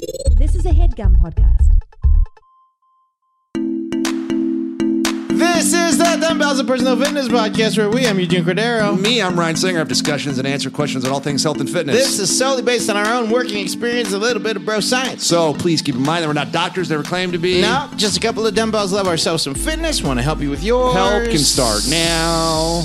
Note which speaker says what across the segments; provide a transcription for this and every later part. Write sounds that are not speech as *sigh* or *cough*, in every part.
Speaker 1: a headgum podcast.
Speaker 2: This is the Dumbbells of Personal Fitness Podcast where we am Eugene Cordero.
Speaker 3: Me, I'm Ryan Singer. I have discussions and answer questions on all things health and fitness.
Speaker 2: This is solely based on our own working experience, a little bit of bro science.
Speaker 3: so please keep in mind that we're not doctors, never claim to be.
Speaker 2: No, just a couple of dumbbells love ourselves some fitness. Want to help you with yours?
Speaker 3: Help can start now.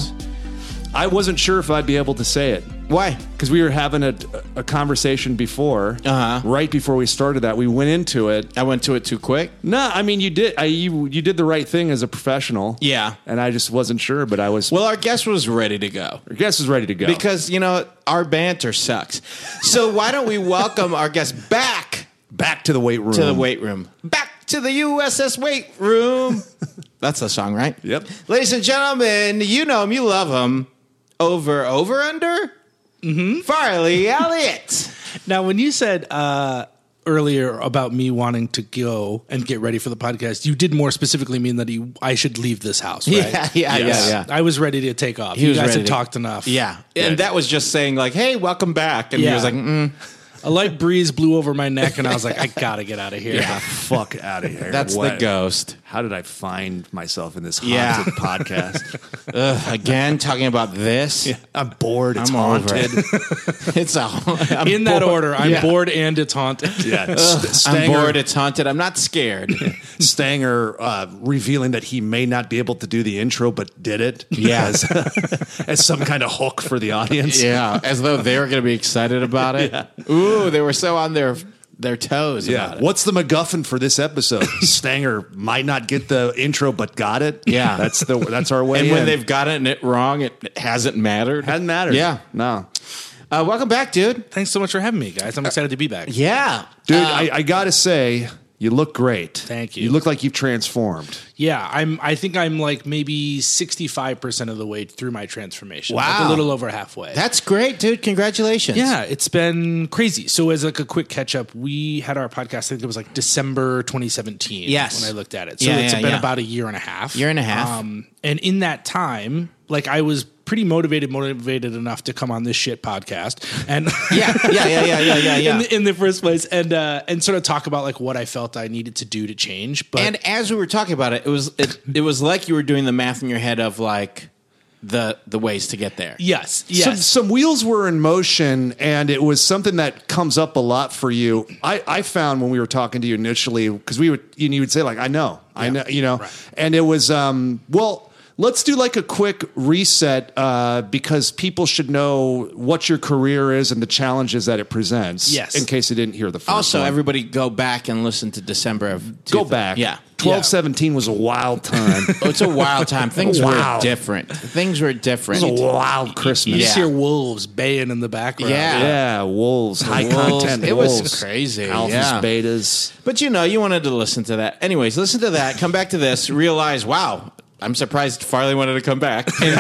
Speaker 3: I wasn't sure if I'd be able to say it
Speaker 2: Why?
Speaker 3: because we were having a, a conversation before,
Speaker 2: Uh-huh.
Speaker 3: right before we started that. We went into it.
Speaker 2: I went to it too quick.
Speaker 3: No, I mean you did. I, you you did the right thing as a professional.
Speaker 2: Yeah.
Speaker 3: and I just wasn't sure, but I was. Well,
Speaker 2: Well, our guest was ready to go
Speaker 3: your guess is ready to go
Speaker 2: because you know our banter sucks. So why don't we welcome our guest back
Speaker 3: back to the weight room.
Speaker 2: to the weight room? Back to the USS weight *laughs* room. That's the song, right? *laughs*
Speaker 3: Yep.
Speaker 2: Ladies and gentlemen, you know him, you love him. Over, over, under. Mm-hmm. *laughs* Farley Elliott.
Speaker 4: Now, when you said uh, earlier about me wanting to go and get ready for the podcast, you did more specifically mean that he, I should leave this house, right?
Speaker 2: Yeah, *laughs* yeah, yeah, yeah.
Speaker 4: I was ready to take off.
Speaker 2: He
Speaker 4: you
Speaker 2: was
Speaker 4: guys
Speaker 2: ready
Speaker 4: had
Speaker 2: to-
Speaker 4: talked enough.
Speaker 2: Yeah. And
Speaker 3: Yeah.
Speaker 2: that was just saying, like, hey, welcome back. And he
Speaker 4: Yeah.
Speaker 2: was like, mm,
Speaker 4: A light breeze blew over my neck, and I was like, I gotta get out of here.
Speaker 3: Get the fuck out of here.
Speaker 2: that's the
Speaker 3: What?
Speaker 2: ghost.
Speaker 3: How did I find myself in this haunted
Speaker 2: Yeah.
Speaker 3: podcast?
Speaker 2: *laughs* Ugh, again, talking about *laughs* this.
Speaker 3: I'm bored. It's
Speaker 2: I'm over it.
Speaker 3: haunted.
Speaker 2: *laughs* It's a. I'm
Speaker 4: *laughs* In that
Speaker 2: bored.
Speaker 4: order, I'm
Speaker 2: Yeah.
Speaker 4: bored and it's
Speaker 2: *laughs*
Speaker 4: haunted.
Speaker 3: Yeah,
Speaker 2: Ugh,
Speaker 3: St-
Speaker 2: I'm
Speaker 3: Stanger,
Speaker 2: bored. It's haunted. I'm not *laughs* scared.
Speaker 3: Stanger uh, revealing that he may not be able to do the intro, but did it.
Speaker 2: *laughs* Yeah.
Speaker 3: as, as *laughs* some kind of hook for the audience.
Speaker 2: yeah, as though they were going to be excited about *laughs* it. Ooh, they were so on their their toes
Speaker 3: Yeah.
Speaker 2: about it.
Speaker 3: What's the MacGuffin for
Speaker 2: *laughs*
Speaker 3: this episode? Stanger might not get the intro, but got it.
Speaker 2: Yeah.
Speaker 3: that's the that's our way.
Speaker 2: And when
Speaker 3: in.
Speaker 2: they've gotten it wrong, it hasn't mattered.
Speaker 3: hasn't mattered.
Speaker 2: Yeah.
Speaker 3: no,
Speaker 2: Uh, welcome back, dude.
Speaker 4: Thanks so much for having me, guys. I'm excited to be back.
Speaker 2: Uh, Yeah, Uh,
Speaker 3: dude, I, I gotta say. You look great.
Speaker 4: Thank you.
Speaker 3: You look like you've transformed.
Speaker 4: Yeah, I'm. I think I'm like maybe 65 percent of the way through my transformation. like
Speaker 2: Wow.
Speaker 4: a little over halfway.
Speaker 2: That's great, dude. Congratulations.
Speaker 4: Yeah, it's been crazy. So as like a quick catch up, we had our podcast. I think it was like December 2017.
Speaker 2: Yes.
Speaker 4: when I looked at it, so
Speaker 2: Yeah,
Speaker 4: it's
Speaker 2: yeah,
Speaker 4: been
Speaker 2: yeah.
Speaker 4: about a year and a half.
Speaker 2: Year and a half.
Speaker 4: Um, and in that time, like I was pretty motivated, motivated enough to come on this shit podcast, and
Speaker 2: *laughs* Yeah, yeah, yeah, yeah, yeah, yeah.
Speaker 3: *laughs*
Speaker 2: yeah.
Speaker 4: *laughs* in, the, in the first place, and uh, and sort of talk about like what I felt I needed to do to change. But
Speaker 2: and as we were talking about it, it was it, it was like you were doing the math in your head of like the the ways to get there.
Speaker 4: yes,
Speaker 3: some,
Speaker 4: yes,
Speaker 3: some wheels were in motion and it was something that comes up a lot for you i, I found when we were talking to you initially because we would and you would say like i know i know you know and it was um well let's do like a quick reset uh, because people should know what your career is and the challenges that it presents
Speaker 4: Yes.
Speaker 3: in case they didn't hear the first
Speaker 2: Also,
Speaker 3: one.
Speaker 2: everybody go back and listen to December of
Speaker 3: go back
Speaker 2: Yeah.
Speaker 3: 1217 was a
Speaker 2: *laughs*
Speaker 3: wild time it
Speaker 2: Oh, it's a wild
Speaker 3: *laughs*
Speaker 2: time. Things
Speaker 3: Wow.
Speaker 2: were different. Things were different.
Speaker 3: was a wild christmas
Speaker 4: you
Speaker 2: yeah.
Speaker 4: just hear wolves baying in the background.
Speaker 2: Yeah.
Speaker 3: Yeah, wolves, high
Speaker 2: wolves.
Speaker 3: content.
Speaker 2: It was
Speaker 3: wolves.
Speaker 2: crazy,
Speaker 3: Alphas,
Speaker 2: yeah.
Speaker 3: betas.
Speaker 2: But you know, you wanted to listen to that. Anyways, listen to that. Come back to this. Realize, wow, I'm surprised Farley wanted to come back, and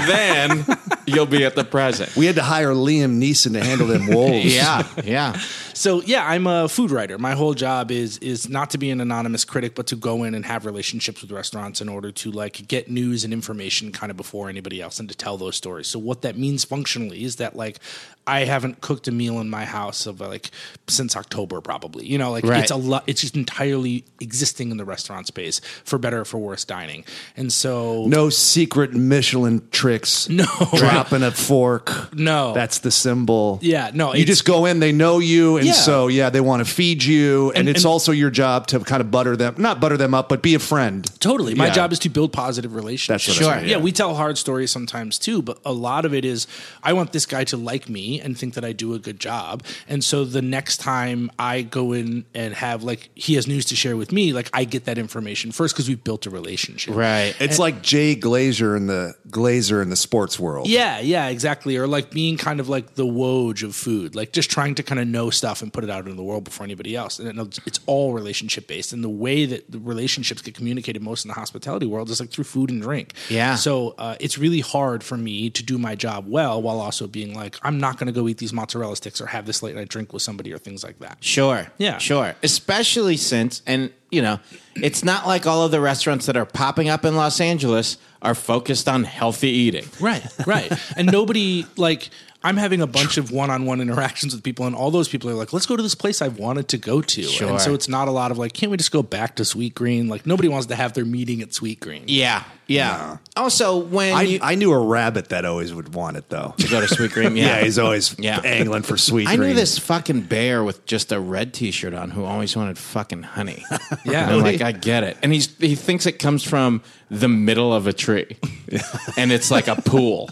Speaker 2: then you'll be at the present.
Speaker 3: We had to hire Liam Neeson to handle
Speaker 4: *laughs*
Speaker 3: them wolves.
Speaker 2: Yeah, yeah.
Speaker 4: So yeah, I'm a food writer. My whole job is is not to be an anonymous critic, but to go in and have relationships with restaurants in order to like get news and information kind of before anybody else and to tell those stories. So what that means functionally is that like I haven't cooked a meal in my house of like since October probably. You know, like
Speaker 2: Right.
Speaker 4: it's a lot it's just entirely existing in the restaurant space for better or for worse dining. And so
Speaker 3: No secret Michelin tricks.
Speaker 4: *laughs* No.
Speaker 3: Dropping a fork.
Speaker 4: No.
Speaker 3: That's the symbol.
Speaker 4: Yeah, no,
Speaker 3: You
Speaker 4: it's-
Speaker 3: just go in, they know you. And
Speaker 4: Yeah.
Speaker 3: so, yeah, they want to feed you. And,
Speaker 4: And-
Speaker 3: it's
Speaker 4: and-
Speaker 3: also your job to kind of butter them, not butter them up, but be a friend.
Speaker 4: Totally. My
Speaker 3: Yeah.
Speaker 4: job is to build positive relationships.
Speaker 3: That's what I Sure. said,
Speaker 4: Yeah.
Speaker 3: yeah.
Speaker 4: we tell hard stories sometimes too, but a lot of it is I want this guy to like me and think that I do a good job. And so the next time I go in and have like he has news to share with me, like I get that information first because we've built a relationship.
Speaker 2: Right.
Speaker 3: It's like Jay Glazer in the Glazer in the sports world.
Speaker 4: Yeah, yeah, exactly. Or like being kind of like the woj of food, like just trying to kind of know stuff and put it out into the world before anybody else. And it's- it's all relationship based. And the way that the relationships get communicated most in the hospitality world is like through food and drink.
Speaker 2: Yeah.
Speaker 4: So uh, it's really hard for me to do my job well while also being like, I'm not going to go eat these mozzarella sticks or have this late night drink with somebody or things like that.
Speaker 2: Sure.
Speaker 4: Yeah.
Speaker 2: Sure. Especially since, and you know, it's not like all of the restaurants that are popping up in Los Angeles are focused on healthy eating.
Speaker 4: Right, right. and nobody like I'm having a bunch of one-on-one interactions with people, and all those people are like, "Let's go to this place I wanted to go to."
Speaker 2: Sure.
Speaker 4: And so it's not a lot of like, "Can't we just go back to Sweet Green?" Like nobody wants to have their meeting at Sweet Green.
Speaker 2: Yeah, yeah. Also, when
Speaker 3: I,
Speaker 2: you
Speaker 3: I knew a rabbit that always would want it though.
Speaker 2: go to Sweet *laughs* Green,
Speaker 3: *laughs* Yeah, he's
Speaker 4: *laughs*
Speaker 3: always
Speaker 2: Yeah.
Speaker 3: angling for sweet.
Speaker 2: I knew
Speaker 3: green.
Speaker 2: this fucking bear with just a red T-shirt on who always wanted fucking
Speaker 3: *laughs*
Speaker 2: honey.
Speaker 4: Yeah.
Speaker 2: and I'm like I get it, and he's he thinks it comes from the middle of a
Speaker 3: *laughs*
Speaker 2: tree, and it's like a pool,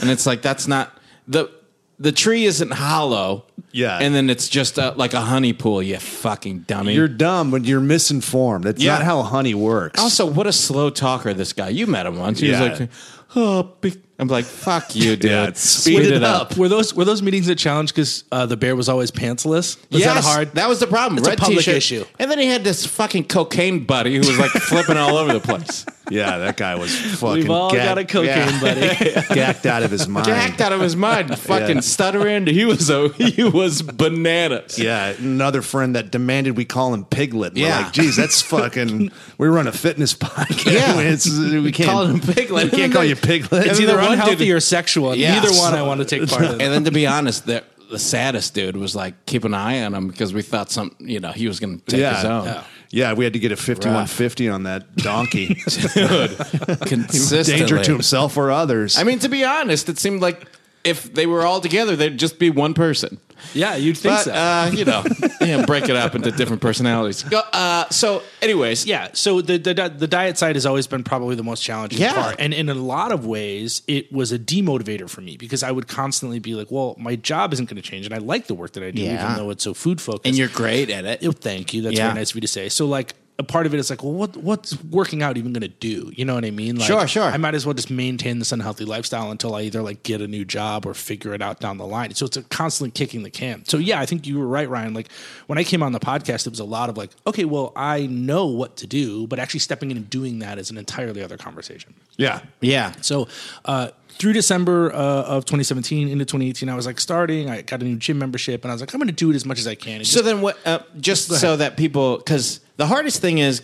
Speaker 2: and it's like that's not the the tree isn't hollow.
Speaker 3: Yeah.
Speaker 2: and then it's just a, like a honey pool. You fucking dummy.
Speaker 3: You're dumb when you're misinformed. That's
Speaker 2: Yeah.
Speaker 3: not how honey works.
Speaker 2: also what a slow talker this guy. You met him once. He
Speaker 3: Yeah.
Speaker 2: was like, oh, be-" I'm like fuck you, dude.
Speaker 3: *laughs* Yeah, speed it up.
Speaker 4: Were those were those meetings a challenge because uh, the bear was always pantsless? Was that
Speaker 2: Yes,
Speaker 4: hard?
Speaker 2: That was the problem.
Speaker 4: It's a
Speaker 2: Red
Speaker 4: public
Speaker 2: t-shirt.
Speaker 4: issue.
Speaker 2: And then he had this fucking cocaine buddy who was like flipping all over the place.
Speaker 3: yeah, that guy was fucking
Speaker 4: *laughs* We've all
Speaker 3: gack-
Speaker 4: got a cocaine
Speaker 3: yeah,
Speaker 4: *laughs*
Speaker 3: *laughs*
Speaker 4: buddy.
Speaker 3: gacked out of his mind.
Speaker 2: Jacked out of his mind, fucking stuttering. He was a he was bananas.
Speaker 3: Yeah, another friend that demanded we call him Piglet. We're
Speaker 2: Yeah.
Speaker 3: like, geez, that's
Speaker 4: *laughs*
Speaker 3: fucking. we run a fitness podcast.
Speaker 2: Yeah.
Speaker 3: *laughs* It's- we can't
Speaker 2: Call him Piglet.
Speaker 3: We can't call you Piglet.
Speaker 4: it's
Speaker 2: And then
Speaker 4: either
Speaker 2: the one
Speaker 4: unhealthy
Speaker 2: dude-
Speaker 4: or sexual. and
Speaker 2: Yeah.
Speaker 4: Neither one I want to take part in.
Speaker 2: And *laughs* then to be honest, the, the saddest dude was like keep an eye on him because we thought some you know he was going to take
Speaker 3: yeah.
Speaker 2: his own.
Speaker 3: Yeah, we had to get a fifty-one fifty on that
Speaker 2: *laughs*
Speaker 3: donkey.
Speaker 2: Dude, *laughs* consistently.
Speaker 3: Danger to himself or others.
Speaker 2: I mean, to be honest, it seemed like if they were all together, they'd just be one person.
Speaker 4: yeah, you'd think
Speaker 2: But
Speaker 4: so.
Speaker 2: uh, you know, *laughs* yeah, break it up into different personalities. Go- Uh, so, anyways,
Speaker 4: yeah. So the, the di- the diet side has always been probably the most challenging
Speaker 2: Yeah.
Speaker 4: part, and in a lot of ways, it was a demotivator for me because I would constantly be like, "Well, my job isn't going to change, and I like the work that I do,
Speaker 2: Yeah.
Speaker 4: even though it's so food focused."
Speaker 2: and you're great at it.
Speaker 4: Oh, thank you. That's
Speaker 2: Yeah.
Speaker 4: very nice of you to say. So like a part of it is like, well, what what's working out even going to do? You know what I mean? Like,
Speaker 2: Sure, sure.
Speaker 4: I might as well just maintain this unhealthy lifestyle until I either like get a new job or figure it out down the line. So it's a constantly kicking the can. So yeah, I think you were right, Ryan. Like when I came on the podcast, it was a lot of like, okay, well, I know what to do, but actually stepping in and doing that is an entirely other conversation.
Speaker 3: yeah,
Speaker 2: Yeah,
Speaker 4: So uh, through December uh, of 2017 into 2018, I was like starting. I got a new gym membership, and I was like, I'm going to do it as much as I can. And
Speaker 2: So
Speaker 4: just-
Speaker 2: then, what? Uh, just so that people, because the hardest thing is,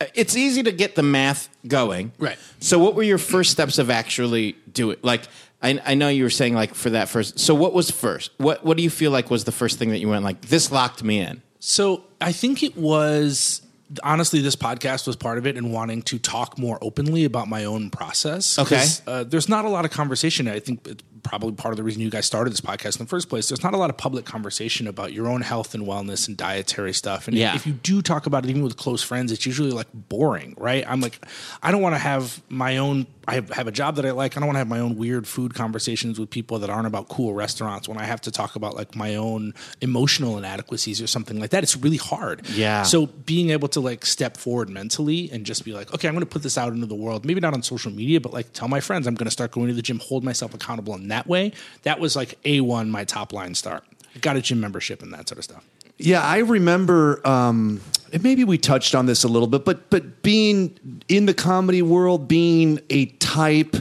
Speaker 2: uh, it's easy to get the math going,
Speaker 4: Right.
Speaker 2: So, what were your first steps of actually doing? Like, I, I know you were saying like for that first. So, what was first? What What do you feel like was the first thing that you went like this locked me in?
Speaker 4: So I think it was honestly this podcast was part of it and wanting to talk more openly about my own process.
Speaker 2: Okay.
Speaker 4: 'Cause, uh, there's not a lot of conversation. I think it's probably part of the reason you guys started this podcast in the first place. There's not a lot of public conversation about your own health and wellness and dietary stuff. And
Speaker 2: Yeah.
Speaker 4: if you do talk about it, even with close friends, it's usually like boring, right? I'm like, I don't want to have my own. I have, have a job that I like. I don't want to have my own weird food conversations with people that aren't about cool restaurants. When I have to talk about like my own emotional inadequacies or something like that, it's really hard.
Speaker 2: Yeah.
Speaker 4: So being able to like step forward mentally and just be like, okay, I'm going to put this out into the world. Maybe not on social media, but like tell my friends I'm going to start going to the gym, hold myself accountable in that way. That was like a one my top line start. I got a gym membership and that sort of stuff.
Speaker 3: Yeah, I remember. Um, and maybe we touched on this a little bit, but but being in the comedy world, being a type,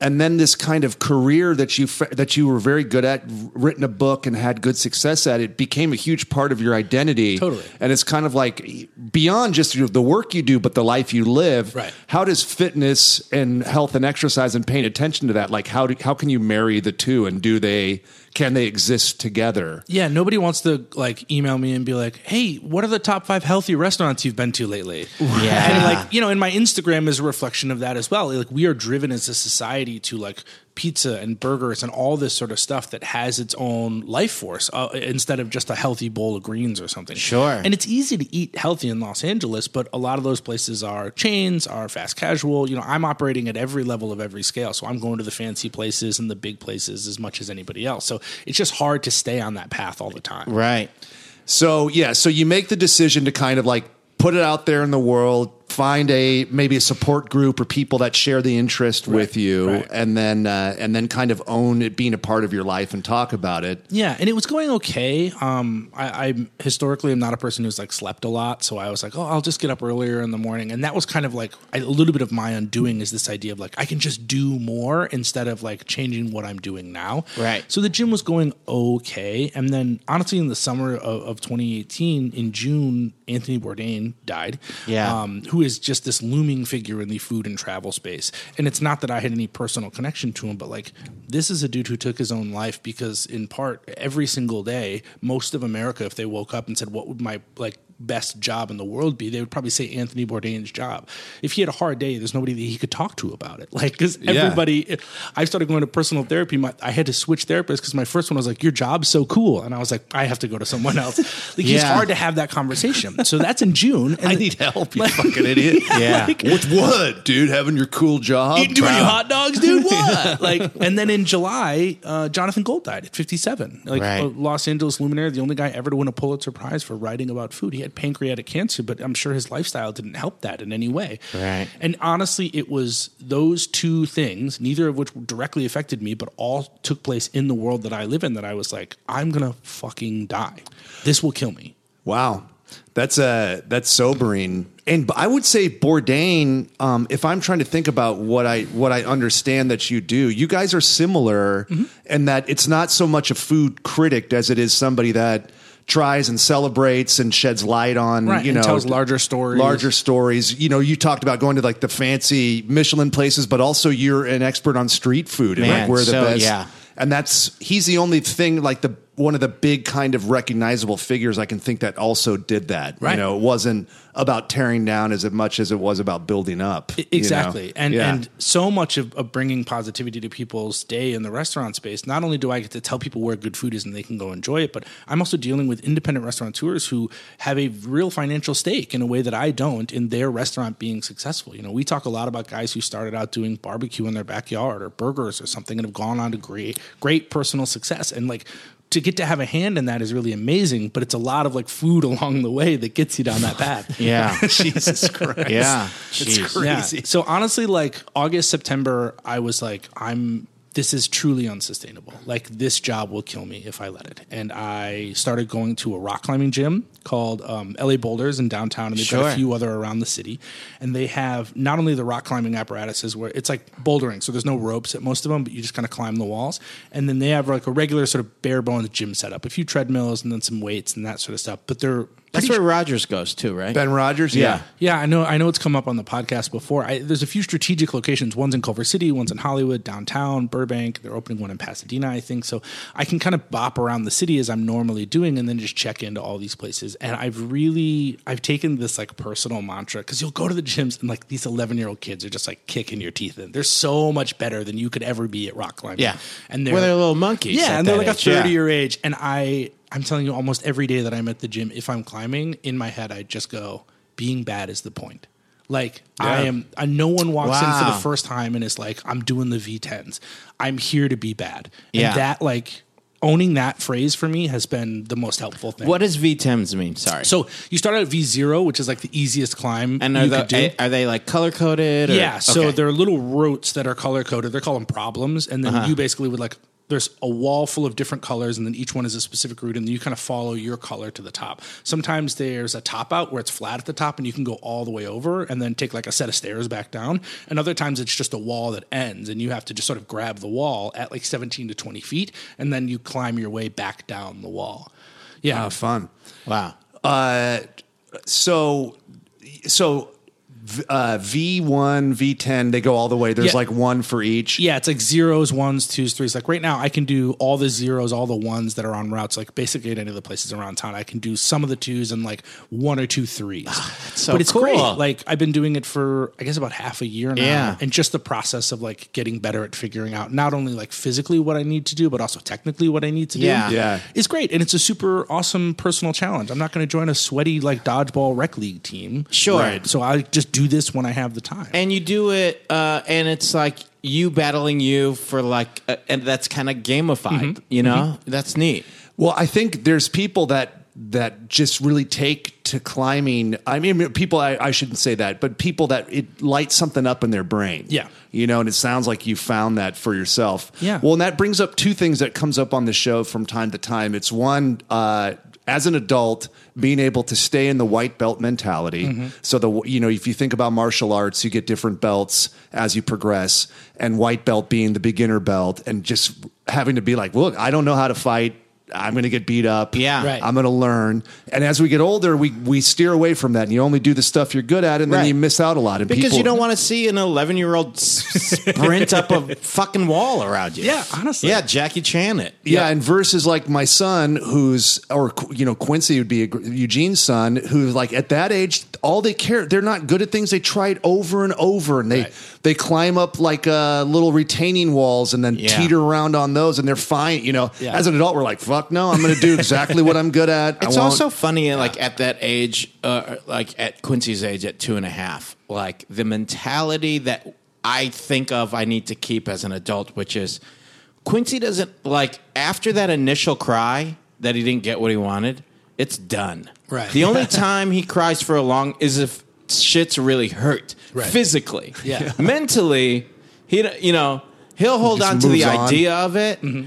Speaker 3: and then this kind of career that you fa- that you were very good at, written a book and had good success at, it became a huge part of your identity.
Speaker 4: Totally.
Speaker 3: and it's kind of like beyond just your- the work you do, but the life you live.
Speaker 4: Right.
Speaker 3: How does fitness and health and exercise and paying attention to that, like how do, how can you marry the two, and do they can they exist together?
Speaker 4: Yeah, nobody wants to like email me and be like, "Hey, what are the top five healthy restaurants you've been to lately?"
Speaker 2: Yeah.
Speaker 4: and like you know, and my Instagram is a reflection of that as well. Like we are driven as a society to like pizza and burgers and all this sort of stuff that has its own life force uh, instead of just a healthy bowl of greens or something.
Speaker 2: Sure.
Speaker 4: and it's easy to eat healthy in Los Angeles, but a lot of those places are chains, are fast casual. You know, I'm operating at every level of every scale. So I'm going to the fancy places and the big places as much as anybody else. So it's just hard to stay on that path all the time.
Speaker 2: Right.
Speaker 3: So yeah, so you make the decision to kind of like put it out there in the world, find a maybe a support group or people that share the interest with you,
Speaker 4: right.
Speaker 3: and then uh, and then kind of own it being a part of your life and talk about it.
Speaker 4: Yeah, and it was going okay. Um, I, I historically am not a person who's like slept a lot, so I was like, oh, I'll just get up earlier in the morning, and that was kind of like I, a little bit of my undoing is this idea of like I can just do more instead of like changing what I'm doing now.
Speaker 2: Right.
Speaker 4: So the gym was going okay, and then honestly, in the summer of, of 2018, in June, Anthony Bourdain died.
Speaker 2: Yeah.
Speaker 4: Um, who is just this looming figure in the food and travel space. And it's not that I had any personal connection to him, but like this is a dude who took his own life because in part every single day, most of America, if they woke up and said, What would my like best job in the world be, they would probably say Anthony Bourdain's job. If he had a hard day, there's nobody that he could talk to about it. *laughs* Like, because everybody, I started going to personal therapy. My, I had to switch therapists because my first one was like, "Your job's so cool," and I was like, "I have to go to someone else." *laughs* Like, he's
Speaker 3: Yeah.
Speaker 4: hard to have that conversation. So that's in June. And
Speaker 3: I *laughs* need help, you fucking idiot.
Speaker 2: Yeah.
Speaker 4: like-
Speaker 3: With what, dude? Having your cool job?
Speaker 4: You do any
Speaker 3: Wow.
Speaker 4: hot dogs,
Speaker 3: *laughs*
Speaker 4: dude? What? like, and then in July, uh, Jonathan Gold died at 57. Like
Speaker 2: Right.
Speaker 4: a Los Angeles luminaire, the only guy ever to win a Pulitzer Prize for writing about food. He had pancreatic cancer, but I'm sure his lifestyle didn't help that in any way.
Speaker 2: Right.
Speaker 4: And honestly, it was those two things, neither of which directly affected me, but all took place in the world that I live in. That I was like, I'm gonna fucking die. This will kill me.
Speaker 3: Wow, that's uh, that's sobering. And b- I would say Bourdain. Um, if I'm trying to think about what I what I understand that you do, you guys are similar,
Speaker 4: Mm-hmm.
Speaker 3: in that it's not so much a food critic as it is somebody that tries and celebrates and sheds light on
Speaker 4: Right,
Speaker 3: you
Speaker 4: and
Speaker 3: know
Speaker 4: tells larger stories.
Speaker 3: larger stories. You know, you talked about going to like the fancy Michelin places, but also you're an expert on street food and like
Speaker 2: Man,
Speaker 3: where the
Speaker 2: so,
Speaker 3: best.
Speaker 2: yeah.
Speaker 3: And that's he's the only thing like the one of the big kind of recognizable figures I can think that also did that.
Speaker 4: Right.
Speaker 3: You know, it wasn't about tearing down as much as it was about building up. you know?
Speaker 4: E-, Exactly. And
Speaker 3: Yeah.
Speaker 4: and so much of, of bringing positivity to people's day in the restaurant space, not only do I get to tell people where good food is and they can go enjoy it, but I'm also dealing with independent restaurateurs who have a real financial stake in a way that I don't in their restaurant being successful. You know, we talk a lot about guys who started out doing barbecue in their backyard or burgers or something and have gone on to great great personal success. And like to get to have a hand in that is really amazing, but it's a lot of like food *laughs* along the way that gets you down that path. *laughs*
Speaker 2: Yeah.
Speaker 3: Jesus Christ.
Speaker 2: yeah. *laughs*
Speaker 3: It's
Speaker 2: Jeez.
Speaker 3: crazy.
Speaker 4: Yeah. So honestly, like August, September, I was like, I'm this is truly unsustainable. Like this job will kill me if I let it. And I started going to a rock climbing gym called um, LA Boulders in downtown, and they've got
Speaker 2: Sure.
Speaker 4: a few other around the city. And they have not only the rock climbing apparatuses where it's like bouldering, so there's no ropes at most of them, but you just kind of climb the walls. And then they have like a regular sort of bare bones gym setup, a few treadmills and then some weights and that sort of stuff. But they're
Speaker 2: That's where Rogers goes too, right?
Speaker 3: Ben Rogers, yeah.
Speaker 4: yeah, I know. I know it's come up on the podcast before. I, there's a few strategic locations. One's in Culver City, one's in Hollywood, downtown, Burbank. They're opening one in Pasadena, I think. So I can kind of bop around the city as I'm normally doing, and then just check into all these places. And I've really, I've taken this like personal mantra because you'll go to the gyms and like these 11 year old kids are just like kicking your teeth in. They're so much better than you could ever be at rock climbing.
Speaker 2: Yeah.
Speaker 4: and
Speaker 2: Well, they're little monkeys
Speaker 4: Yeah,
Speaker 2: at
Speaker 4: and they're
Speaker 2: that
Speaker 4: like
Speaker 2: age,
Speaker 4: a
Speaker 2: yeah.
Speaker 4: 30 year your age and i i'm telling you almost every day that i'm at the gym if i'm climbing in my head i just go being bad is the point like i am I, no one walks in for
Speaker 2: Wow.
Speaker 4: the first time and is like i'm doing the v10s i'm here to be bad and
Speaker 2: Yeah.
Speaker 4: that like owning that phrase for me has been the most helpful thing
Speaker 2: What does VTEMs mean? Sorry.
Speaker 4: so you start out at v0 which is like the easiest climb
Speaker 2: and are,
Speaker 4: you
Speaker 2: the,
Speaker 4: could do
Speaker 2: eh, are they like color coded?
Speaker 4: yeah, so there are little routes that are color coded. They call them problems, and then you basically would like there's a wall full of different colors, and then each one is a specific route, and then you kind of follow your color to the top. Sometimes there's a top out where it's flat at the top, and you can go all the way over, and then take like a set of stairs back down. And other times it's just a wall that ends, and you have to just sort of grab the wall at like 17 to 20 feet, and then you climb your way back down the wall. Yeah,
Speaker 3: Uh, fun.
Speaker 2: wow.
Speaker 3: Uh, so, so uh, V1, V10, they go all the way. There's
Speaker 4: Yeah.
Speaker 3: like one for each.
Speaker 4: Yeah, it's like zeros, ones, twos, threes. Like right now, I can do all the zeros, all the ones that are on routes. Like basically at any of the places around town, I can do some of the twos and like one or two threes.
Speaker 2: Ah, so
Speaker 4: but it's
Speaker 2: cool.
Speaker 4: great. Like I've been doing it for I guess about half a year now,
Speaker 2: Yeah.
Speaker 4: and just the process of like getting better at figuring out not only like physically what I need to do, but also technically what I need to
Speaker 2: Yeah.
Speaker 4: do.
Speaker 3: Yeah.
Speaker 4: it's great, and it's a super awesome personal challenge. I'm not going to join a sweaty like dodgeball rec league team.
Speaker 2: Sure.
Speaker 4: So I just do this when I have the time.
Speaker 2: And you do it, uh, and it's like you battling you for like, uh, and that's kind of gamified, you know? That's neat.
Speaker 3: Well, I think there's people that that just really take to climbing. I mean, people. I, I shouldn't say that, but people that it lights something up in their brain.
Speaker 4: Yeah.
Speaker 3: you know, and it sounds like you found that for yourself.
Speaker 4: Yeah.
Speaker 3: Well, and that brings up two things that comes up on the show from time to time. It's one. Uh, as an adult, being able to stay in the white belt mentality.
Speaker 2: Mm-hmm.
Speaker 3: So the you know, if you think about martial arts, you get different belts as you progress, and white belt being the beginner belt, and just having to be like, look, I don't know how to fight I'm going to get beat up.
Speaker 2: Yeah. Right.
Speaker 3: I'm going to learn. And as we get older, we we steer away from that, and you only do the stuff you're good at, and then
Speaker 2: Right.
Speaker 3: you miss out a lot. And
Speaker 2: Because
Speaker 3: people,
Speaker 2: you don't want to see an 11 year old sprint up a *laughs* fucking wall around you.
Speaker 4: Yeah, honestly.
Speaker 2: Yeah, Jackie Chan it.
Speaker 3: Yeah, and versus like my son, who's or you know Quincy would be a, gr- Eugene's son, who's like at that age, all they care they're not good at things. They try it over and over, and they
Speaker 4: Right.
Speaker 3: they climb up like uh, little retaining walls and then
Speaker 2: Yeah.
Speaker 3: teeter around on those, and they're fine. You know,
Speaker 4: Yeah.
Speaker 3: as an adult, we're like, fuck no, I'm going to do exactly what I'm good *laughs* at. I
Speaker 2: It's
Speaker 3: won't-
Speaker 2: also funny, like at that age, uh, like at Quincy's age, at two and a half, like the mentality that I think of, I need to keep as an adult, which is Quincy doesn't like after that initial cry that he didn't get what he wanted. It's done.
Speaker 4: Right.
Speaker 2: The
Speaker 4: *laughs*
Speaker 2: only time he cries for a long is if shit's really hurt
Speaker 4: Right.
Speaker 2: physically.
Speaker 4: Yeah. Yeah.
Speaker 2: *laughs* Mentally, he d- you know he'll hold
Speaker 3: Just
Speaker 2: on to the
Speaker 3: moves on.
Speaker 2: idea of it
Speaker 4: Mm-hmm.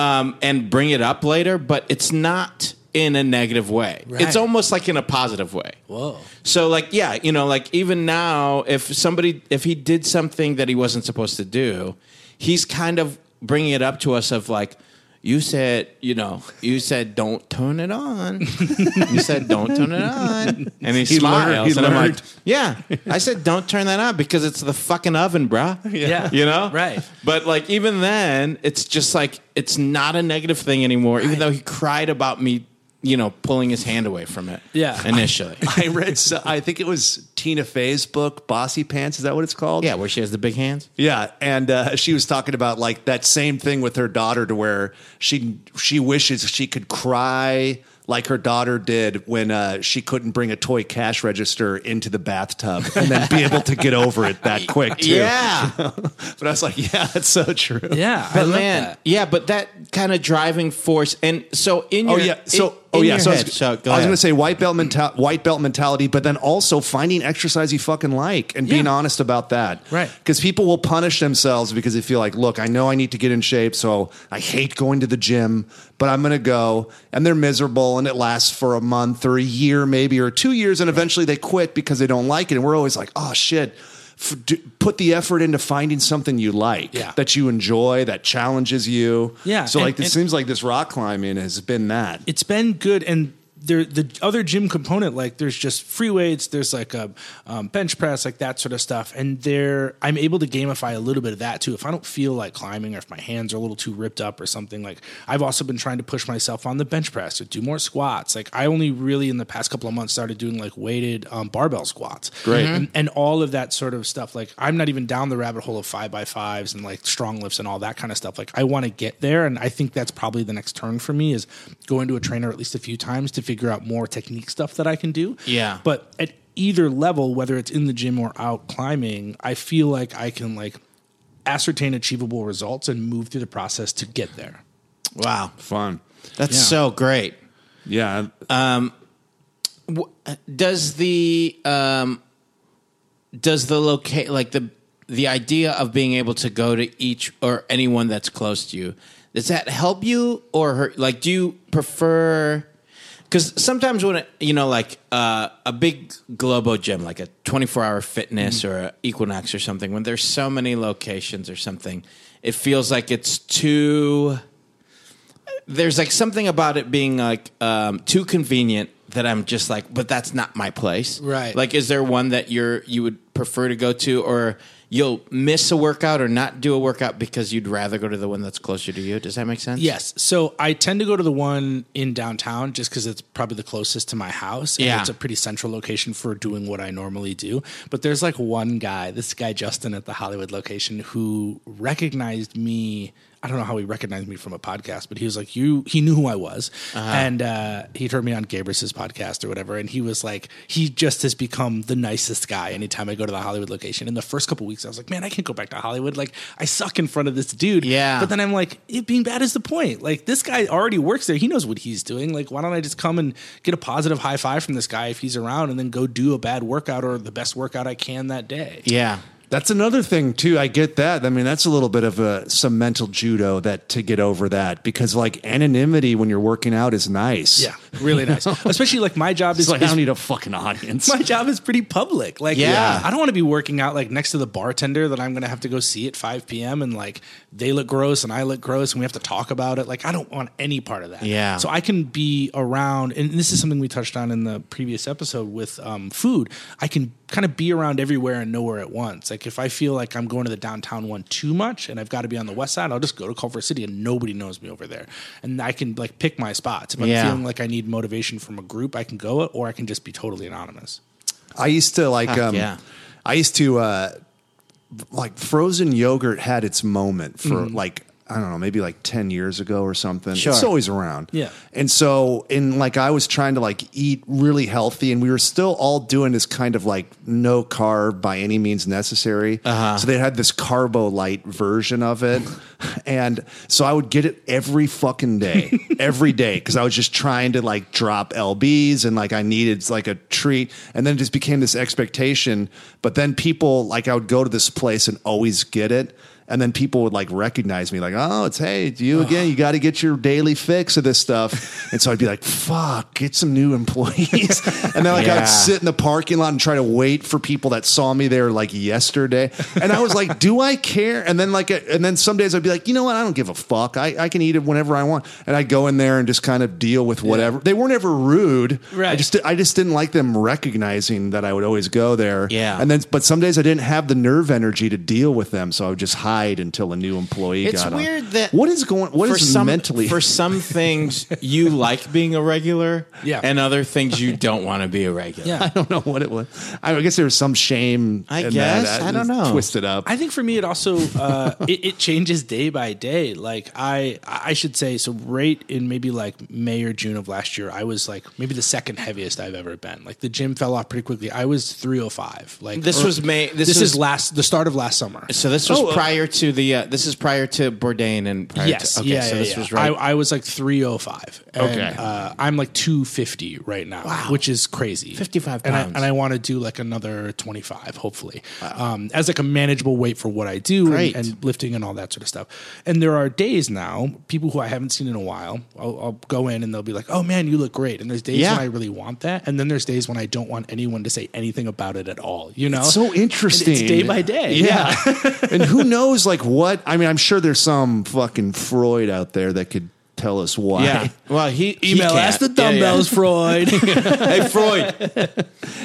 Speaker 2: um, and bring it up later, but it's not in a negative way.
Speaker 4: Right.
Speaker 2: It's almost like in a positive way.
Speaker 4: Whoa.
Speaker 2: So, like, yeah, you know, like even now, if somebody, if he did something that he wasn't supposed to do, he's kind of bringing it up to us of like, you said, you know, you said don't turn it
Speaker 3: *laughs*
Speaker 2: on. you said don't turn it on, and he, smiles.
Speaker 3: learned- he
Speaker 2: and I'm like,
Speaker 3: learned.
Speaker 2: yeah, I said don't turn that on because it's the fucking oven,
Speaker 3: *laughs*
Speaker 2: bruh.
Speaker 4: Yeah.
Speaker 2: You know?
Speaker 4: Right.
Speaker 2: But like even then, it's just like it's not a negative thing anymore, even though he cried about me, you know, pulling his hand away from it.
Speaker 4: Yeah.
Speaker 2: Initially.
Speaker 3: I read, so- I think it was Tina Fey's book, Bossy Pants. Is that what it's called?
Speaker 2: yeah, where she has the big hands.
Speaker 3: Yeah, and uh, she was talking about like that same thing with her daughter, to where she she wishes she could cry like her daughter did when uh, she couldn't bring a toy cash register into the bathtub, and then be able to get over it that quick. *laughs* Too.
Speaker 2: *laughs* Yeah.
Speaker 3: *laughs* but I was like, yeah, that's so true.
Speaker 4: Yeah. I
Speaker 2: But
Speaker 4: love
Speaker 2: man,
Speaker 4: that.
Speaker 2: yeah, but that kind of driving force and so in
Speaker 3: Oh
Speaker 2: your
Speaker 3: yeah. So
Speaker 2: in-
Speaker 3: oh
Speaker 2: in
Speaker 3: yeah.
Speaker 2: your
Speaker 3: So I
Speaker 2: head,
Speaker 3: was,
Speaker 2: so go
Speaker 3: I was
Speaker 2: ahead.
Speaker 3: going to say white belt menta- white belt mentality, but then also finding exercise you fucking like and being
Speaker 4: Yeah.
Speaker 3: honest about that.
Speaker 4: Right.
Speaker 3: Because people will punish themselves because they feel like, look, I know I need to get in shape, so I hate going to the gym, but I'm going to go, and they're miserable, and it lasts for a month or a year, maybe or two years, and eventually they quit because they don't like it. And we're always like, oh shit. F- do, put the effort into finding something you like
Speaker 4: Yeah.
Speaker 3: that you enjoy that challenges you
Speaker 4: Yeah,
Speaker 3: so
Speaker 4: and-
Speaker 3: like this
Speaker 4: and-
Speaker 3: seems like this rock climbing has been that
Speaker 4: it's been good and there the other gym component like there's just free weights there's like a um, bench press like that sort of stuff and there i'm able to gamify a little bit of that too if i don't feel like climbing or if my hands are a little too ripped up or something like i've also been trying to push myself on the bench press or do more squats like i only really in the past couple of months started doing like weighted um, barbell squats
Speaker 3: Great.
Speaker 4: and, and all of that sort of stuff like i'm not even down the rabbit hole of five by fives and like strong lifts and all that kind of stuff like i want to get there and i think that's probably the next turn for me is going to a trainer at least a few times to figure out more technique stuff that i can do
Speaker 2: Yeah.
Speaker 4: but at either level whether it's in the gym or out climbing i feel like i can like ascertain achievable results and move through the process to get there
Speaker 2: Wow.
Speaker 3: fun.
Speaker 2: That's
Speaker 4: Yeah.
Speaker 2: so great.
Speaker 3: Yeah.
Speaker 2: does the um does the locate like the the idea of being able to go to each or anyone that's close to you does that help you or hurt like do you prefer because sometimes when it, you know like uh, a big globo gym like a 24-hour fitness or a equinox or something when there's so many locations or something it feels like it's too there's like something about it being like um, too convenient that I'm just like, but that's not my place.
Speaker 4: Right.
Speaker 2: Like, is there one that you're you would prefer to go to, or you'll miss a workout or not do a workout because you'd rather go to the one that's closer to you? Does that make sense?
Speaker 4: Yes. So I tend to go to the one in downtown just because it's probably the closest to my house. and
Speaker 2: Yeah.
Speaker 4: It's a pretty central location for doing what I normally do. But there's like one guy, this guy Justin at the Hollywood location, who recognized me. I don't know how he recognized me from a podcast, but he was like, "You." He knew who I was,
Speaker 2: Uh-huh.
Speaker 4: and uh, he'd heard me on Gabrus's podcast or whatever. And he was like, "He just has become the nicest guy." Anytime I go to the Hollywood location, in the first couple weeks, I was like, "Man, I can't go back to Hollywood. Like, I suck in front of this dude."
Speaker 2: Yeah.
Speaker 4: But then I'm like, it being bad is the point. Like this guy already works there. He knows what he's doing. Like, why don't I just come and get a positive high five from this guy if he's around and then go do a bad workout or the best workout I can that day.
Speaker 2: Yeah.
Speaker 3: That's another thing too. I get that. I mean, that's a little bit of a some mental judo that to get over that because like anonymity when you're working out is nice.
Speaker 4: Yeah.
Speaker 5: *laughs*
Speaker 4: Really nice. Especially like my job is,
Speaker 5: It's like, I
Speaker 4: is-
Speaker 5: don't need a fucking audience.
Speaker 4: *laughs* my job is pretty public. Like,
Speaker 2: Yeah.
Speaker 4: I don't want to be working out like next to the bartender that I'm going to have to go see at 5 p.m. and like they look gross and I look gross and we have to talk about it. Like, I don't want any part of that.
Speaker 2: Yeah.
Speaker 4: So I can be around, and this is something we touched on in the previous episode with um, food. I can kind of be around everywhere and nowhere at once. Like, if I feel like I'm going to the downtown one too much and I've got to be on the west side, I'll just go to Culver City and nobody knows me over there. And I can like pick my spots. If I'm
Speaker 2: Yeah.
Speaker 4: feeling like I need motivation from a group, I can go, or I can just be totally anonymous.
Speaker 3: *laughs* I used to like
Speaker 2: Heck
Speaker 3: um
Speaker 2: yeah.
Speaker 3: I used to uh like frozen yogurt had its moment for
Speaker 4: Mm-hmm.
Speaker 3: like I don't know, maybe like 10 years ago or something. It's always around.
Speaker 4: Yeah.
Speaker 3: And so in like I was trying to like eat really healthy and we were still all doing this kind of like no carb by any means necessary. So they had this carbo light version of it. and so I would get it every fucking day, every day cuz I was just trying to like drop lbs and like I needed like a treat and then it just became this expectation, but then people like I would go to this place and always get it. And then people would like recognize me, like, oh, it's hey, it's you again. You got to get your daily fix of this stuff. *laughs* And so I'd be like, fuck, get some new employees. *laughs* and then like
Speaker 2: Yeah.
Speaker 3: I'd sit in the parking lot and try to wait for people that saw me there like yesterday. And I was like, do I care? And then like, and then some days I'd be like, you know what? I don't give a fuck. I, I can eat it whenever I want. And I'd go in there and just kind of deal with whatever. They weren't ever rude. I
Speaker 4: Right.
Speaker 3: just I just didn't like them recognizing that I would always go there.
Speaker 2: Yeah.
Speaker 3: And then, but some days I didn't have the nerve energy to deal with them, so I would just hide until a new employee
Speaker 2: It's
Speaker 3: got on.
Speaker 2: weird that-
Speaker 3: what is going? What is
Speaker 2: some,
Speaker 3: mentally? *laughs*
Speaker 2: for *laughs* some things you like being a regular,
Speaker 4: Yeah.
Speaker 2: and other things you don't want to be a regular.
Speaker 4: Yeah.
Speaker 3: I don't know what it was. I, I guess there was some shame.
Speaker 2: I
Speaker 3: in
Speaker 2: guess.
Speaker 3: that.
Speaker 2: I don't know.
Speaker 3: Twisted up.
Speaker 4: *laughs* I think for me, it also uh, it, it changes day by day. Like I, I should say, so right in maybe like May or June of last year, I was like maybe the second heaviest I've ever been. Like the gym fell off pretty quickly. I was three hundred five. Like
Speaker 2: This
Speaker 4: or-
Speaker 2: was May- this
Speaker 4: This, is
Speaker 2: was-
Speaker 4: last the start of last summer.
Speaker 2: So this
Speaker 4: Oh,
Speaker 2: was prior to the. Uh, this is prior to Bourdain and prior
Speaker 4: Yes.
Speaker 2: To, okay,
Speaker 4: yeah,
Speaker 2: so
Speaker 4: yeah,
Speaker 2: this
Speaker 4: yeah.
Speaker 2: was right.
Speaker 4: I, I was like 305. and,
Speaker 3: Okay.
Speaker 4: Uh, I'm like 250 right now, which is crazy.
Speaker 2: 55
Speaker 4: And I,
Speaker 2: pounds.
Speaker 4: and I want to do like another 25, hopefully, um, as like a manageable weight for what I do
Speaker 2: Great.
Speaker 4: and, and lifting and all that sort of stuff. And there are days now, people who I haven't seen in a while, I'll, I'll go in and they'll be like, oh man, you look great. And there's days
Speaker 2: Yeah.
Speaker 4: when I really want that. And then there's days when I don't want anyone to say anything about it at all, you know?
Speaker 3: It's so
Speaker 4: And
Speaker 3: interesting.
Speaker 4: It's day by day.
Speaker 3: Yeah. *laughs* and who knows, like, what? I mean, I'm sure there's some fucking Freud out there that could tell us why. *laughs*
Speaker 2: yeah. Well, he he
Speaker 4: Email
Speaker 2: can't.
Speaker 4: us the
Speaker 2: Yeah, yeah.
Speaker 4: dumbbells, Freud.
Speaker 2: *laughs* hey
Speaker 4: *laughs*
Speaker 2: Freud,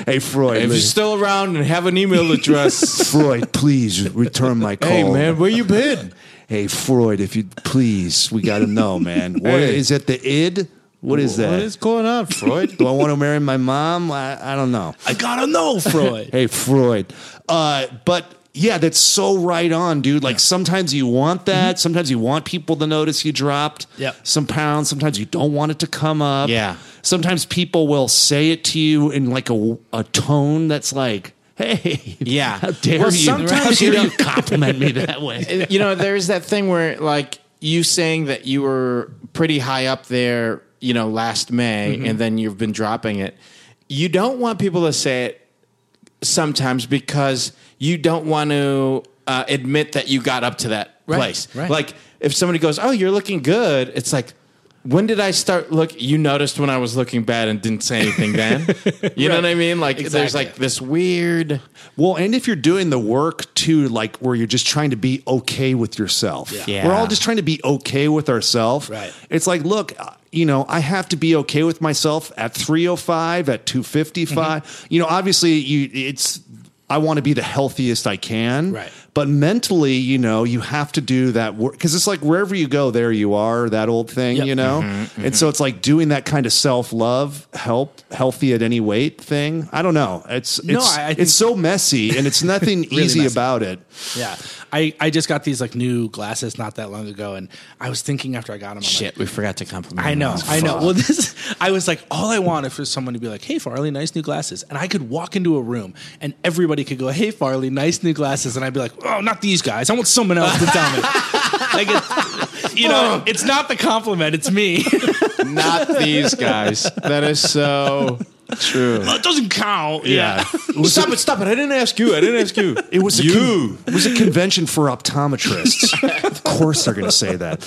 Speaker 3: Hey, Freud.
Speaker 2: if you're still around and have an email
Speaker 4: *laughs*
Speaker 2: address,
Speaker 3: Freud, please return my call.
Speaker 2: *laughs* hey man, where you been?
Speaker 3: Hey, Freud, if you please, we got to
Speaker 2: *laughs*
Speaker 3: know, man. What is
Speaker 2: Hey.
Speaker 3: it? The id? What is that?
Speaker 2: What is going on, Freud?
Speaker 3: Do I want to marry my mom? I, I don't know.
Speaker 4: I gotta know, Freud.
Speaker 3: Hey, Freud. Uh, but yeah, that's so right on, dude. Like sometimes you want
Speaker 2: Mm-hmm.
Speaker 3: that. Sometimes you want people to notice you dropped
Speaker 4: Yep.
Speaker 3: some pounds. Sometimes you don't want it to come up.
Speaker 2: Yeah.
Speaker 3: Sometimes people will say it to you in like a, a tone that's like, hey,
Speaker 2: Yeah.
Speaker 3: how dare
Speaker 2: Well,
Speaker 3: you?
Speaker 2: sometimes
Speaker 3: how
Speaker 2: you
Speaker 3: dare you compliment me
Speaker 2: *laughs*
Speaker 3: that way?
Speaker 2: you know, there's that thing where like you saying that you were pretty high up there, you know, last May, and then you've been dropping it. You don't want people to say it sometimes because you don't want to uh, admit that you got up to that place.
Speaker 4: right.
Speaker 2: Like if somebody goes, "Oh, you're looking good," it's like. When did I start look? You noticed when I was looking bad and didn't say anything *laughs* then. You know what I mean? Like there's
Speaker 4: Exactly.
Speaker 2: like this weird.
Speaker 3: Well, and if you're doing the work too, like where you're just trying to be okay with yourself,
Speaker 2: Yeah.
Speaker 3: we're all just trying to be okay with ourselves.
Speaker 4: Right.
Speaker 3: It's like, look, uh, you know, I have to be okay with myself at 305, at 255.
Speaker 4: Mm-hmm.
Speaker 3: You know, obviously, you it's I want to be the healthiest I can.
Speaker 4: Right.
Speaker 3: But mentally, you know, you have to do that work because it's like wherever you go, there you are. That old thing,
Speaker 4: Yep.
Speaker 3: you know. And so it's like doing that kind of self love, help, healthy at any weight thing. I don't know. It's it's
Speaker 4: I- I think-
Speaker 3: it's so messy and it's nothing easy
Speaker 4: messy.
Speaker 3: about it.
Speaker 4: Yeah, I, I just got these like new glasses not that long ago, and I was thinking after I got them, I'm like,
Speaker 2: Shit, we forgot to compliment.
Speaker 4: I know,
Speaker 2: ourselves.
Speaker 4: I know.
Speaker 2: *laughs*
Speaker 4: Well, *laughs* this I was like, all I wanted for someone to be like, "Hey, Farley, nice new glasses," and I could walk into a room and everybody could go, "Hey, Farley, nice new glasses," and I'd be like, "Oh, not these guys. I want someone else to *laughs* tell me." like, it's, you know, it's not the compliment; it's me.
Speaker 2: not these guys. That is so
Speaker 3: True.
Speaker 4: *laughs* Well, it doesn't count. Yeah.
Speaker 6: stop it, stop it. I didn't ask you. I didn't ask you.
Speaker 3: *laughs* It was a
Speaker 6: you.
Speaker 3: It was a convention for optometrists. of course, they're going to say
Speaker 6: *laughs*
Speaker 3: that.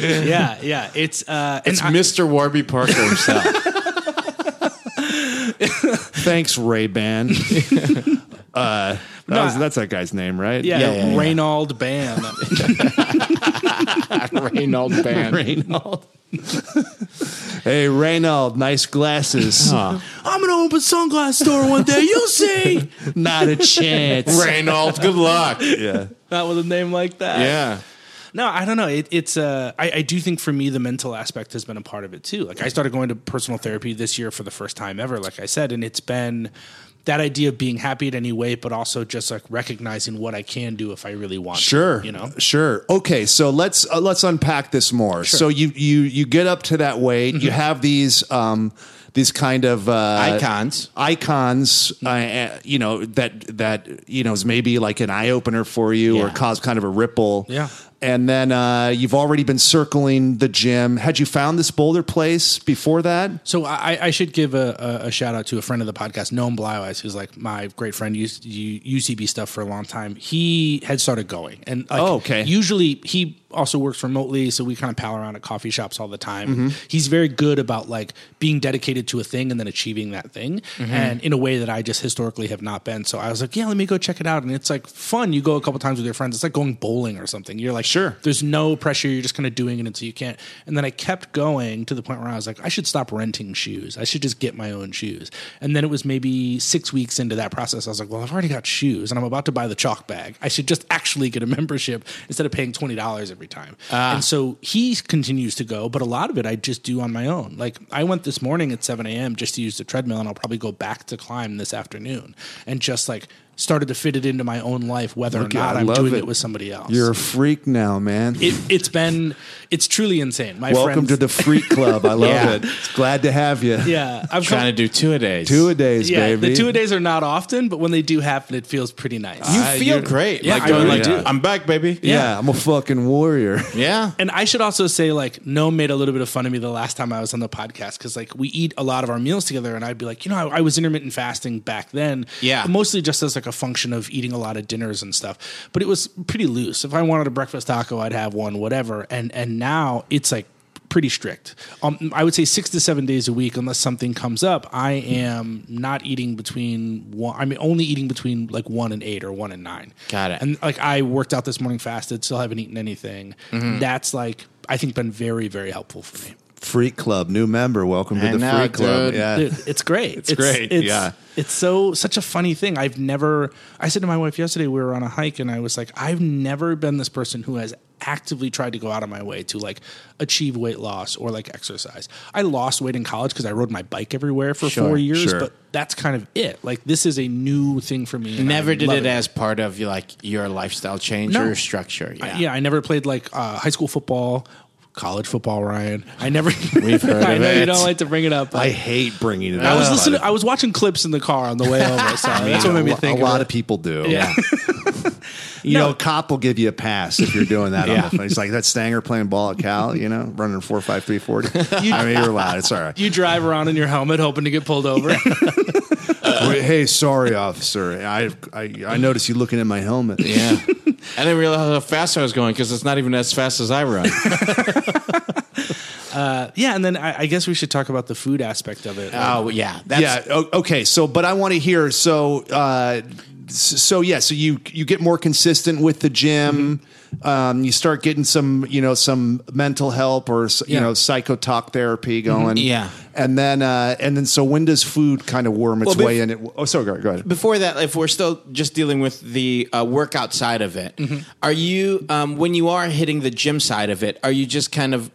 Speaker 4: Yeah. yeah. It's uh, and
Speaker 2: It's
Speaker 4: I-
Speaker 2: Mr. Warby Parker himself.
Speaker 3: *laughs* Thanks,
Speaker 2: *laughs*
Speaker 3: Ray Ban. uh, that
Speaker 4: No,
Speaker 3: was-
Speaker 4: I-
Speaker 3: that's that guy's name, right?
Speaker 4: oh, yeah,
Speaker 2: Yeah, yeah, yeah.
Speaker 4: Reynold *laughs* Ban.
Speaker 2: Reynold Band.
Speaker 3: Reynold. hey, Reynold, nice glasses.
Speaker 4: I'm gonna open a sunglass store one day. *laughs* You'll see.
Speaker 3: Not a chance.
Speaker 2: Reynold, good luck.
Speaker 6: Yeah.
Speaker 4: Not with a name like that.
Speaker 6: Yeah.
Speaker 4: No, I don't know. It, it's uh, I, I do think for me the mental aspect has been a part of it too. Like I started going to personal therapy this year for the first time ever. Like I said, and it's been that idea of being happy at any weight, but also just like recognizing what I can do if I really want. to,
Speaker 3: Sure.
Speaker 4: you know.
Speaker 3: Sure. Okay, so let's uh, let's unpack this more. So you you you get up to that weight.
Speaker 4: Mm-hmm.
Speaker 3: You have these um these kind of uh,
Speaker 2: Icons.
Speaker 3: icons, uh,
Speaker 4: Mm-hmm.
Speaker 3: uh, you know that that you know is maybe like an eye opener for you or
Speaker 4: Yeah.
Speaker 3: cause kind of a ripple.
Speaker 4: Yeah.
Speaker 3: And then uh, you've already been circling the gym. Had you found this boulder place before that?
Speaker 4: So I, I should give a, a, a shout out to a friend of the podcast, Noam Blywise, who's like my great friend, used to do UCB stuff for a long time. He had started going, and like,
Speaker 3: Oh, okay.
Speaker 4: Usually he also works remotely, so we kind of pal around at coffee shops all the time. He's very good about like being dedicated to a thing and then achieving that thing, and in a way that I just historically have not been. So I was like, yeah, let me go check it out, and it's like fun. You go a couple times with your friends. It's like going bowling or something. You're like,
Speaker 3: Sure.
Speaker 4: there's no pressure. You're just kind of doing it until you can't. And then I kept going to the point where I was like, I should stop renting shoes. I should just get my own shoes. And then it was maybe six weeks into that process. I was like, well, I've already got shoes and I'm about to buy the chalk bag. I should just actually get a membership instead of paying $20 every time.
Speaker 3: Ah.
Speaker 4: And so he continues to go, but a lot of it I just do on my own. Like I went this morning at 7 a.m. just to use the treadmill and I'll probably go back to climb this afternoon and just like, Started to fit it into my own life, whether
Speaker 3: Look,
Speaker 4: or not
Speaker 3: I
Speaker 4: I'm
Speaker 3: love
Speaker 4: doing
Speaker 3: it.
Speaker 4: it. with somebody else
Speaker 3: You're a freak now, man.
Speaker 4: it, it's been it's truly insane. My
Speaker 3: Welcome
Speaker 4: friends,
Speaker 3: to the freak
Speaker 4: *laughs*
Speaker 3: club. I love
Speaker 2: Yeah.
Speaker 3: it. Glad to have you.
Speaker 4: yeah. I've
Speaker 2: Trying to
Speaker 4: come-
Speaker 2: do two a days.
Speaker 3: Two a days,
Speaker 4: yeah.
Speaker 3: baby.
Speaker 4: The two a days are not often, but when they do happen, it feels pretty nice. Uh,
Speaker 2: You
Speaker 6: I-
Speaker 2: feel
Speaker 6: you-
Speaker 2: great.
Speaker 4: Yeah,
Speaker 2: like
Speaker 4: I
Speaker 2: going
Speaker 4: really
Speaker 2: like,
Speaker 4: do.
Speaker 2: I'm back, baby.
Speaker 3: yeah, I'm a fucking warrior.
Speaker 2: Yeah.
Speaker 4: and I should also say, like, No made a little bit of fun of me the last time I was on the podcast because, like, we eat a lot of our meals together, and I'd be like, you know, I, I was intermittent fasting back then,
Speaker 2: Yeah.
Speaker 4: mostly just as like a function of eating a lot of dinners and stuff. But it was pretty loose. If I wanted a breakfast taco, I'd have one, whatever. And and now it's like pretty strict. Um, I would say six to seven days a week, unless something comes up. I am not eating between one. I mean, only eating between like one and eight or one and nine.
Speaker 2: Got it.
Speaker 4: And like I worked out this morning fasted, still haven't eaten anything.
Speaker 2: Mm-hmm.
Speaker 4: That's like I think been very very helpful for me.
Speaker 3: *laughs* Freak Club, new member. Welcome to
Speaker 2: I
Speaker 3: the
Speaker 2: know,
Speaker 3: Freak Club.
Speaker 2: dude.
Speaker 3: Yeah.
Speaker 4: Dude, it's great. it's,
Speaker 6: great,
Speaker 4: It's,
Speaker 6: yeah.
Speaker 4: It's so such a funny thing. I've never. I said to my wife yesterday we were on a hike and I was like, I've never been this person who has actively tried to go out of my way to like achieve weight loss or like exercise. I lost weight in college because I rode my bike everywhere for
Speaker 2: Sure,
Speaker 4: four years,
Speaker 3: sure.
Speaker 4: but that's kind of it. Like this is a new thing for me. and I
Speaker 2: Never did
Speaker 4: love
Speaker 2: it, as part of like your lifestyle change
Speaker 4: No.
Speaker 2: or your structure.
Speaker 4: I-
Speaker 2: Yeah.
Speaker 4: yeah, I never played like uh, high school football, college football, Ryan. I never. We've
Speaker 2: heard
Speaker 4: *laughs* I
Speaker 2: of
Speaker 4: know
Speaker 2: it.
Speaker 4: you don't like to bring it up. but
Speaker 3: I hate bringing it up.
Speaker 4: I was listening. I was watching clips in the car on the way over. So that's what made me
Speaker 3: a,
Speaker 4: think.
Speaker 3: a lot
Speaker 4: it.
Speaker 3: of people do.
Speaker 4: Yeah. *laughs*
Speaker 3: You know, cop will give you a pass if you're doing that. on the phone. He's like that Stanger playing ball at Cal. You know, running four five three
Speaker 4: *laughs*
Speaker 3: forty. I mean, you're loud. It's all right.
Speaker 4: you drive around in your helmet hoping to get pulled over.
Speaker 3: hey, sorry, officer. I, I I noticed you looking at my helmet.
Speaker 2: Yeah. *laughs* I didn't realize how fast I was going because it's not even as fast as I run.
Speaker 4: yeah, and then I, I guess we should talk about the food aspect of it.
Speaker 2: *laughs* oh, yeah. That's,
Speaker 3: yeah. o- Okay. So, but I want to hear. So, uh, s- so yeah. So you you get more consistent with the gym.
Speaker 2: Mm-hmm.
Speaker 3: Um, you start getting some, you know, some mental help or s- you
Speaker 4: Yeah.
Speaker 3: know, psychotalk therapy going.
Speaker 2: Mm-hmm. Yeah.
Speaker 3: And then uh, and then so when does food kind of worm its
Speaker 2: Well,
Speaker 3: way
Speaker 2: bef-
Speaker 3: in? It, oh, sorry. Go go ahead.
Speaker 2: Before that, if we're still just dealing with the uh, workout side of it,
Speaker 4: Mm-hmm.
Speaker 2: are you, um, when you are hitting the gym side of it, are you just kind of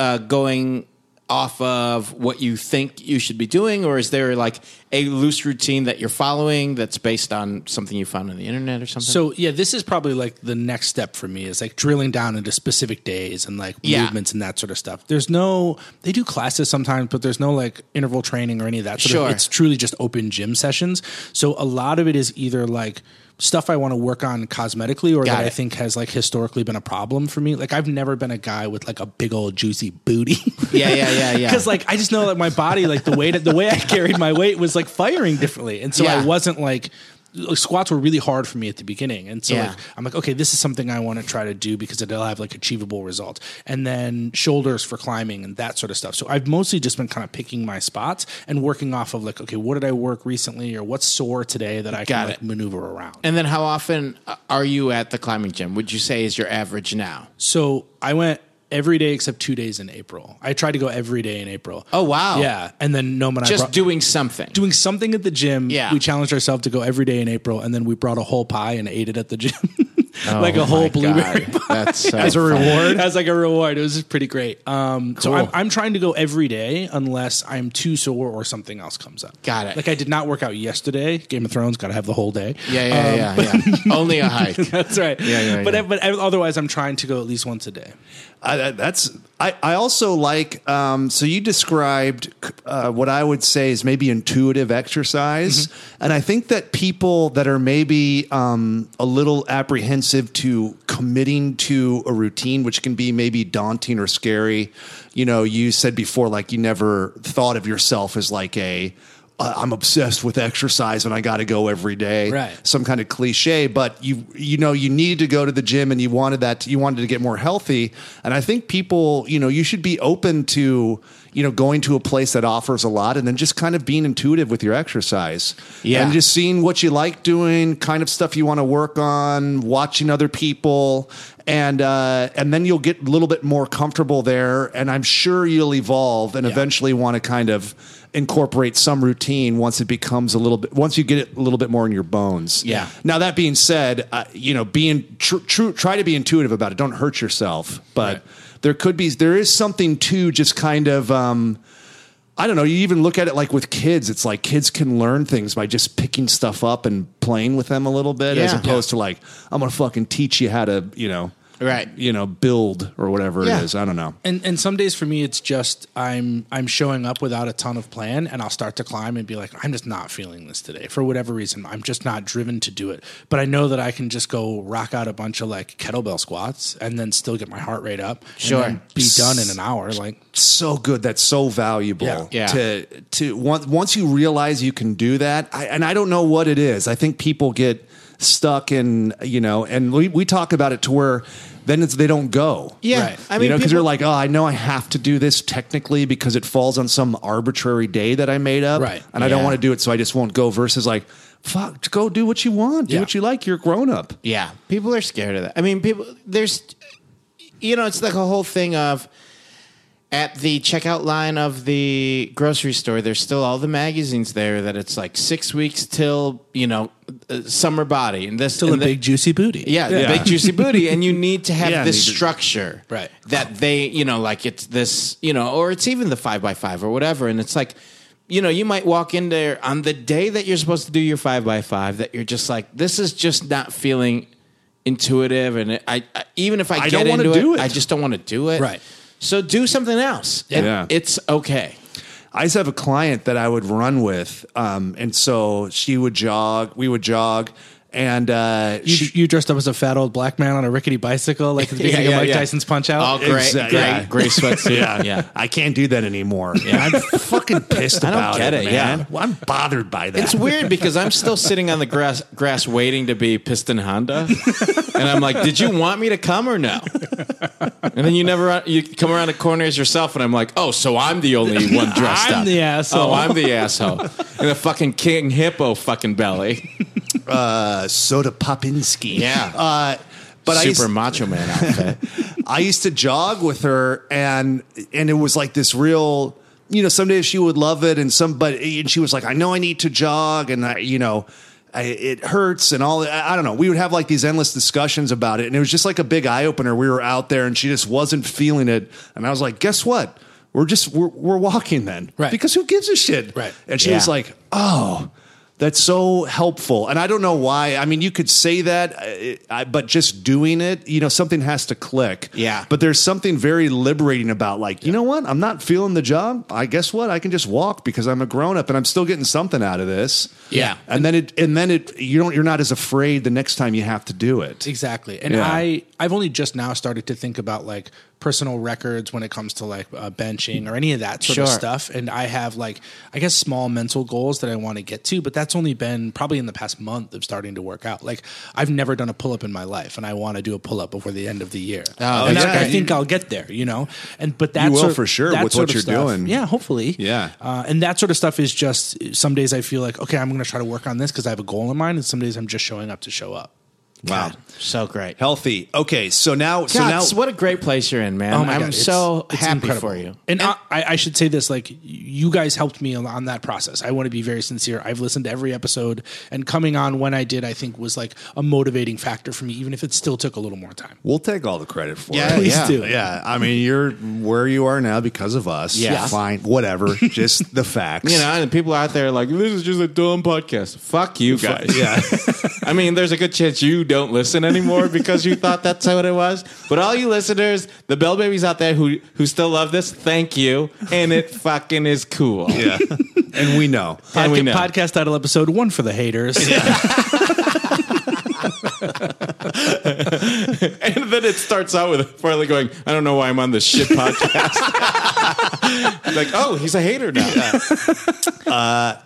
Speaker 2: uh, going off of what you think you should be doing? Or is there like a loose routine that you're following that's based on something you found on the internet or something?
Speaker 4: So yeah, this is probably like the next step for me is like drilling down into specific days and like
Speaker 2: Yeah.
Speaker 4: movements and that sort of stuff. There's no they do classes sometimes, but there's no like interval training or any of that sort
Speaker 2: Sure.
Speaker 4: of it's truly just open gym sessions. So a lot of it is either like stuff I want to work on cosmetically or
Speaker 2: Got
Speaker 4: that I
Speaker 2: it.
Speaker 4: think has like historically been a problem for me. Like I've never been a guy with like a big old juicy booty. *laughs*
Speaker 2: Yeah, yeah, yeah, Uh, yeah.
Speaker 4: Because like I just know that my body, like the way that the way I carried my weight was like firing differently, and so
Speaker 2: Yeah.
Speaker 4: I wasn't like. like, Squats were really hard for me at the beginning, and so
Speaker 2: Yeah.
Speaker 4: like, I'm like, okay, this is something I want to try to do because it'll have like achievable results. And then shoulders for climbing and that sort of stuff. So I've mostly just been kind of picking my spots and working off of like, okay, what did I work recently or what's sore today that I
Speaker 2: Got
Speaker 4: can like,
Speaker 2: it.
Speaker 4: maneuver around.
Speaker 2: And then how often uh, are you at the climbing gym? Would you say is your average now?
Speaker 4: So I went every day except two days in April. I tried to go every day in April.
Speaker 2: Oh, wow.
Speaker 4: Yeah, and then Noam and I
Speaker 2: Just
Speaker 4: brought-
Speaker 2: doing something.
Speaker 4: doing something at the gym.
Speaker 2: Yeah.
Speaker 4: we challenged ourselves to go every day in April, and then we brought a whole pie and ate it at the gym, *laughs* like a
Speaker 2: Oh
Speaker 4: whole
Speaker 2: my
Speaker 4: blueberry.
Speaker 2: God. That's uh, so
Speaker 4: *laughs* As a
Speaker 2: funny.
Speaker 4: reward, as like a reward, it was pretty great. Um, So
Speaker 2: Cool.
Speaker 4: I'm, I'm trying to go every day unless I'm too sore or something else comes up.
Speaker 2: Got it.
Speaker 4: Like I did not work out yesterday. Game of Thrones, got to have the whole day.
Speaker 2: Yeah, yeah, yeah,
Speaker 4: Um,
Speaker 2: yeah. Only a hike.
Speaker 4: *laughs* That's right.
Speaker 2: Yeah, yeah,
Speaker 4: but
Speaker 2: yeah.
Speaker 4: but otherwise, I'm trying to go at least once a day.
Speaker 3: I, that- that's I, I also like um, so you described uh, what I would say is maybe intuitive exercise, and I think that people that are maybe um, a little apprehensive to committing to a routine, which can be maybe daunting or scary. You know, you said before like you never thought of yourself as like a uh, I'm obsessed with exercise and I got to go every day
Speaker 4: Right.
Speaker 3: some kind of cliche, but you you know you needed to go to the gym and you wanted that you wanted to get more healthy. And I think people, you know, you should be open to you know going to a place that offers a lot and then just kind of being intuitive with your exercise.
Speaker 2: Yeah.
Speaker 3: And just seeing what you like doing, kind of stuff you want to work on, watching other people and uh and then you'll get a little bit more comfortable there and I'm sure you'll evolve and eventually want to kind of incorporate some routine once it becomes a little bit once you get it a little bit more in your bones.
Speaker 2: Yeah.
Speaker 3: Now that being said, uh, you know, being true, tr- try to be intuitive about it. Don't hurt yourself, but there could be there is something to just kind of. Um, I don't know. You even look at it like with kids. It's like kids can learn things by just picking stuff up and playing with them a little bit, as
Speaker 2: Yeah.
Speaker 3: opposed to like I'm gonna fucking teach you how to, you know,
Speaker 2: Right.
Speaker 3: you know, build or whatever
Speaker 2: Yeah.
Speaker 3: it is. I don't know.
Speaker 4: And and some days for me it's just I'm I'm showing up without a ton of plan and I'll start to climb and be like I'm just not feeling this today for whatever reason I'm just not driven to do it but I know that I can just go rock out a bunch of like kettlebell squats and then still get my heart rate up
Speaker 2: Sure.
Speaker 4: and then be done in an hour like
Speaker 3: so good. That's so valuable.
Speaker 4: Yeah.
Speaker 2: Yeah.
Speaker 3: To to once once you realize you can do that, I, and I don't know what it is. I think people get stuck in you know, and we, we talk about it to where then it's they don't go.
Speaker 2: Yeah. Right. I
Speaker 3: I mean,
Speaker 2: mean,
Speaker 3: you know, because
Speaker 2: people-
Speaker 3: you're like, oh, I know I have to do this technically because it falls on some arbitrary day that I made up,
Speaker 4: Right.
Speaker 3: And I don't
Speaker 2: Yeah.
Speaker 3: want to do it, so I just won't go. Versus like, fuck, go do what you want, do
Speaker 4: Yeah.
Speaker 3: what you like. You're a grown up.
Speaker 2: Yeah, people are scared of that. I mean, people there's, you know, it's like a whole thing of at the checkout line of the grocery store. There's still all the magazines there that it's like six weeks till you know uh, summer body and this
Speaker 4: still a
Speaker 2: and the-
Speaker 4: big juicy booty
Speaker 2: yeah, the
Speaker 3: Yeah.
Speaker 2: big
Speaker 3: *laughs*
Speaker 2: juicy booty,
Speaker 4: *laughs*
Speaker 2: and you need to have
Speaker 3: Yeah,
Speaker 2: this
Speaker 3: need to-
Speaker 2: structure,
Speaker 4: Right.
Speaker 2: That they, you know, like it's this, you know, or it's even the five by five or whatever, and it's like, you know, you might walk in there on the day that you're supposed to do your five by five, that you're just like, this is just not feeling intuitive, and it, I, I even if I,
Speaker 3: I
Speaker 2: get
Speaker 3: don't wanna
Speaker 2: into
Speaker 3: do
Speaker 2: it,
Speaker 3: it.
Speaker 2: I just don't want to do it,
Speaker 4: Right.
Speaker 2: So do something else, and
Speaker 3: Yeah.
Speaker 2: it's okay.
Speaker 3: I used to have a client that I would run with, um, and so she would jog, we would jog, and uh,
Speaker 4: you,
Speaker 3: she,
Speaker 4: you dressed up as a fat old black man on a rickety
Speaker 2: *laughs*
Speaker 4: bicycle like at the
Speaker 2: Yeah,
Speaker 4: beginning
Speaker 2: yeah,
Speaker 4: of Mike
Speaker 2: yeah.
Speaker 4: Tyson's Punch Out
Speaker 2: All great,
Speaker 3: Exact-
Speaker 2: great,
Speaker 3: yeah.
Speaker 2: great sweatsuit.
Speaker 3: *laughs* yeah,
Speaker 2: yeah.
Speaker 3: I can't do that anymore. I'm fucking pissed
Speaker 2: I don't
Speaker 3: about
Speaker 2: get it,
Speaker 3: man.
Speaker 2: yeah.
Speaker 3: Well, I'm bothered by that.
Speaker 2: It's weird because I'm still sitting on the grass, grass waiting to be Piston Honda, and I'm like, "Did you want me to come or no?" And then you never you come around the corner as yourself, and I'm like, "Oh, so I'm the only one dressed
Speaker 4: I'm
Speaker 2: up.
Speaker 4: the asshole.
Speaker 2: Oh, I'm the asshole, and a fucking king hippo fucking belly.
Speaker 3: Uh, soda Popinski.
Speaker 2: Yeah.
Speaker 3: uh, but I used-
Speaker 2: Super macho man outfit.
Speaker 3: I used to jog with her, and and it was like this real. You know, some days she would love it, and some, but and she was like, "I know I need to jog," and I, you know, I, it hurts, and all. I, I don't know. We would have like these endless discussions about it, and it was just like a big eye opener. We were out there, and she just wasn't feeling it, and I was like, "Guess what? We're just we're, we're walking then,
Speaker 4: Right.
Speaker 3: Because who gives a shit,
Speaker 4: Right.
Speaker 3: And she was
Speaker 2: Yeah.
Speaker 3: like, "Oh." That's so helpful. And I don't know why. I mean, you could say that, I- I, but just doing it, you know, something has to click.
Speaker 2: Yeah.
Speaker 3: But there's something very liberating about, like, you know what? I'm not feeling the job. I guess what? I can just walk because I'm a grown up and I'm still getting something out of this.
Speaker 2: Yeah.
Speaker 3: And then it, and then it, you don't, you're not as afraid the next time you have to do it.
Speaker 4: Exactly. And
Speaker 3: Yeah.
Speaker 4: I I've only just now started to think about like personal records when it comes to like uh, benching or any of that sort of
Speaker 2: Sure.
Speaker 4: stuff and I have like I guess small mental goals that I want to get to, but that's only been probably in the past month of starting to work out. Like I've never done a pull-up in my life and I want to do a pull-up before the end of the year.
Speaker 3: Oh,
Speaker 4: and
Speaker 3: yeah.
Speaker 4: I, I think I'll get there, you know. And but that
Speaker 3: will
Speaker 4: sort-
Speaker 3: for sure
Speaker 4: that
Speaker 3: with
Speaker 4: sort
Speaker 3: what
Speaker 4: of
Speaker 3: you're
Speaker 4: stuff-
Speaker 3: doing.
Speaker 4: Yeah, hopefully.
Speaker 3: Yeah.
Speaker 4: Uh, and that sort of stuff is just some days I feel like okay, I'm going to try to work on this because I have a goal in mind and some days I'm just showing up to show up.
Speaker 3: Wow.
Speaker 2: So great.
Speaker 3: Healthy. Okay. So now, so
Speaker 2: God,
Speaker 3: now,
Speaker 2: so what a great place you're in, man.
Speaker 4: Oh my
Speaker 2: I'm
Speaker 4: God, it's-
Speaker 2: so
Speaker 4: it's
Speaker 2: happy
Speaker 4: incredible.
Speaker 2: for you.
Speaker 4: And, I, I should say this: like you guys helped me on- on that process. I want to be very sincere. I've listened to every episode, and coming on when I did, I think was like a motivating factor for me, even if it still took a little more time.
Speaker 5: We'll take all the credit for
Speaker 3: Yeah,
Speaker 5: it.
Speaker 3: please
Speaker 5: yeah,
Speaker 4: do.
Speaker 5: Yeah, I mean, you're where you are now because of us.
Speaker 2: Yeah.
Speaker 5: fine, whatever. Just the facts.
Speaker 6: You know, and people out there are like, this is just a dumb podcast. Fuck you guys.
Speaker 5: yeah.
Speaker 6: I mean, there's a good chance you don't listen anymore because you thought that's what it was. But all you listeners, the Bell Babies out there who who still love this, thank you. And it fucking is cool.
Speaker 2: *laughs*
Speaker 5: yeah, and we know.
Speaker 6: And we
Speaker 4: Podca-
Speaker 6: know.
Speaker 4: Podcast title episode one for
Speaker 2: *laughs*
Speaker 4: the haters.
Speaker 6: *laughs* And then it starts out with Farley going, I don't know why I'm on this shit podcast. *laughs* like, oh, he's a hater now.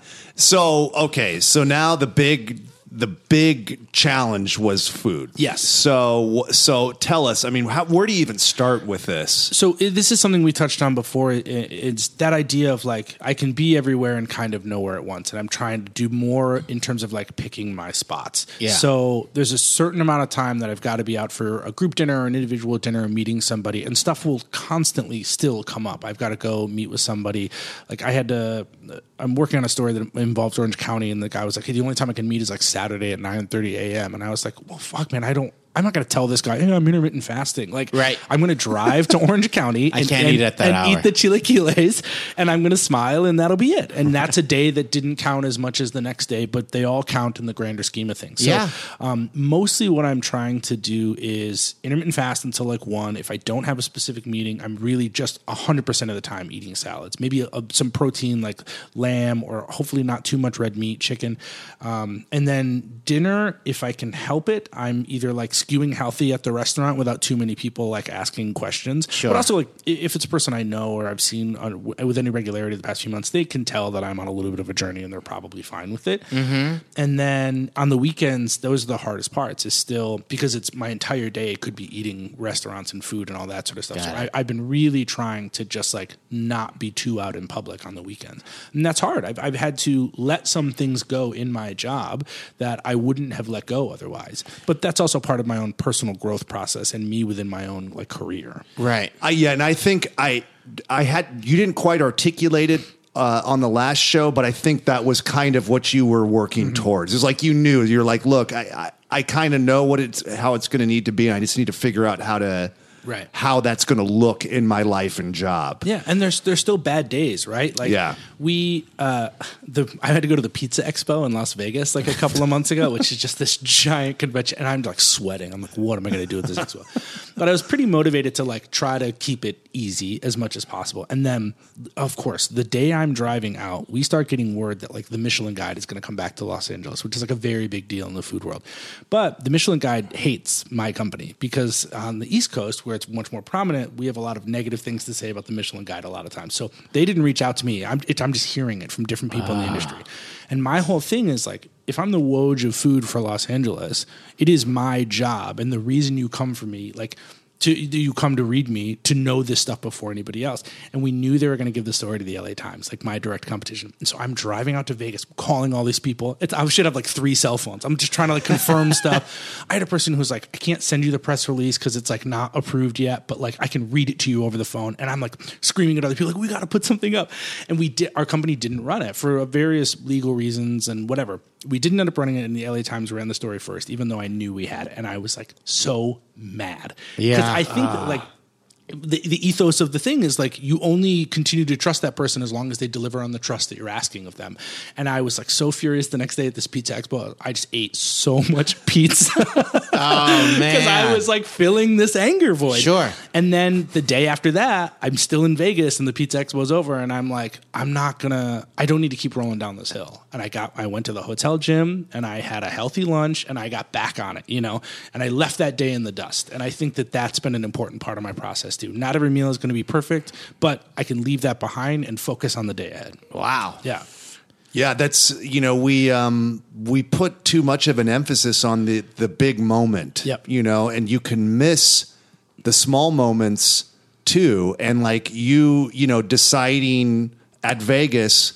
Speaker 6: *laughs*
Speaker 5: So okay, so now the big the big challenge was food.
Speaker 4: Yes.
Speaker 5: So so tell us. I mean, how, where do you even start with this?
Speaker 4: so i- this is something we touched on before. I- It's that idea of like I can be everywhere and kind of nowhere at once, and I'm trying to do more in terms of like picking my spots.
Speaker 2: Yeah.
Speaker 4: So there's a certain amount of time that I've got to be out for a group dinner or an individual dinner, and meeting somebody, and stuff will constantly still come up. I've got to go meet with somebody. Like I had to. uh, I'm working on a story that involves Orange County, and the guy was like, "Hey, the only time I can meet is like Saturday at 9:30 a.m." And I was like, "Well, fuck, man, I don't." I'm not going to tell this guy, hey, I'm intermittent fasting. Like,
Speaker 2: Right.
Speaker 4: I'm going to drive to Orange
Speaker 2: *laughs*
Speaker 4: County.
Speaker 2: I can't eat at that
Speaker 4: and
Speaker 2: hour.
Speaker 4: eat the chilaquiles, and I'm going to smile, and that'll be it. And that's a day that didn't count as much as the next day, but they all count in the grander scheme of things. So,
Speaker 2: Yeah.
Speaker 4: Um, mostly, what I'm trying to do is intermittent fast until like one. If I don't have a specific meeting, I'm really just 100 percent of the time eating salads. Maybe a, some protein like lamb, or hopefully not too much red meat, chicken. Um, and then dinner, if I can help it, I'm either like skewing healthy at the restaurant without too many people like asking questions. Sure. But also like i- if it's a person I know or I've seen on, w- with any regularity the past few months, they can tell that I'm on a little bit of a journey and they're probably fine with it. And then on the weekends, those are the hardest parts. Is still because it's my entire day could be eating restaurants and food and all that sort of stuff. so I, I've been really trying to just like not be too out in public on the weekends, and that's hard. I've, I've had to let some things go in my job that I wouldn't have let go otherwise. But that's also part of my own personal growth process and me within my own like career.
Speaker 2: Right.
Speaker 3: I, yeah, and I think I I had you didn't quite articulate it uh, on the last show, but I think that was kind of what you were working towards. It's like you knew you're like, look, I I, I kind of know what it's how it's going to need to be. And I just need to figure out how to
Speaker 4: Right.
Speaker 3: how that's going to look in my life and job.
Speaker 4: Yeah, and there's there's still bad days, right? Like
Speaker 3: Yeah.
Speaker 4: we uh the I had to go to the pizza expo in Las Vegas like a couple of months ago, which is just this giant convention and I'm like sweating. I'm like, what am I gonna do at this expo? But I was pretty motivated to like try to keep it easy as much as possible. And then of course, the day I'm driving out, we start getting word that like the Michelin guide is gonna come back to Los Angeles, which is like a very big deal in the food world. But the Michelin guide hates my company because on the East Coast, where it's much more prominent, we have a lot of negative things to say about the Michelin Guide a lot of times. So they didn't reach out to me. I'm, it, I'm just hearing it from different people in the industry. And my whole thing is like, if I'm the Woj of food for Los Angeles, it is my job. And the reason you come for me, like, to, you come to read me to know this stuff before anybody else. And we knew they were going to give the story to the LA Times, like my direct competition. And so I'm driving out to Vegas, calling all these people. It's, I should have like three cell phones. I'm just trying to like confirm stuff. I had a person who's like, I can't send you the press release because it's like not approved yet, but like I can read it to you over the phone. And I'm like screaming at other people, like, we got to put something up. And we did, our company didn't run it for various legal reasons and whatever. We didn't end up running it, and the LA Times ran the story first, even though I knew we had it. And I was like so mad.
Speaker 2: Yeah.
Speaker 4: Because I think that, like the, the ethos of the thing is like you only continue to trust that person as long as they deliver on the trust that you're asking of them. And I was like so furious the next day at this pizza expo. I just ate so *laughs* much pizza
Speaker 2: Oh man,
Speaker 4: because I was like filling this anger void.
Speaker 2: Sure.
Speaker 4: And then the day after that, I'm still in Vegas and the Pizza Expo is over, and I'm like, I'm not gonna. I don't need to keep rolling down this hill. And I got, I went to the hotel gym and I had a healthy lunch and I got back on it, you know. And I left that day in the dust. And I think that that's been an important part of my process too. Not every meal is going to be perfect, but I can leave that behind and focus on the day ahead.
Speaker 2: wow.
Speaker 4: Yeah.
Speaker 3: Yeah, that's you know we um, we put too much of an emphasis on the the big moment.
Speaker 4: Yep.
Speaker 3: You know, and you can miss the small moments too, and like you you know deciding at Vegas.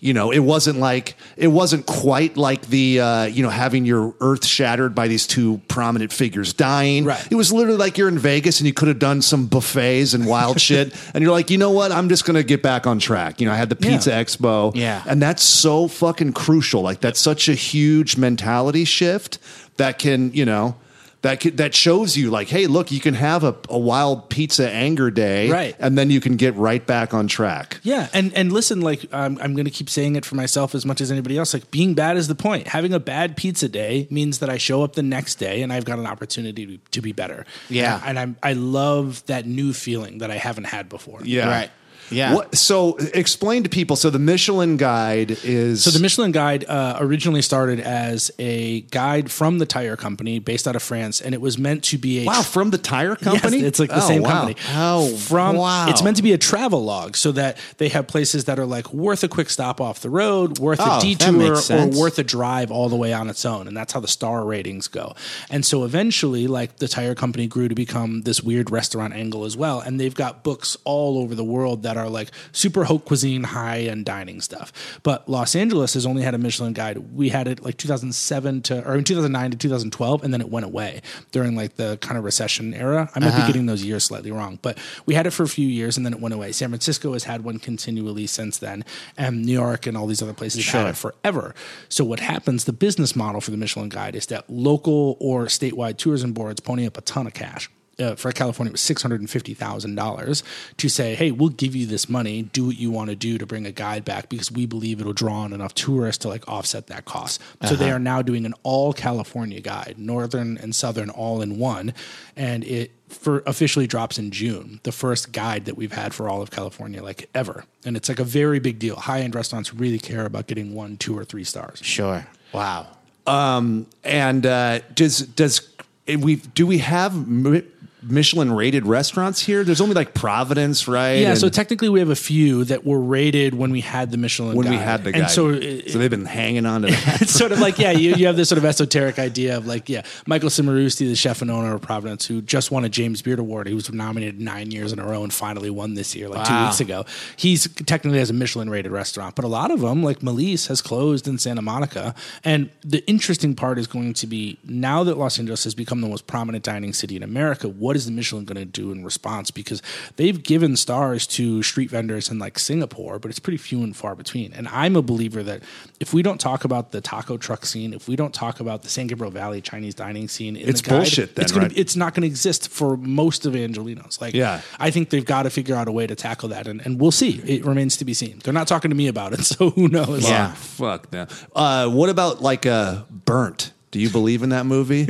Speaker 3: You know, it wasn't like it wasn't quite like the uh, you know having your earth shattered by these two prominent figures dying.
Speaker 4: Right.
Speaker 3: It was literally like you're in Vegas and you could have done some buffets and
Speaker 4: *laughs*
Speaker 3: wild shit, and you're like, you know what? I'm just gonna get back on track. You know, I had the
Speaker 4: Yeah.
Speaker 3: pizza expo.
Speaker 2: Yeah.
Speaker 3: And that's so fucking crucial. Like that's such a huge mentality shift that can, you know, that can, that shows you like, hey, look, you can have a, a wild pizza anger day,
Speaker 4: Right.
Speaker 3: And then you can get right back on track.
Speaker 4: Yeah, and and listen, like I'm, I'm going to keep saying it for myself as much as anybody else. Like being bad is the point. Having a bad pizza day means that I show up the next day and I've got an opportunity to, to be better.
Speaker 2: Yeah.
Speaker 4: and I'm I love that new feeling that I haven't had before.
Speaker 3: Yeah.
Speaker 2: Right. Yeah.
Speaker 3: What, so explain to people. So the Michelin Guide is
Speaker 4: So the Michelin Guide uh, originally started as a guide from the tire company based out of France, and it was meant to be a
Speaker 3: wow from the tire company.
Speaker 4: Yes, it's like the
Speaker 3: Oh,
Speaker 4: same
Speaker 3: wow.
Speaker 4: company.
Speaker 3: Oh,
Speaker 4: from
Speaker 3: wow.
Speaker 4: it's meant to be a travel log, so that they have places that are like worth a quick stop off the road, worth
Speaker 2: Oh,
Speaker 4: a
Speaker 2: that
Speaker 4: detour,
Speaker 2: makes
Speaker 4: or
Speaker 2: sense.
Speaker 4: worth a drive all the way on its own, and that's how the star ratings go. And so eventually, like the tire company grew to become this weird restaurant angle as well, and they've got books all over the world that are like super haute cuisine, high end dining stuff. But Los Angeles has only had a Michelin guide. We had it like 2007 to or in 2009 to 2012, and then it went away during like the kind of recession era. I might be getting those years slightly wrong, but we had it for a few years and then it went away. San Francisco has had one continually since then, and New York and all these other places have had it forever. So what happens? The business model for the Michelin Guide is that local or statewide tourism boards pony up a ton of cash. Uh, for California, it was six hundred and fifty thousand dollars to say, "Hey, we'll give you this money. Do what you want to do to bring a guide back because we believe it'll draw on enough tourists to like offset that cost." So they are now doing an all California guide, northern and southern, all in one, and it for officially drops in June, the first guide that we've had for all of California like ever, and it's like a very big deal. High end restaurants really care about getting one, two, or three stars.
Speaker 2: Sure. Wow.
Speaker 3: and uh, does does eh, we do we have Mi- Michelin rated restaurants here? There's only like Providence, right?
Speaker 4: Yeah,
Speaker 3: And-
Speaker 4: so technically we have a few that were rated when we had the Michelin
Speaker 3: when we
Speaker 4: Guide.
Speaker 3: had the guy.
Speaker 4: and so it-
Speaker 3: so they've been hanging on to
Speaker 4: *laughs*
Speaker 3: that.
Speaker 4: it's sort of like yeah, you, you have this sort of esoteric idea of like yeah, Michael Cimarusti, the chef and owner of Providence, who just won a James Beard Award, he was nominated nine years in a row and finally won this year, like two
Speaker 2: Wow.
Speaker 4: weeks ago. He's technically has a Michelin rated restaurant, but a lot of them, like Melise, has closed in Santa Monica. And the interesting part is going to be now that Los Angeles has become the most prominent dining city in America, what is the Michelin going to do in response? Because they've given stars to street vendors in like Singapore, but it's pretty few and far between. And I'm a believer that if we don't talk about the taco truck scene, if we don't talk about the San Gabriel Valley Chinese dining scene, in
Speaker 3: It's
Speaker 4: the guide,
Speaker 3: bullshit then,
Speaker 4: it's gonna
Speaker 3: right?
Speaker 4: be- it's not going to exist for most of Angelinos. Like,
Speaker 3: Yeah.
Speaker 4: I think they've got to figure out a way to tackle that, and, and we'll see. It remains to be seen. They're not talking to me about it, *laughs* so who knows?
Speaker 2: Yeah.
Speaker 3: Oh, Fuck no. Uh, what about like uh, burnt? Do you believe in that
Speaker 4: *laughs*
Speaker 3: movie?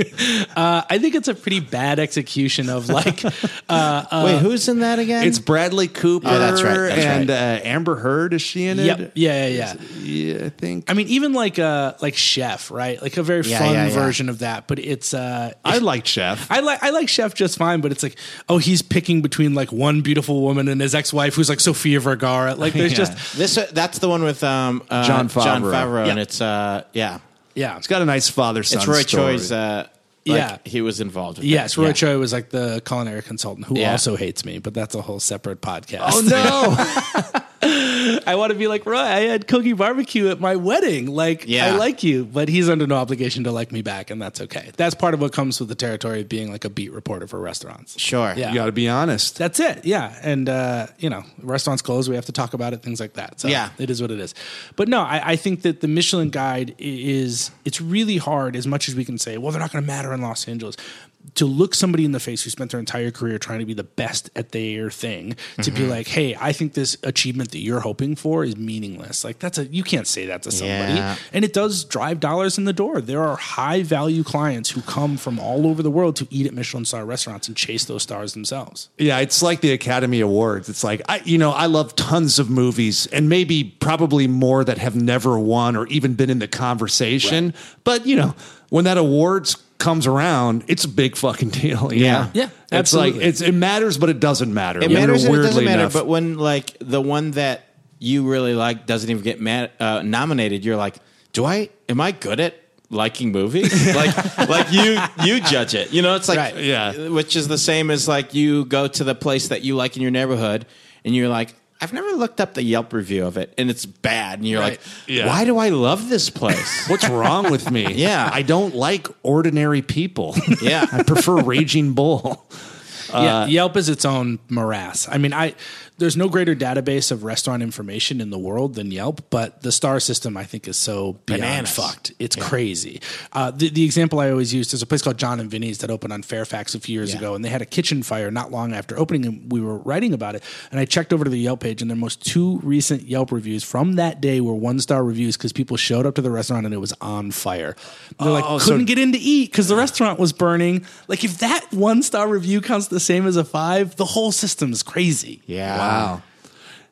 Speaker 4: Uh, I think it's a pretty bad execution
Speaker 2: *laughs*
Speaker 4: of like, uh, uh,
Speaker 2: Wait, who's in that again?
Speaker 3: it's Bradley Cooper.
Speaker 2: Oh, that's right, that's
Speaker 3: and
Speaker 2: right.
Speaker 3: Uh, Amber Heard is she in it?
Speaker 4: yep, yeah, yeah, yeah.
Speaker 3: Yeah, I think.
Speaker 4: I mean, even like uh, like Chef, right? Like a very
Speaker 2: Yeah,
Speaker 4: fun
Speaker 2: yeah, yeah.
Speaker 4: version of that, but it's uh,
Speaker 3: I like Chef.
Speaker 4: I like I like Chef just fine, but it's like, oh, he's picking between like one beautiful woman and his ex-wife, who's like Sofia Vergara.
Speaker 2: *laughs*
Speaker 4: Like, there's just
Speaker 2: this. Uh, that's the one with um uh,
Speaker 3: John
Speaker 2: John
Speaker 3: Favreau.
Speaker 2: Favreau, and
Speaker 4: Yeah.
Speaker 2: it's uh yeah,
Speaker 4: yeah,
Speaker 3: It's got a nice father son.
Speaker 2: it's Roy
Speaker 3: story.
Speaker 2: Choi's. Uh, like,
Speaker 4: Yeah.
Speaker 2: yeah, he was involved. With
Speaker 4: Yes,
Speaker 2: that.
Speaker 4: Roy
Speaker 2: Yeah.
Speaker 4: Choi was like the culinary consultant who
Speaker 2: Yeah.
Speaker 4: *laughs* also hates me, but that's a whole separate podcast.
Speaker 3: Oh no!
Speaker 4: Oh, I want to be like Roy. I had Cookie Barbecue at my wedding. Like,
Speaker 2: Yeah.
Speaker 4: I like you, but he's under no obligation to like me back, and that's okay. That's part of what comes with the territory of being like a beat reporter for restaurants.
Speaker 2: Sure.
Speaker 4: Yeah.
Speaker 3: You got to be honest.
Speaker 4: That's it. Yeah. And, uh, you know, restaurants close. We have to talk about it, things like that. So
Speaker 2: Yeah.
Speaker 4: it is what it is. But no, I, I think that the Michelin guide i- is, it's really hard as much as we can say, well, they're not going to matter in Los Angeles. To look somebody in the face who spent their entire career trying to be the best at their thing, to
Speaker 2: Mm-hmm.
Speaker 4: be like, hey, I think this achievement that you're hoping for is meaningless. Like, that's a, you can't say that to somebody.
Speaker 2: Yeah.
Speaker 4: And it does drive dollars in the door. There are high value clients who come from all over the world to eat at Michelin star restaurants and chase those stars themselves.
Speaker 3: Yeah, it's like the Academy Awards. It's like I, you know, I love tons of movies, and maybe probably more that have never won or even been in the conversation. But you know, when that awards comes around, it's a big fucking deal. you
Speaker 2: Yeah.
Speaker 3: know?
Speaker 4: Yeah,
Speaker 3: It's
Speaker 4: absolutely.
Speaker 3: like it's it matters, but it doesn't matter.
Speaker 2: It
Speaker 3: You know,
Speaker 2: matters and it doesn't
Speaker 3: weirdly
Speaker 2: matter.
Speaker 3: enough.
Speaker 2: But when like the one that you really like doesn't even get mad, uh, nominated, you're like, do I? Am I good at liking movies? like like you you judge it. You know, it's like
Speaker 4: Right.
Speaker 3: Yeah.
Speaker 2: which is the same as like you go to the place that you like in your neighborhood, and you're like. I've never looked up the Yelp review of it, and it's bad. And you're
Speaker 4: Right.
Speaker 2: like,
Speaker 3: Yeah.
Speaker 2: "Why do I love this
Speaker 3: *laughs*
Speaker 2: place?"
Speaker 3: *laughs* What's wrong with me?
Speaker 2: *laughs* Yeah.
Speaker 3: I don't like ordinary people.
Speaker 2: *laughs* Yeah.
Speaker 3: I prefer Raging Bull. *laughs* Uh,
Speaker 4: yeah, Yelp is its own morass. I mean, I there's no greater database of restaurant information in the world than Yelp, but the star system I think is so beyond
Speaker 2: Bananas.
Speaker 4: fucked. It's crazy. Uh, the, the example I always use is a place called John and Vinny's that opened on Fairfax a few years ago, and they had a kitchen fire not long after opening, and we were writing about it. And I checked over to the Yelp page, and their most two recent Yelp reviews from that day were one star reviews because people showed up to the restaurant and it was on fire. They're like,
Speaker 3: Oh,
Speaker 4: couldn't
Speaker 3: so-
Speaker 4: get get in to eat because the restaurant was burning. Like if that one star review counts the same as a five, the whole system is crazy.
Speaker 2: yeah,
Speaker 3: Wow.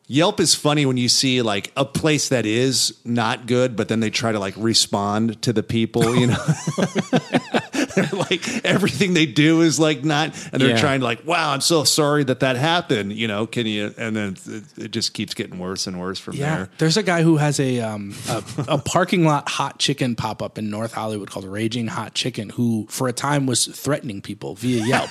Speaker 3: Yelp is funny when you see like a place that is not good, but then they try to like respond to the people, you know. *laughs* They're like everything they do is like not, and they're
Speaker 2: Yeah.
Speaker 3: trying to like, wow, I'm so sorry that that happened. You know, can you? And then it, it just keeps getting worse and worse from
Speaker 4: Yeah,
Speaker 3: there.
Speaker 4: there's a guy who has a um, a, a parking lot hot chicken pop up in North Hollywood called Raging Hot Chicken, who for a time was threatening people via *laughs* Yelp.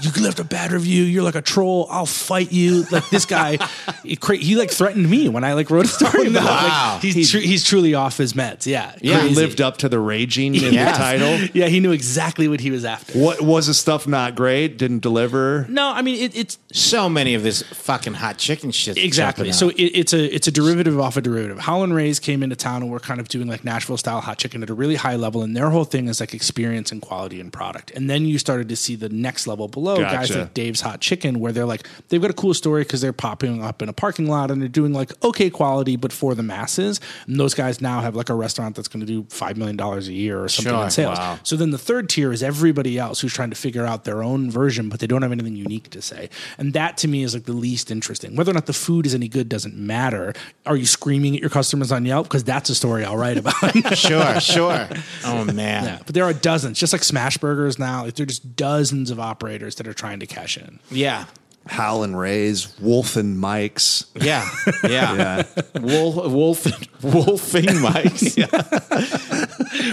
Speaker 4: you left a bad review. You're like a troll. I'll fight you. Like this guy, he, cra- he like threatened me when I like *laughs* wrote a story. about it. Like,
Speaker 2: Wow.
Speaker 4: he's tru- he's truly off his meds. Yeah,
Speaker 3: Yeah,
Speaker 4: crazy.
Speaker 3: lived up to the raging in
Speaker 2: Yeah.
Speaker 3: the title.
Speaker 4: Yeah, he knew exactly what he was after.
Speaker 3: What was the stuff not great? Didn't deliver.
Speaker 4: No, I mean it, it's
Speaker 2: So many of this fucking hot chicken shit.
Speaker 4: Exactly. So it, it's a it's a derivative off a derivative. Holland Rays came into town and we're kind of doing like Nashville style hot chicken at a really high level, and their whole thing is like experience and quality and product. And then you started to see the next level below guys
Speaker 3: Gotcha.
Speaker 4: like Dave's Hot Chicken, where they're like they've got a cool story because they're popping up in a parking lot and they're doing like okay quality, but for the masses. And those guys now have like a restaurant that's going to do five million dollars a year or something
Speaker 2: Sure.
Speaker 4: in sales. So then the third tier is everybody else who's trying to figure out their own version, but they don't have anything unique to say. And that to me is like the least interesting. Whether or not the food is any good doesn't matter. Are you screaming at your customers on Yelp? Because that's a story I'll write about.
Speaker 2: *laughs* sure,
Speaker 4: *laughs*
Speaker 2: sure. Oh man,
Speaker 4: Yeah, *laughs* but there are dozens, just like Smash Burgers now. Like there are just dozens of operators that are trying to cash in.
Speaker 2: yeah.
Speaker 3: Hal and Ray's, Wolf and Mike's.
Speaker 2: Yeah,
Speaker 3: *laughs*
Speaker 2: yeah. Wolf, wolf, wolfing mics.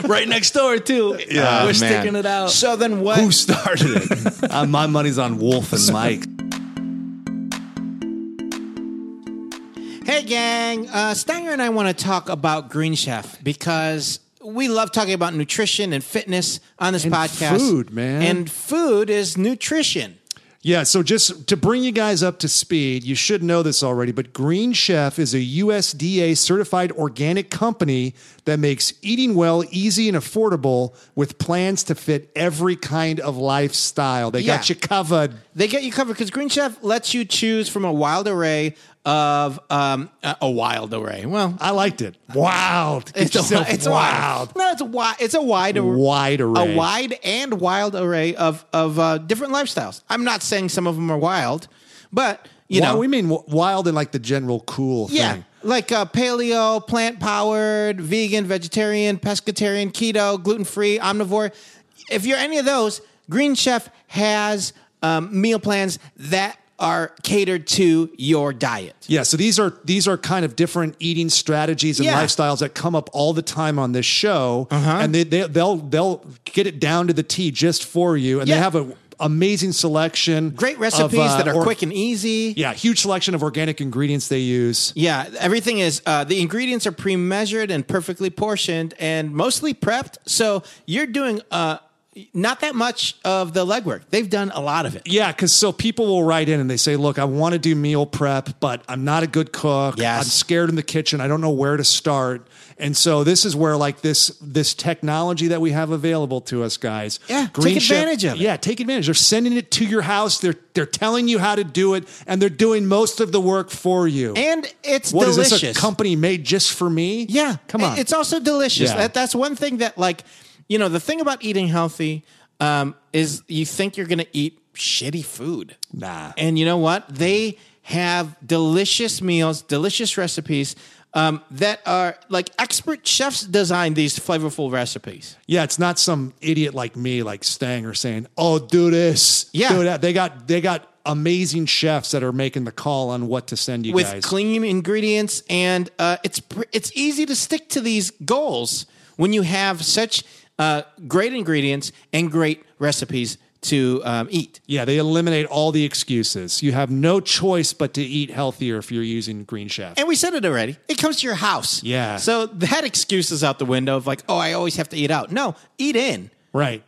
Speaker 4: right next door too.
Speaker 2: Yeah, Oh,
Speaker 4: we're
Speaker 2: man.
Speaker 4: sticking it out.
Speaker 2: So then what?
Speaker 3: Who started
Speaker 2: *laughs*
Speaker 3: it? uh, my money's on Wolf and Mike.
Speaker 2: hey, gang. Uh, Steiner and I want to talk about Green Chef because we love talking about nutrition and fitness on this podcast.
Speaker 3: food, man.
Speaker 2: And food is nutrition.
Speaker 3: Yeah, so just to bring you guys up to speed, you should know this already, but Green Chef is a USDA certified organic company that makes eating well easy and affordable with plans to fit every kind of lifestyle. They got
Speaker 2: Yeah.
Speaker 3: you covered.
Speaker 2: They get you covered because Green Chef lets you choose from a wild array of um, a- a wild array. Well,
Speaker 3: I liked it. Wild. Get
Speaker 2: It's a,
Speaker 3: yourself
Speaker 2: it's
Speaker 3: wild.
Speaker 2: wild. No, it's a wide. It's a wide, ar-
Speaker 3: Wide array.
Speaker 2: A wide and wild array of of uh, different lifestyles. I'm not saying some of them are wild, but you
Speaker 3: Wi-
Speaker 2: know,
Speaker 3: we mean w- wild in like the general cool
Speaker 2: yeah,
Speaker 3: thing.
Speaker 2: like uh, paleo, plant powered, vegan, vegetarian, pescatarian, keto, gluten free, omnivore. If you're any of those, Green Chef has um, meal plans that are catered to your diet.
Speaker 3: Yeah, so these are these are kind of different eating strategies and
Speaker 2: Yeah. Uh-huh.
Speaker 3: lifestyles that come up all the time on this show, and they, they they'll they'll get it down to the T just for you, and
Speaker 2: Yeah.
Speaker 3: they have a amazing selection.
Speaker 2: Great
Speaker 3: of,
Speaker 2: recipes
Speaker 3: uh,
Speaker 2: that are
Speaker 3: or-
Speaker 2: quick and easy.
Speaker 3: Yeah, huge selection of organic ingredients they use.
Speaker 2: Yeah, everything is uh, the ingredients are pre-measured and perfectly portioned and mostly prepped. So you're doing uh, not that much of the legwork. They've done a lot of it.
Speaker 3: Yeah, because so people will write in and they say, "Look, I want to do meal prep, but I'm not a good cook.
Speaker 2: Yes.
Speaker 3: I'm scared in the kitchen. I don't know where to start." And so this is where like this this technology that we have available to us, guys.
Speaker 2: Yeah, take advantage of it.
Speaker 3: Yeah, take advantage. They're sending it to your house. They're they're telling you how to do it, and they're doing most of the work for you.
Speaker 2: And it's
Speaker 3: what is
Speaker 2: delicious.
Speaker 3: this a company made just for me?
Speaker 2: Yeah,
Speaker 3: come on.
Speaker 2: It- It's also delicious.
Speaker 3: Yeah.
Speaker 2: That, that's one thing that, like, you know, the thing about eating healthy um, is you think you're going to eat shitty food.
Speaker 3: Nah.
Speaker 2: And you know what? They have delicious meals, delicious recipes um, that are like expert chefs design these flavorful recipes.
Speaker 3: Yeah, it's not some idiot like me, like Stanger, saying, "Oh, do this,
Speaker 2: Yeah.
Speaker 3: do that." They got they got amazing chefs that are making the call on what to send you
Speaker 2: with
Speaker 3: guys.
Speaker 2: clean ingredients, and uh, it's pr- it's easy to stick to these goals when you have such uh, great ingredients and great recipes to um, eat.
Speaker 3: yeah, they eliminate all the excuses. You have no choice but to eat healthier if you're using Green Chef.
Speaker 2: And we said it already. It comes to your house.
Speaker 3: Yeah.
Speaker 2: So that excuse is out the window of like, oh, I always have to eat out. No, eat in.
Speaker 3: right.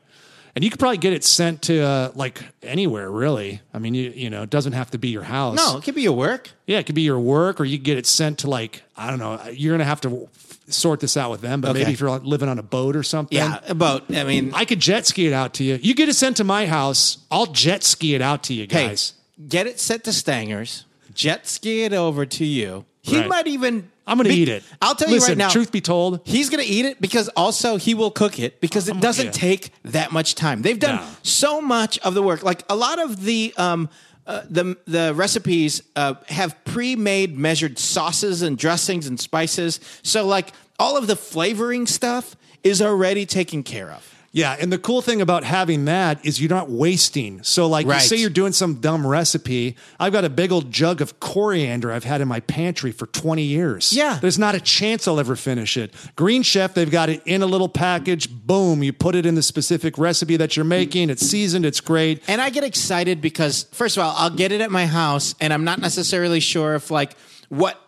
Speaker 3: And you could probably get it sent to uh, like anywhere, really. I mean, you you know, it doesn't have to be your house.
Speaker 2: No, it could be your work.
Speaker 3: Yeah, it could be your work, or you could get it sent to like I don't know. You're gonna have to sort this out with them, but maybe if you're like, living on a boat or something,
Speaker 2: Yeah, about. I mean,
Speaker 3: I could jet ski it out to you. You get it sent to my house. I'll jet ski it out to you
Speaker 2: hey,
Speaker 3: guys.
Speaker 2: get it set to Stangers. Jet ski it over to you. He
Speaker 3: Right.
Speaker 2: might even.
Speaker 3: I'm going to
Speaker 2: be-
Speaker 3: eat it.
Speaker 2: I'll tell
Speaker 3: Listen,
Speaker 2: you right now.
Speaker 3: Truth be told,
Speaker 2: He's going to eat it because also he will cook it because it doesn't
Speaker 3: yeah.
Speaker 2: take that much time. They've done
Speaker 3: No.
Speaker 2: so much of the work. Like a lot of the um, uh, the the recipes uh, have pre-made measured sauces and dressings and spices. So like all of the flavoring stuff is already taken care of.
Speaker 3: Yeah, and the cool thing about having that is you're not wasting. So, like,
Speaker 2: Right.
Speaker 3: you say you're doing some dumb recipe. I've got a big old jug of coriander I've had in my pantry for 20 years.
Speaker 2: Yeah.
Speaker 3: There's not a chance I'll ever finish it. Green Chef, they've got it in a little package. Boom, you put it in the specific recipe that you're making. It's seasoned, it's great.
Speaker 2: And I get excited because first of all, I'll get it at my house and I'm not necessarily sure if like what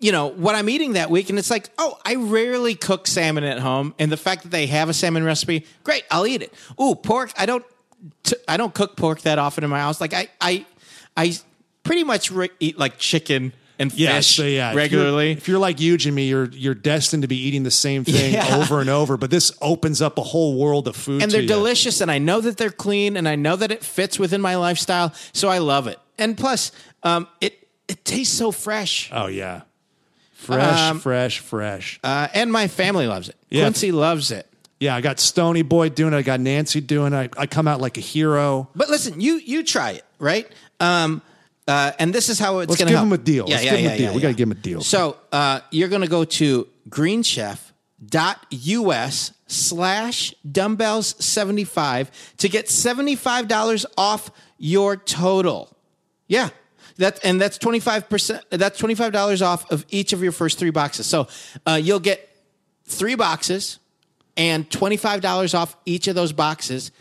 Speaker 2: you know, what I'm eating that week and it's like, "Oh, I rarely cook salmon at home." And the fact that they have a salmon recipe, great, I'll eat it. Ooh, pork, I don't t- I don't cook pork that often in my house. Like I I I pretty much re- eat like chicken and fish
Speaker 3: so yeah, if you're-
Speaker 2: regularly.
Speaker 3: If you're, like huge and me, you're you're destined to be eating the same
Speaker 2: *laughs*
Speaker 3: thing
Speaker 2: Yeah.
Speaker 3: over and over. But this opens up a whole world of food,
Speaker 2: and
Speaker 3: to
Speaker 2: they're
Speaker 3: you.
Speaker 2: delicious and i know that they're clean and i know that it fits within my lifestyle so i love it and plus um, it, it tastes so fresh
Speaker 3: Oh yeah, fresh,
Speaker 2: Um,
Speaker 3: fresh, fresh.
Speaker 2: uh, and my family loves it
Speaker 3: Yeah.
Speaker 2: quincy loves it
Speaker 3: yeah, I got Stony Boy doing it. I got Nancy doing it. I, I come out like a hero.
Speaker 2: but listen you you try it right um, uh, and this is how it's
Speaker 3: Let's
Speaker 2: going to
Speaker 3: give
Speaker 2: help.
Speaker 3: them a deal.
Speaker 2: Yeah,
Speaker 3: Let's
Speaker 2: yeah,
Speaker 3: give them a
Speaker 2: yeah,
Speaker 3: deal.
Speaker 2: yeah,
Speaker 3: We gotta
Speaker 2: yeah.
Speaker 3: give them a deal.
Speaker 2: So uh, you're going to go to greenchef.us slash dumbbells 75 to get $75 off your total. Yeah. That, and that's 25% that's $25 off of each of your first three boxes so uh, you'll get three boxes and $25 off each of those boxes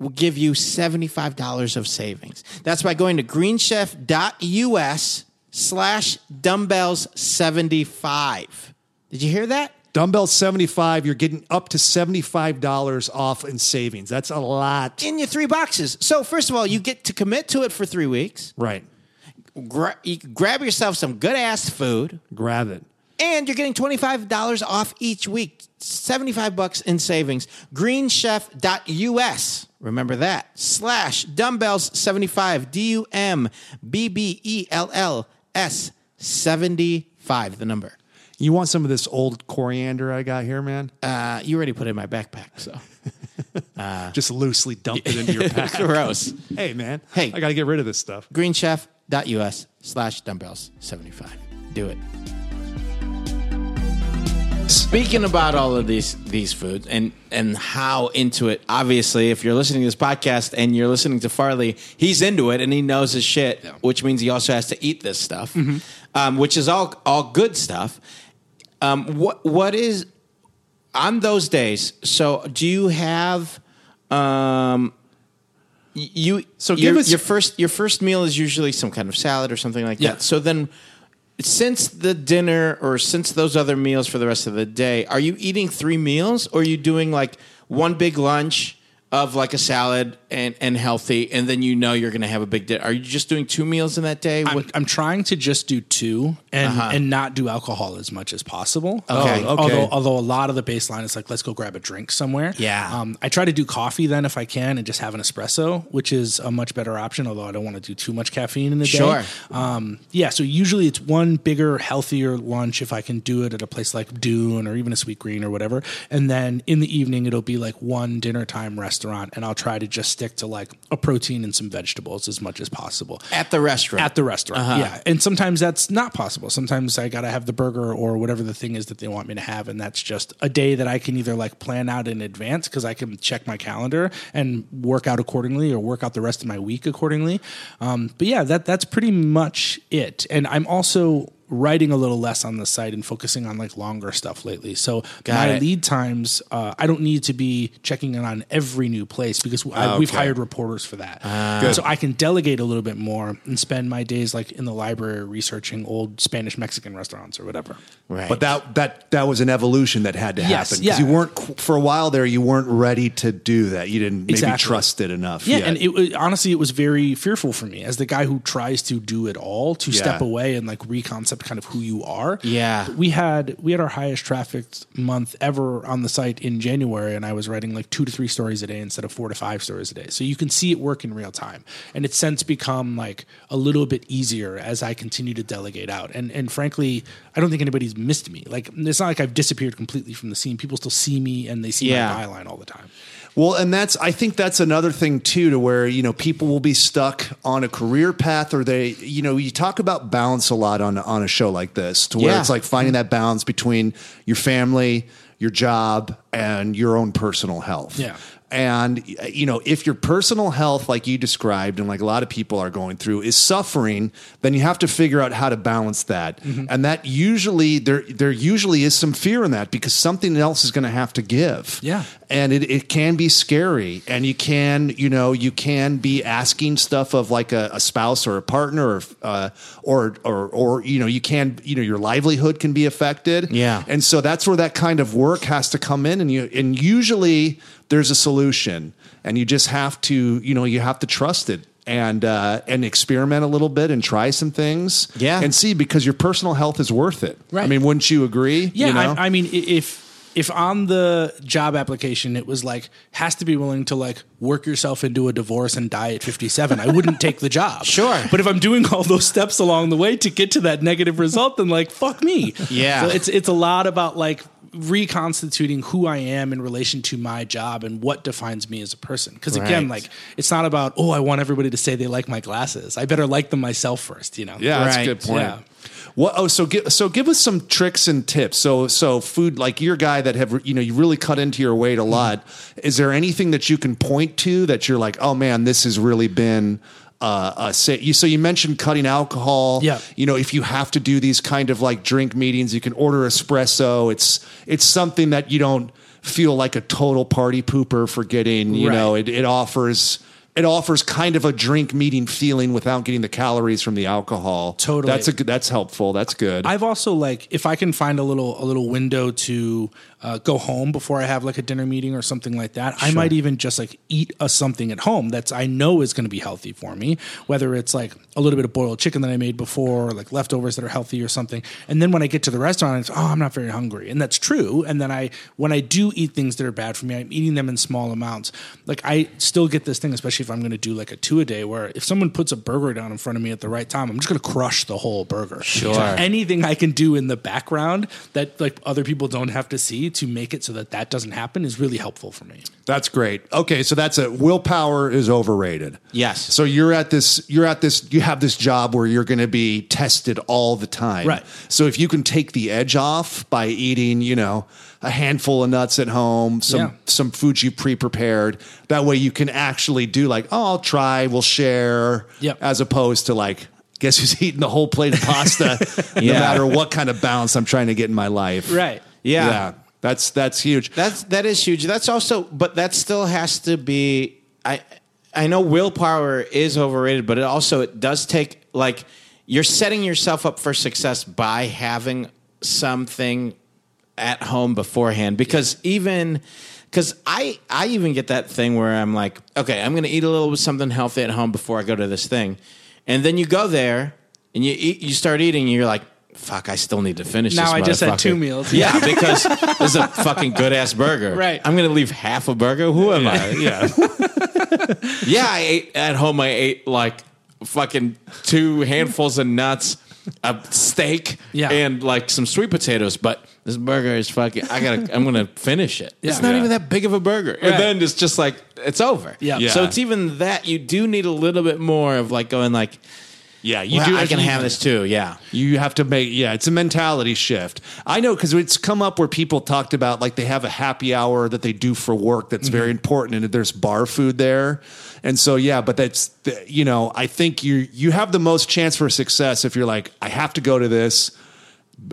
Speaker 2: will give you $75 of savings that's by going to greenchef.us slash dumbbells 75 did you hear that
Speaker 3: Dumbbell seventy five. You're getting up to seventy five dollars off in savings. That's a lot,
Speaker 2: in your three boxes so first of all you get to commit to it for three weeks
Speaker 3: right?
Speaker 2: Gra- you can grab yourself some good ass food
Speaker 3: Grab it.
Speaker 2: And you're getting $25 off each week, 75 bucks in savings. Greenchef.us. Remember that. Slash dumbbells 75, D U M B B E L L S 75, the number.
Speaker 3: You want some of this old coriander I got here, man?
Speaker 2: Uh, you already put it in my backpack, so *laughs*
Speaker 3: Just loosely dump it into your pack.
Speaker 2: gross.
Speaker 3: hey, man.
Speaker 2: Hey.
Speaker 3: I got to get rid of this stuff.
Speaker 2: Greenchef.us slash dumbbells 75. Do it.
Speaker 7: Speaking about all of these these foods and and how into it, obviously, if you're listening to this podcast and you're listening to Farley, he's into it and he knows his shit, which means he also has to eat this stuff,
Speaker 3: Mm-hmm.
Speaker 7: um, which is all all good stuff. Um, what what is on those days? So, do you have um,
Speaker 2: you
Speaker 3: So
Speaker 2: your,
Speaker 3: give us-
Speaker 2: your first your first meal is usually some kind of salad or something like
Speaker 4: Yeah.
Speaker 2: that. So then since the dinner or since those other meals for the rest of the day, are you eating three meals or are you doing like one big lunch of like a salad and, and healthy and then you know you're going to have a big dinner? Are you just doing two meals in that day?
Speaker 4: I'm,
Speaker 2: What- Uh-huh.
Speaker 4: I'm trying to just do two and and not do alcohol as much as possible.
Speaker 3: okay.
Speaker 4: Okay. Although although a lot of the baseline is like let's go grab a drink somewhere.
Speaker 2: Yeah.
Speaker 4: Um, I try to do coffee then if I can and just have an espresso, which is a much better option. Although I don't want to do too much caffeine in the
Speaker 2: Sure.
Speaker 4: day. Um, yeah. So usually it's one bigger, healthier lunch if I can do it at a place like Dune or even a Sweet Green or whatever. And then in the evening it'll be like one dinner time restaurant, and I'll try to just stick to like a protein and some vegetables as much as possible
Speaker 2: at the restaurant. Uh-huh.
Speaker 4: at the restaurant. Yeah, and sometimes that's not possible. Sometimes I gotta have the burger or whatever the thing is that they want me to have, and that's just a day that I can either like plan out in advance because I can check my calendar and work out accordingly, or work out the rest of my week accordingly. Um, but yeah, that that's pretty much it. And I'm also writing a little less on the site and focusing on like longer stuff lately. So my
Speaker 2: it.
Speaker 4: lead times, uh, I don't need to be checking in on every new place because I, we've hired reporters for that. so I can delegate a little bit more and spend my days like in the library researching old Spanish Mexican restaurants or whatever.
Speaker 2: right.
Speaker 3: But that that that was an evolution that had to happen.
Speaker 4: Yes,
Speaker 3: 'Cause
Speaker 4: yeah.
Speaker 3: You weren't qu- for a while there. You weren't ready to do that. You didn't maybe
Speaker 4: Exactly.
Speaker 3: trust it enough.
Speaker 4: Yeah,
Speaker 3: yet.
Speaker 4: and it was, honestly, it was very fearful for me as the guy who tries to do it all to
Speaker 3: Yeah.
Speaker 4: step away and like reconcept kind of who you are.
Speaker 2: Yeah.
Speaker 4: we had we had our highest trafficked month ever on the site in January, and I was writing like two to three stories a day instead of four to five stories a day. So you can see it work in real time, and it's since become like a little bit easier as I continue to delegate out. And and frankly, I don't think anybody's missed me. Like it's not like I've disappeared completely from the scene. People still see me and they see my
Speaker 2: Yeah.
Speaker 4: byline all the time.
Speaker 3: Well, and that's I think that's another thing too, to where you know people will be stuck on a career path, or they, you know, you talk about balance a lot on on a show like this, to where
Speaker 2: Yeah.
Speaker 3: it's like finding that
Speaker 4: Mm-hmm.
Speaker 3: balance between your family, your job, and your own personal health.
Speaker 4: Yeah.
Speaker 3: And you know, if your personal health, like you described, and like a lot of people are going through, is suffering, then you have to figure out how to balance that. And that usually there there usually is some fear in that because something else is going to have to give
Speaker 4: Yeah.
Speaker 3: and it, it can be scary and you can you know you can be asking stuff of like a, a spouse or a partner or, uh, or or or you know you can you know your livelihood can be affected
Speaker 2: Yeah.
Speaker 3: and so that's where that kind of work has to come in and you and usually there's a solution and you just have to you know you have to trust it and uh, and experiment a little bit and try some things
Speaker 2: Yeah.
Speaker 3: and see because your personal health is worth it I
Speaker 4: Right.
Speaker 3: mean wouldn't you agree
Speaker 4: Yeah,
Speaker 3: you know?
Speaker 4: I, I mean, i- if if on the job application it was like has to be willing to like work yourself into a divorce and die at 57 i wouldn't take the job
Speaker 2: Sure.
Speaker 4: but if i'm doing all those steps along the way to get to that negative result then like fuck me
Speaker 2: Yeah.
Speaker 4: so it's it's a lot about like reconstituting who i am in relation to my job and what defines me as a person because again
Speaker 2: Right.
Speaker 4: like it's not about oh i want everybody to say they like my glasses i better like them myself first you know
Speaker 3: Yeah, that's a
Speaker 2: Right.
Speaker 3: good point.
Speaker 4: Yeah.
Speaker 3: What? Oh, so give so give us some tricks and tips. So so food like your guy that have you know you really cut into your weight a lot. Is there anything that you can point to that you're like, oh man, this has really been uh, a sa-. you? So you mentioned cutting alcohol.
Speaker 4: Yeah.
Speaker 3: You know, if you have to do these kind of like drink meetings, you can order espresso. It's it's something that you don't feel like a total party pooper for getting. You
Speaker 4: Right.
Speaker 3: know, it, it offers. It offers kind of a drink meeting feeling without getting the calories from the alcohol.
Speaker 4: Totally.
Speaker 3: That's a good, that's helpful. That's good.
Speaker 4: I've also like if I can find a little a little window to uh, go home before I have like a dinner meeting or something like that. I might even just like eat a something at home that's I know is going to be healthy for me, whether it's like a little bit of boiled chicken that I made before, or like leftovers that are healthy or something. And then when I get to the restaurant, it's oh I'm not very hungry, and that's true. And then I when I do eat things that are bad for me, I'm eating them in small amounts. Like I still get this thing, especially if I'm going to do like a two a day, where if someone puts a burger down in front of me at the right time, I'm just going to crush the whole burger. Sure anything I can do in the background that like other people don't have to see to make it so that that doesn't happen is really helpful for me.
Speaker 3: that's great. Okay, so that's a willpower is overrated.
Speaker 2: Yes.
Speaker 3: So you're at this you're at this you have this job where you're going to be tested all the time.
Speaker 4: Right.
Speaker 3: So if you can take the edge off by eating, you know, a handful of nuts at home, some
Speaker 4: Yeah.
Speaker 3: some food you pre-prepared, that way you can actually do like, oh, I'll try, we'll share
Speaker 4: Yep.
Speaker 3: as opposed to like Guess who's *laughs* eating the whole plate of
Speaker 4: *laughs*
Speaker 3: pasta? No matter what kind of balance I'm trying to get in my life,
Speaker 4: Right.
Speaker 2: Yeah.
Speaker 3: That's that's huge.
Speaker 2: That's that is huge. That's also, but that still has to be. I I know willpower is overrated, but it also it does take like you're setting yourself up for success by having something at home beforehand because even because I I even get that thing where I'm like, okay, I'm gonna eat a little something healthy at home before I go to this thing, and then you go there and you eat, you start eating, and you're like. Fuck! I still need to finish.
Speaker 4: Now
Speaker 2: this
Speaker 4: I just had
Speaker 2: motherfucker."
Speaker 4: two
Speaker 2: *laughs*
Speaker 4: meals.
Speaker 2: Yeah, because this is a fucking good ass burger.
Speaker 4: Right.
Speaker 2: I'm gonna leave half a burger. Who am I? Yeah. yeah, I ate at home. I ate like fucking two handfuls of nuts, a steak,
Speaker 4: Yeah.
Speaker 2: and like some sweet potatoes. But this burger is fucking. I gotta. I'm gonna finish it. It's not
Speaker 4: Yeah.
Speaker 2: even that big of a burger. And
Speaker 4: Right.
Speaker 2: then it's just like it's over.
Speaker 4: Yeah. Yeah.
Speaker 2: So it's even that you do need a little bit more of like going like.
Speaker 5: Yeah, you
Speaker 2: You
Speaker 5: do.
Speaker 2: do. I can
Speaker 5: actually-
Speaker 2: have this too. Yeah.
Speaker 5: You have to make yeah, it's a mentality shift. I know because it's come up where people talked about like they have a happy hour that they do for work that's very important, and there's bar food there, and so yeah, but that's the, you know I think you you have the most chance for success if you're like I have to go to this.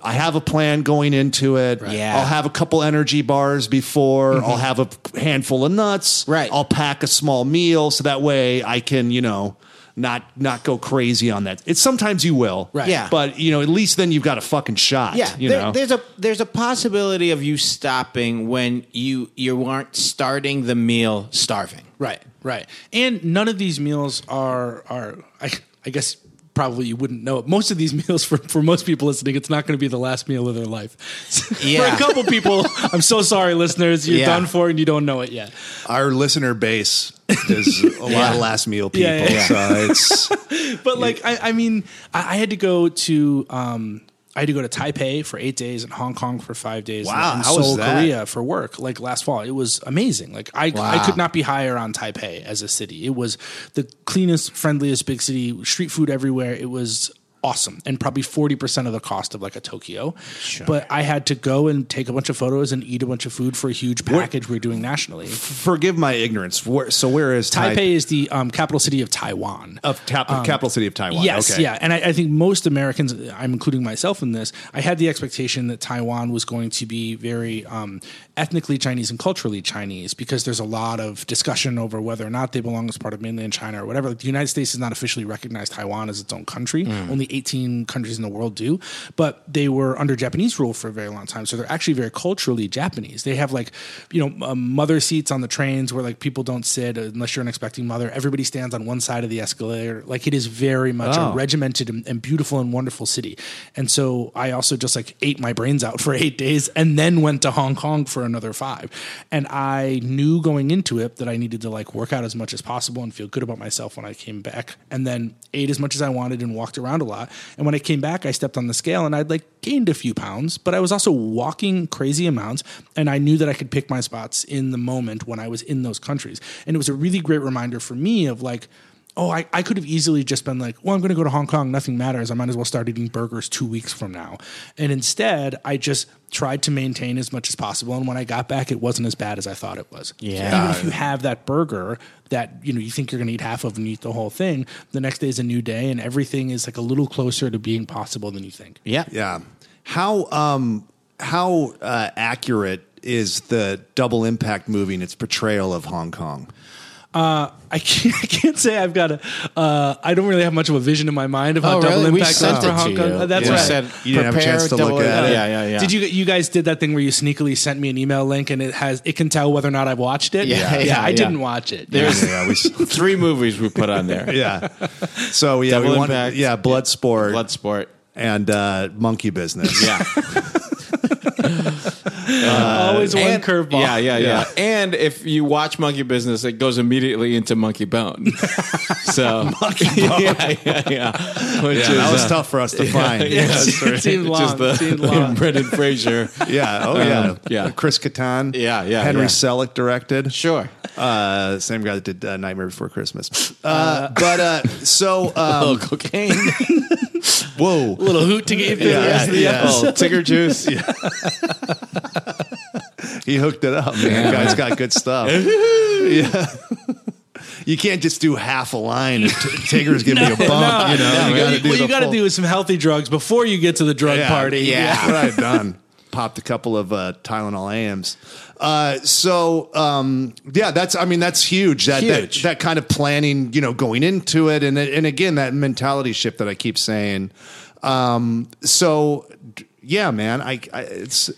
Speaker 5: I have a plan going into it.
Speaker 2: Yeah.
Speaker 5: I'll have a couple energy bars before. I'll have a handful of nuts.
Speaker 2: Right.
Speaker 5: I'll pack a small meal so that way I can, you know, not not go crazy on that. It's sometimes you will.
Speaker 4: Right.
Speaker 2: Yeah.
Speaker 5: But you know, at least then you've got a fucking shot.
Speaker 2: Yeah,
Speaker 5: You
Speaker 2: there-
Speaker 5: know.
Speaker 2: there's a there's a possibility of you stopping when you you aren't starting the meal starving.
Speaker 4: Right, right. And none of these meals are are I, I guess probably you wouldn't know it. Most of these *laughs* meals for for most people listening, it's not going to be the last meal of their life. *laughs*
Speaker 2: Yeah.
Speaker 4: for a couple people, I'm so sorry, listeners. You're
Speaker 2: Yeah.
Speaker 4: done for and you don't know it yet.
Speaker 8: Our listener base is *laughs* a lot of last meal people.
Speaker 4: Yeah, yeah,
Speaker 8: So it's
Speaker 4: But like, I, I mean, I, I had to go to. Um, I had to go to Taipei for eight days and Hong Kong for five days.
Speaker 8: Wow,
Speaker 4: and, and
Speaker 8: how was
Speaker 4: Seoul,
Speaker 8: that?
Speaker 4: Korea for work. Like last fall, it was amazing. Like I, I could not be higher on Taipei as a city. It was the cleanest, friendliest big city. Street food everywhere. It was awesome and probably 40% of the cost of like a Tokyo. But I had to go and take a bunch of photos and eat a bunch of food for a huge package we're doing
Speaker 8: *laughs*
Speaker 4: nationally.
Speaker 8: forgive my ignorance. Where, so where is
Speaker 4: Taipei
Speaker 8: Taipei? um,
Speaker 4: is the um, capital city of Taiwan.
Speaker 8: Of tap, capital city of Taiwan.
Speaker 4: Yes,
Speaker 8: okay.
Speaker 4: yeah, and I, I think most Americans, I'm including myself in this, I had the expectation that Taiwan was going to be very um, ethnically Chinese and culturally Chinese because there's a lot of discussion over whether or not they belong as part of mainland China or whatever. Like, the United States has not officially recognized Taiwan as its own country; only 18 countries in the world do. But they were under Japanese rule for a very long time, so they're actually very culturally Japanese. They have like, you know, um, mother seats on the trains where like people don't sit unless you're an expecting mother. Everybody stands on one side of the escalator. Like it is very much a regimented and, and beautiful and wonderful city. And so I also just like ate my brains out *laughs* for eight days and then went to Hong Kong for another five. And I knew going into it that I needed to like work out as much as possible and feel good about myself when I came back. And then ate as much as I wanted and walked around a lot. And when I came back, I stepped on the scale and I'd like gained a few pounds, but I was also walking crazy amounts. And I knew that I could pick my spots in the moment when I was in those countries. And it was a really great reminder for me of like, oh, I, I could have easily just been like, well, I'm going to go to Hong Kong. Nothing matters. I might as well start eating burgers two weeks from now. And instead, I just tried to maintain as much as possible. And when I got back, it wasn't as bad as I thought it was. Yeah. Even if you have that burger that, you know, you think you're going to eat half of and eat the whole thing, the next day is a new day and everything is like a little closer to being possible than you think.
Speaker 2: Yeah.
Speaker 8: Yeah. How um how uh, accurate is the double impact movie and its portrayal of Hong Kong?
Speaker 4: I can't, I can't say I've got a. Uh, I don't really have much of a vision in my mind of how
Speaker 2: Oh,
Speaker 4: double
Speaker 2: really? We
Speaker 4: impact
Speaker 2: sent
Speaker 4: was
Speaker 2: it
Speaker 4: for
Speaker 2: to
Speaker 4: Hong Kong.
Speaker 2: you.
Speaker 4: Uh, That's
Speaker 2: Yeah.
Speaker 4: right.
Speaker 2: We said,
Speaker 8: You didn't have a
Speaker 2: prepare
Speaker 8: chance to look
Speaker 2: double-
Speaker 8: at it.
Speaker 2: Yeah, yeah, yeah.
Speaker 4: Did you you guys did that thing where you sneakily sent me an email link and it has it can tell whether or not I've watched it?
Speaker 2: Yeah, yeah,
Speaker 4: I
Speaker 2: yeah.
Speaker 4: didn't watch it.
Speaker 2: There's
Speaker 8: *laughs* Yeah, we,
Speaker 2: three movies we put on there.
Speaker 8: yeah. So yeah,
Speaker 2: Double
Speaker 8: we want
Speaker 2: impact.
Speaker 8: yeah, Bloodsport
Speaker 2: Bloodsport.
Speaker 8: and uh, Monkey Business.
Speaker 2: *laughs* Yeah.
Speaker 4: Always one
Speaker 2: And-
Speaker 4: curveball.
Speaker 2: Yeah, yeah, yeah, And if you watch Monkey Business, it goes immediately into Monkey *laughs* Bone. so *laughs* Monkey Bone. Yeah, yeah, yeah. Which
Speaker 8: Yeah,
Speaker 2: is
Speaker 8: that was
Speaker 2: uh,
Speaker 8: tough for us to find.
Speaker 2: *laughs* Yeah,
Speaker 8: *laughs* Yeah.
Speaker 2: that's right.
Speaker 4: seemed long,
Speaker 2: Just the
Speaker 4: seemed
Speaker 2: *laughs*
Speaker 4: long.
Speaker 2: Brendan Fraser.
Speaker 8: Oh yeah.
Speaker 2: Um, yeah.
Speaker 8: Chris Kattan.
Speaker 2: Yeah, yeah,
Speaker 8: Henry
Speaker 2: yeah.
Speaker 8: Selick directed.
Speaker 2: Sure.
Speaker 8: Uh, same guy that did uh, Nightmare Before Christmas. Uh, but uh, so
Speaker 2: *laughs*
Speaker 8: um,
Speaker 2: little cocaine,
Speaker 8: whoa.
Speaker 4: little hoot to get you through the rest of the
Speaker 8: yeah.
Speaker 2: little ticker juice.
Speaker 8: *laughs* He hooked it up, man. Guy's got good
Speaker 2: *laughs*
Speaker 8: stuff. yeah. You can't just do half a line. If t- Tigger's giving
Speaker 2: *laughs*
Speaker 8: you a bump, you know.
Speaker 4: Well,
Speaker 8: you
Speaker 4: you-
Speaker 8: gotta do
Speaker 4: what
Speaker 8: the
Speaker 4: you got to
Speaker 8: full-
Speaker 4: do is some healthy drugs before you get to the drug
Speaker 8: yeah,
Speaker 4: party.
Speaker 8: Yeah, that's what I've done.
Speaker 3: popped a couple of uh, Tylenol AMs. Uh, so um, yeah, that's I mean that's huge. That,
Speaker 2: Huge.
Speaker 3: that that kind of planning, you know, going into it, and and again that mentality shift that I keep saying. Um, so d- yeah, man, I, I it's.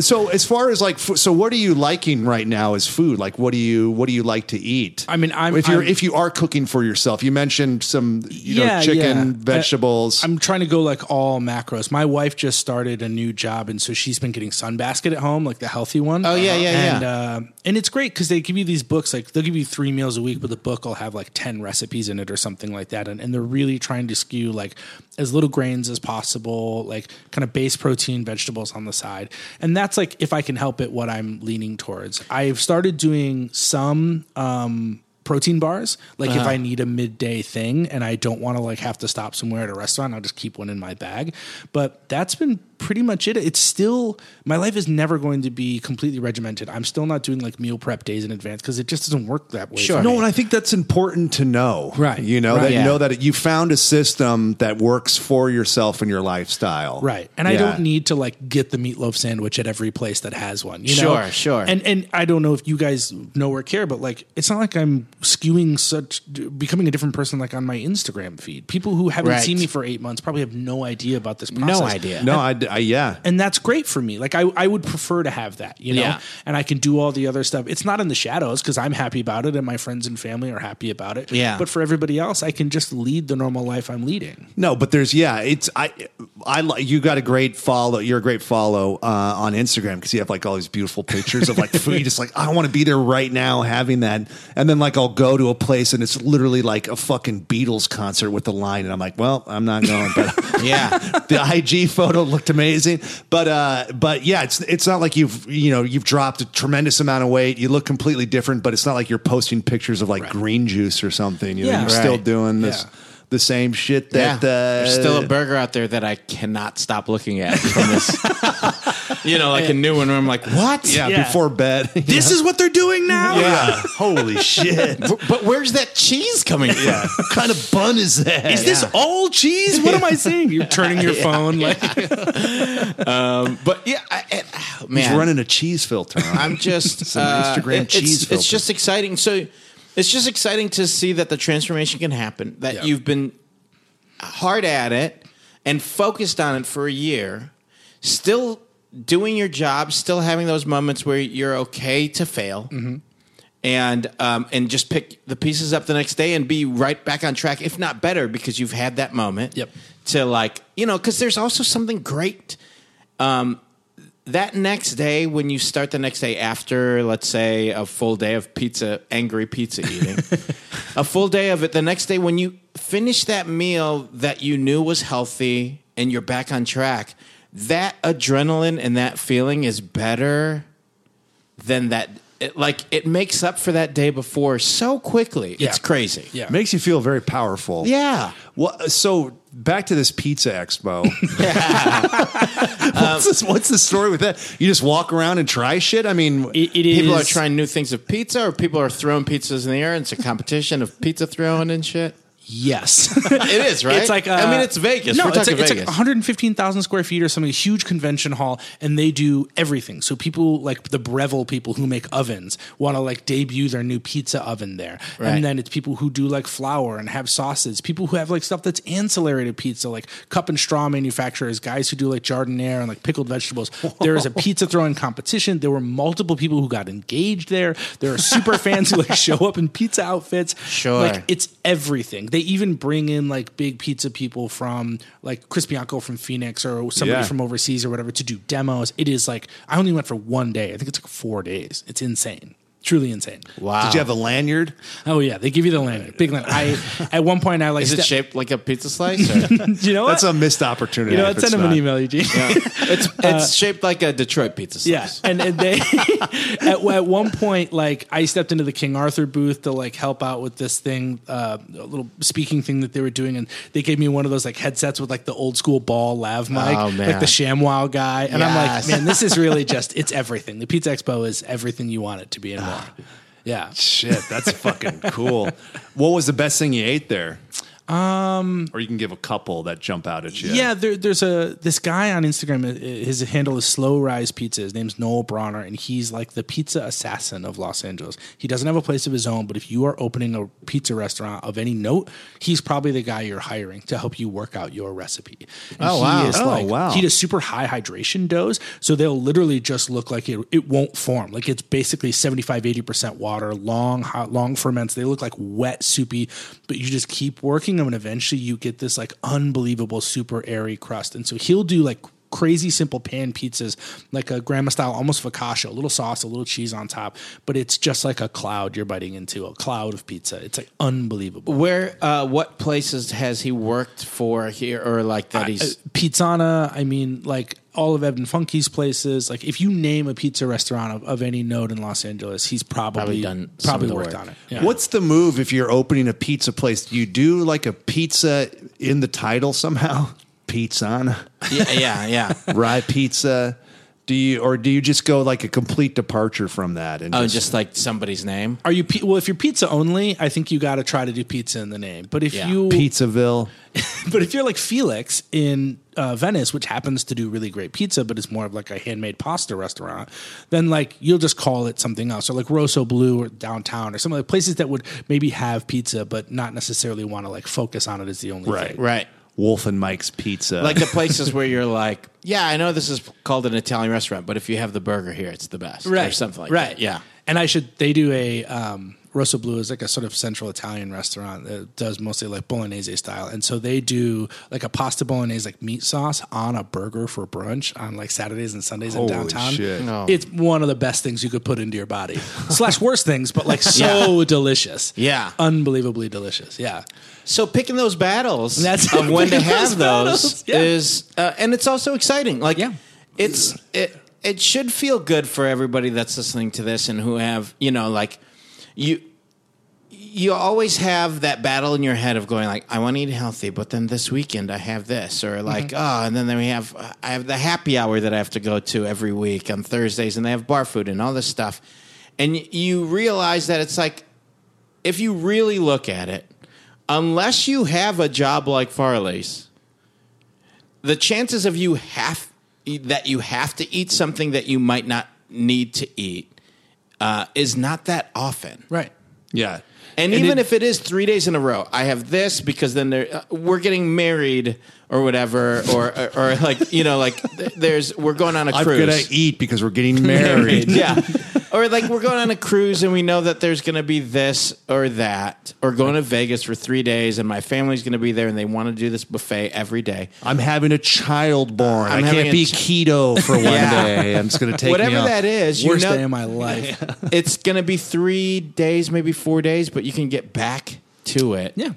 Speaker 3: So as far as like, fu- so what are you liking right now as food? Like, what do you what do you like to eat?
Speaker 4: I mean, I'm-
Speaker 3: if you're
Speaker 4: I'm-
Speaker 3: if you are cooking for yourself, you mentioned some you
Speaker 4: Yeah,
Speaker 3: know chicken,
Speaker 4: yeah. Uh,
Speaker 3: vegetables.
Speaker 4: I'm trying to go like all macros. My wife just started a new job, and so she's been getting Sunbasket at home, like the healthy one. Oh
Speaker 9: yeah, yeah,
Speaker 4: and, Uh, and it's great because they give you these books. Like they'll give you three meals a week, but the book will have like ten recipes in it or something like that. And, and they're really trying to skew like as little grains as possible, like kind of base protein, vegetables on the side. And that's like if I can help it, what I'm leaning towards. I've started doing some. Um, protein bars. Like
Speaker 3: Uh-huh.
Speaker 4: if I need a midday thing and I don't want to like have to stop somewhere at a restaurant, I'll just keep one in my bag. But that's been pretty much it. It's still my life is never going to be completely regimented. I'm still not doing like meal prep days in advance because it just doesn't work that way. Sure.
Speaker 3: No, and I think that's important to know.
Speaker 4: Right.
Speaker 3: You know,
Speaker 4: Right.
Speaker 3: that
Speaker 4: Yeah.
Speaker 3: you know that you found a system that works for yourself and your lifestyle.
Speaker 4: Right. And I
Speaker 3: Yeah.
Speaker 4: don't need to like get the meatloaf sandwich at every place that has one. You know?
Speaker 2: Sure, sure.
Speaker 4: And and I don't know if you guys know or care, but like it's not like I'm skewing such becoming a different person like on my Instagram feed. People who haven't
Speaker 2: Right.
Speaker 4: seen me for eight months probably have no idea about this process.
Speaker 2: idea.
Speaker 3: No, I, I yeah.
Speaker 4: And that's great for me. Like I, I would prefer to have that, you know.
Speaker 2: Yeah.
Speaker 4: And I can do all the other stuff. It's not in the shadows because I'm happy about it, and my friends and family are happy about it.
Speaker 2: Yeah.
Speaker 4: But for everybody else, I can just lead the normal life I'm
Speaker 2: *laughs*
Speaker 4: leading.
Speaker 3: No, but there's yeah, it's I I li- you got a great follow. You're a great follow uh, on Instagram because you have like all these beautiful pictures
Speaker 4: *laughs*
Speaker 3: of like food. you just like I want to be there right now having that, and then like I'll go to a place and it's literally like a fucking Beatles concert with the line, and I'm like, well, I'm not going. But
Speaker 2: *laughs* Yeah.
Speaker 3: the IG photo looked amazing, but uh, but yeah, it's it's not like you've you know you've dropped a tremendous amount of weight. You look completely different, but it's not like you're posting pictures of like green juice or something. You know,
Speaker 4: Yeah.
Speaker 3: you're still
Speaker 4: Right.
Speaker 3: doing this.
Speaker 4: Yeah.
Speaker 3: The same shit that uh,
Speaker 2: There's still a burger out there that I cannot stop looking at from this.
Speaker 3: *laughs*
Speaker 2: you know, like a new one where I'm like, what?
Speaker 3: yeah,
Speaker 4: Yeah.
Speaker 3: before bed. *laughs*
Speaker 4: This is what they're doing now.
Speaker 3: yeah, holy *laughs* shit! what
Speaker 2: But where's that cheese coming from?
Speaker 3: kind of bun is that?
Speaker 4: Is this all cheese? What am I saying? You're turning
Speaker 2: *laughs*
Speaker 4: your phone like
Speaker 2: But yeah, I, I, oh, man.
Speaker 3: He's running a cheese filter. on it.
Speaker 2: I'm just
Speaker 3: *laughs* Some
Speaker 2: uh,
Speaker 3: Instagram
Speaker 2: it's,
Speaker 3: cheese
Speaker 2: It's
Speaker 3: filter.
Speaker 2: just exciting. So it's just exciting to see that the transformation can happen. That you've been hard at it and focused on it for a year, still doing your job, still having those moments where you're okay to fail.
Speaker 3: Mm-hmm.
Speaker 2: And um, and just pick the pieces up the next day and be right back on track, if not better, because you've had that moment.
Speaker 4: Yep.
Speaker 2: To like you know, because there's also something great um, that next day when you start the next day after let's say a full day of pizza angry pizza eating a full day of it the next day when you finish that meal that you knew was healthy and you're back on track that adrenaline and that feeling is better than that it, like it makes up for that day before so quickly it's crazy
Speaker 4: Yeah.
Speaker 3: makes you feel very powerful.
Speaker 2: yeah
Speaker 3: Well, so back to this pizza expo. *laughs* what's, this, what's the story with that? You just walk around and try shit. I mean,
Speaker 4: it, it
Speaker 2: people
Speaker 4: is-
Speaker 2: are trying new things of pizza or people are throwing pizzas in the air and it's a competition of pizza throwing and shit
Speaker 4: Yes,
Speaker 2: It is, right?
Speaker 4: It's like uh,
Speaker 2: I mean, it's Vegas.
Speaker 4: No,
Speaker 2: We're
Speaker 4: it's,
Speaker 2: talking
Speaker 4: like, it's like
Speaker 2: Vegas.
Speaker 4: 115,000 square feet or something. A huge convention hall, and they do everything. So people like the Breville people who make ovens want to like debut their new pizza oven there,
Speaker 2: Right.
Speaker 4: and then it's people who do like flour and have sauces. People who have like stuff that's ancillary to pizza, like cup and straw manufacturers, guys who do like jardiniere and like
Speaker 2: *laughs*
Speaker 4: pickled vegetables. There is a pizza throwing competition. There were multiple people who got engaged there. There are super fans
Speaker 2: *laughs*
Speaker 4: who like show up in pizza outfits.
Speaker 2: Sure.
Speaker 4: Like it's everything. They even bring in like big pizza people from like Chris Bianco from Phoenix or somebody
Speaker 3: Yeah.
Speaker 4: from overseas or whatever to do demos. It is like I only went for one day. I think it's like four days. It's insane. Truly insane.
Speaker 2: wow.
Speaker 3: did you have a lanyard?
Speaker 4: Oh yeah, they give you the landing, big land. I at one point I like
Speaker 2: Is it
Speaker 4: ste-
Speaker 2: shaped like a pizza slice? Or?
Speaker 4: *laughs* You know
Speaker 3: That's
Speaker 4: what?
Speaker 3: a missed opportunity.
Speaker 4: you know
Speaker 3: if
Speaker 4: what?
Speaker 3: it's
Speaker 4: Send them
Speaker 3: not.
Speaker 4: an email, Eugene.
Speaker 2: *laughs* it's it's shaped like a Detroit pizza
Speaker 4: Yeah,
Speaker 2: slice.
Speaker 4: and,
Speaker 2: *laughs*
Speaker 4: and they *laughs* at, at one point, like I stepped into the King Arthur booth to like help out with this thing, uh, a little speaking thing that they were doing, and they gave me one of those like headsets with like the old school ball lav mic,
Speaker 2: Oh, man.
Speaker 4: like the ShamWow guy, and I'm
Speaker 2: Yes.
Speaker 4: like, man, this is
Speaker 2: *laughs*
Speaker 4: really just it's everything. The Pizza Expo is everything you want it to be and
Speaker 2: *sighs*
Speaker 4: more. Yeah. *laughs*
Speaker 3: Shit, that's fucking cool. What was the best thing you ate there?
Speaker 8: or you can give a couple that jump out at you.
Speaker 4: Um, Yeah, there, there's a this guy on Instagram. uh, His handle is Slow Rise Pizza. His name's Noel Bronner, and he's like the pizza assassin of Los Angeles. He doesn't have a place of his own, but if you are opening a pizza restaurant of any note, he's probably the guy you're hiring to help you work out your recipe. oh
Speaker 3: wow. Oh,
Speaker 4: like,
Speaker 3: wow.
Speaker 4: He does super high hydration doughs, so they'll literally just look like it. It won't form. Like it's basically 75, 80 percent water. Long, hot, long ferments. They look like wet, soupy, but you just keep working them, and eventually you get this like unbelievable, super airy crust. And so he'll do like crazy simple pan pizzas, like a grandma style, almost focaccia, a little sauce, a little cheese on top, but it's just like a cloud you're biting into, a cloud of pizza. It's like unbelievable.
Speaker 2: Where, uh, what places has he worked for here, or like that he's?
Speaker 4: uh, Pizzana, I mean, like all of Evan Funky's places. Like, if you name a pizza restaurant of, of any note in Los Angeles, he's probably,
Speaker 2: Probably done some
Speaker 4: probably
Speaker 2: of the
Speaker 4: worked
Speaker 2: work.
Speaker 4: on it. Yeah.
Speaker 3: What's the move if you're opening a pizza place? Do you do like a pizza in the title somehow? *laughs* Pizza,
Speaker 2: yeah, yeah, yeah.
Speaker 3: rye pizza. Do you or do you just go like a complete departure from that? And
Speaker 2: Oh, just like somebody's name.
Speaker 4: Are you pi- well? If you're pizza only, I think you got to try to do pizza in the name. But if
Speaker 2: Yeah.
Speaker 4: you
Speaker 3: Pizzaville.
Speaker 4: *laughs* but if you're like Felix in uh, Venice, which happens to do really great pizza, but it's more of like a handmade pasta restaurant, then like you'll just call it something else, or like Rosso Blue or downtown, or some of the places that would maybe have pizza but not necessarily want to like focus on it as the only thing.
Speaker 2: Right.
Speaker 3: Wolf and Mike's Pizza.
Speaker 2: Like the places where you're like, yeah, I know this is called an Italian restaurant, but if you have the burger here, it's the best, Or something like
Speaker 4: right.
Speaker 2: that. Yeah.
Speaker 4: And I should. They do a um, Rosso Blue is like a sort of central Italian restaurant that does mostly like bolognese style, and so they do like a pasta bolognese like meat sauce on a burger for brunch on like Saturdays and Sundays in downtown.
Speaker 8: shit.
Speaker 4: It's one of the best things you could put into your body, slash worst things, but like so delicious.
Speaker 2: Yeah.
Speaker 4: unbelievably delicious. Yeah,
Speaker 2: So picking those battles
Speaker 4: That's-
Speaker 2: of when to
Speaker 4: picking
Speaker 2: have
Speaker 4: those battles,
Speaker 2: those
Speaker 4: yeah.
Speaker 2: is, uh, and it's also exciting. Like,
Speaker 4: Yeah.
Speaker 2: it's it it should feel good for everybody that's listening to this and who have you know like you you always have that battle in your head of going like I want to eat healthy, but then this weekend I have this, or like oh, and then we have I have the happy hour that I have to go to every week on Thursdays, and they have bar food and all this stuff, and y- you realize that it's like if you really look at it, unless you have a job like Farley's, the chances of you have that you have to eat something that you might not need to eat uh, is not that often.
Speaker 4: right.
Speaker 8: Yeah.
Speaker 2: And, even if it is three days in a row, I have this because then there, uh, we're getting married or whatever, or, or, or like you know, like th- there's we're going on a
Speaker 8: I'm
Speaker 2: cruise.
Speaker 8: going to eat because we're getting married.
Speaker 2: *laughs* Yeah. or like we're going on a cruise and we know that there's going to be this or that, or going to Vegas for three days and my family's going to be there and they want to do this buffet every day.
Speaker 8: *laughs* I'm having a child born.
Speaker 2: I'm
Speaker 8: I
Speaker 2: having
Speaker 8: can't
Speaker 2: a
Speaker 8: be
Speaker 2: ch-
Speaker 8: keto for one
Speaker 2: Yeah.
Speaker 8: day. I'm just going to take
Speaker 2: Whatever
Speaker 8: me off.
Speaker 2: that is, you
Speaker 4: Worst
Speaker 2: know,
Speaker 4: day of my life.
Speaker 2: it's going to be three days, maybe four days, but you can get back to it.
Speaker 4: yeah.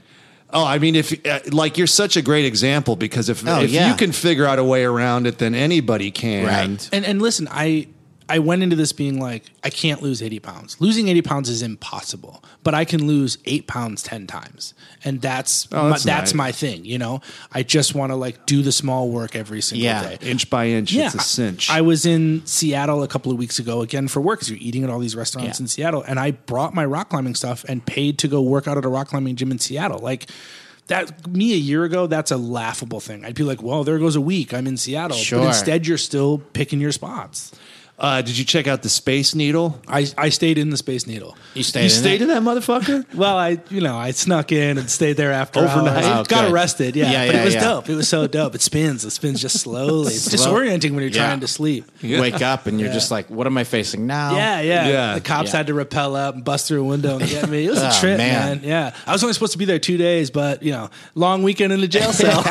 Speaker 8: Oh, I mean, if uh, like you're such a great example because if, if
Speaker 2: yeah.
Speaker 8: you can figure out a way around it, then anybody can.
Speaker 2: Right.
Speaker 4: And and listen, I I went into this being like, I can't lose 80 pounds. Losing 80 pounds is impossible, but I can lose eight pounds 10 times. And that's
Speaker 8: Oh, that's
Speaker 4: my, that's
Speaker 8: nice.
Speaker 4: my thing, you know? I just want to like do the small work every single
Speaker 2: Yeah.
Speaker 4: day.
Speaker 8: Inch by inch, it's a
Speaker 4: I-
Speaker 8: cinch.
Speaker 4: I was in Seattle a couple of weeks ago again for work because you're eating at all these restaurants
Speaker 2: Yeah.
Speaker 4: in Seattle, and I brought my rock climbing stuff and paid to go work out at a rock climbing gym in Seattle. Like that, me a year ago, that's a laughable thing. I'd be like, "Well, there goes a week. I'm in Seattle."
Speaker 2: Sure.
Speaker 4: But instead, you're still picking your spots.
Speaker 8: uh, did you check out the Space Needle?
Speaker 4: I, I stayed in the Space Needle.
Speaker 2: You stayed
Speaker 8: You
Speaker 2: in
Speaker 8: stayed
Speaker 2: it?
Speaker 8: in that *laughs* motherfucker?
Speaker 4: Well, I you know I snuck in and stayed there after
Speaker 8: Overnight?
Speaker 4: hours.
Speaker 2: Oh,
Speaker 4: got
Speaker 2: good.
Speaker 4: arrested. Yeah,
Speaker 2: Yeah,
Speaker 4: but
Speaker 2: yeah,
Speaker 4: it was
Speaker 2: yeah.
Speaker 4: dope. It was so dope. It spins. It spins just *laughs* slowly. It's
Speaker 2: Slow.
Speaker 4: disorienting when you're
Speaker 2: Yeah.
Speaker 4: trying to sleep.
Speaker 2: Wake up and you're just like, what am I facing now?
Speaker 4: Yeah, yeah.
Speaker 8: Yeah.
Speaker 4: The cops
Speaker 2: Yeah.
Speaker 4: had to rappel up and bust through a window and get me. It was a
Speaker 2: Oh,
Speaker 4: trip,
Speaker 2: man.
Speaker 4: man. Yeah. I was only supposed to be there two days, but, you know, long weekend in the jail cell.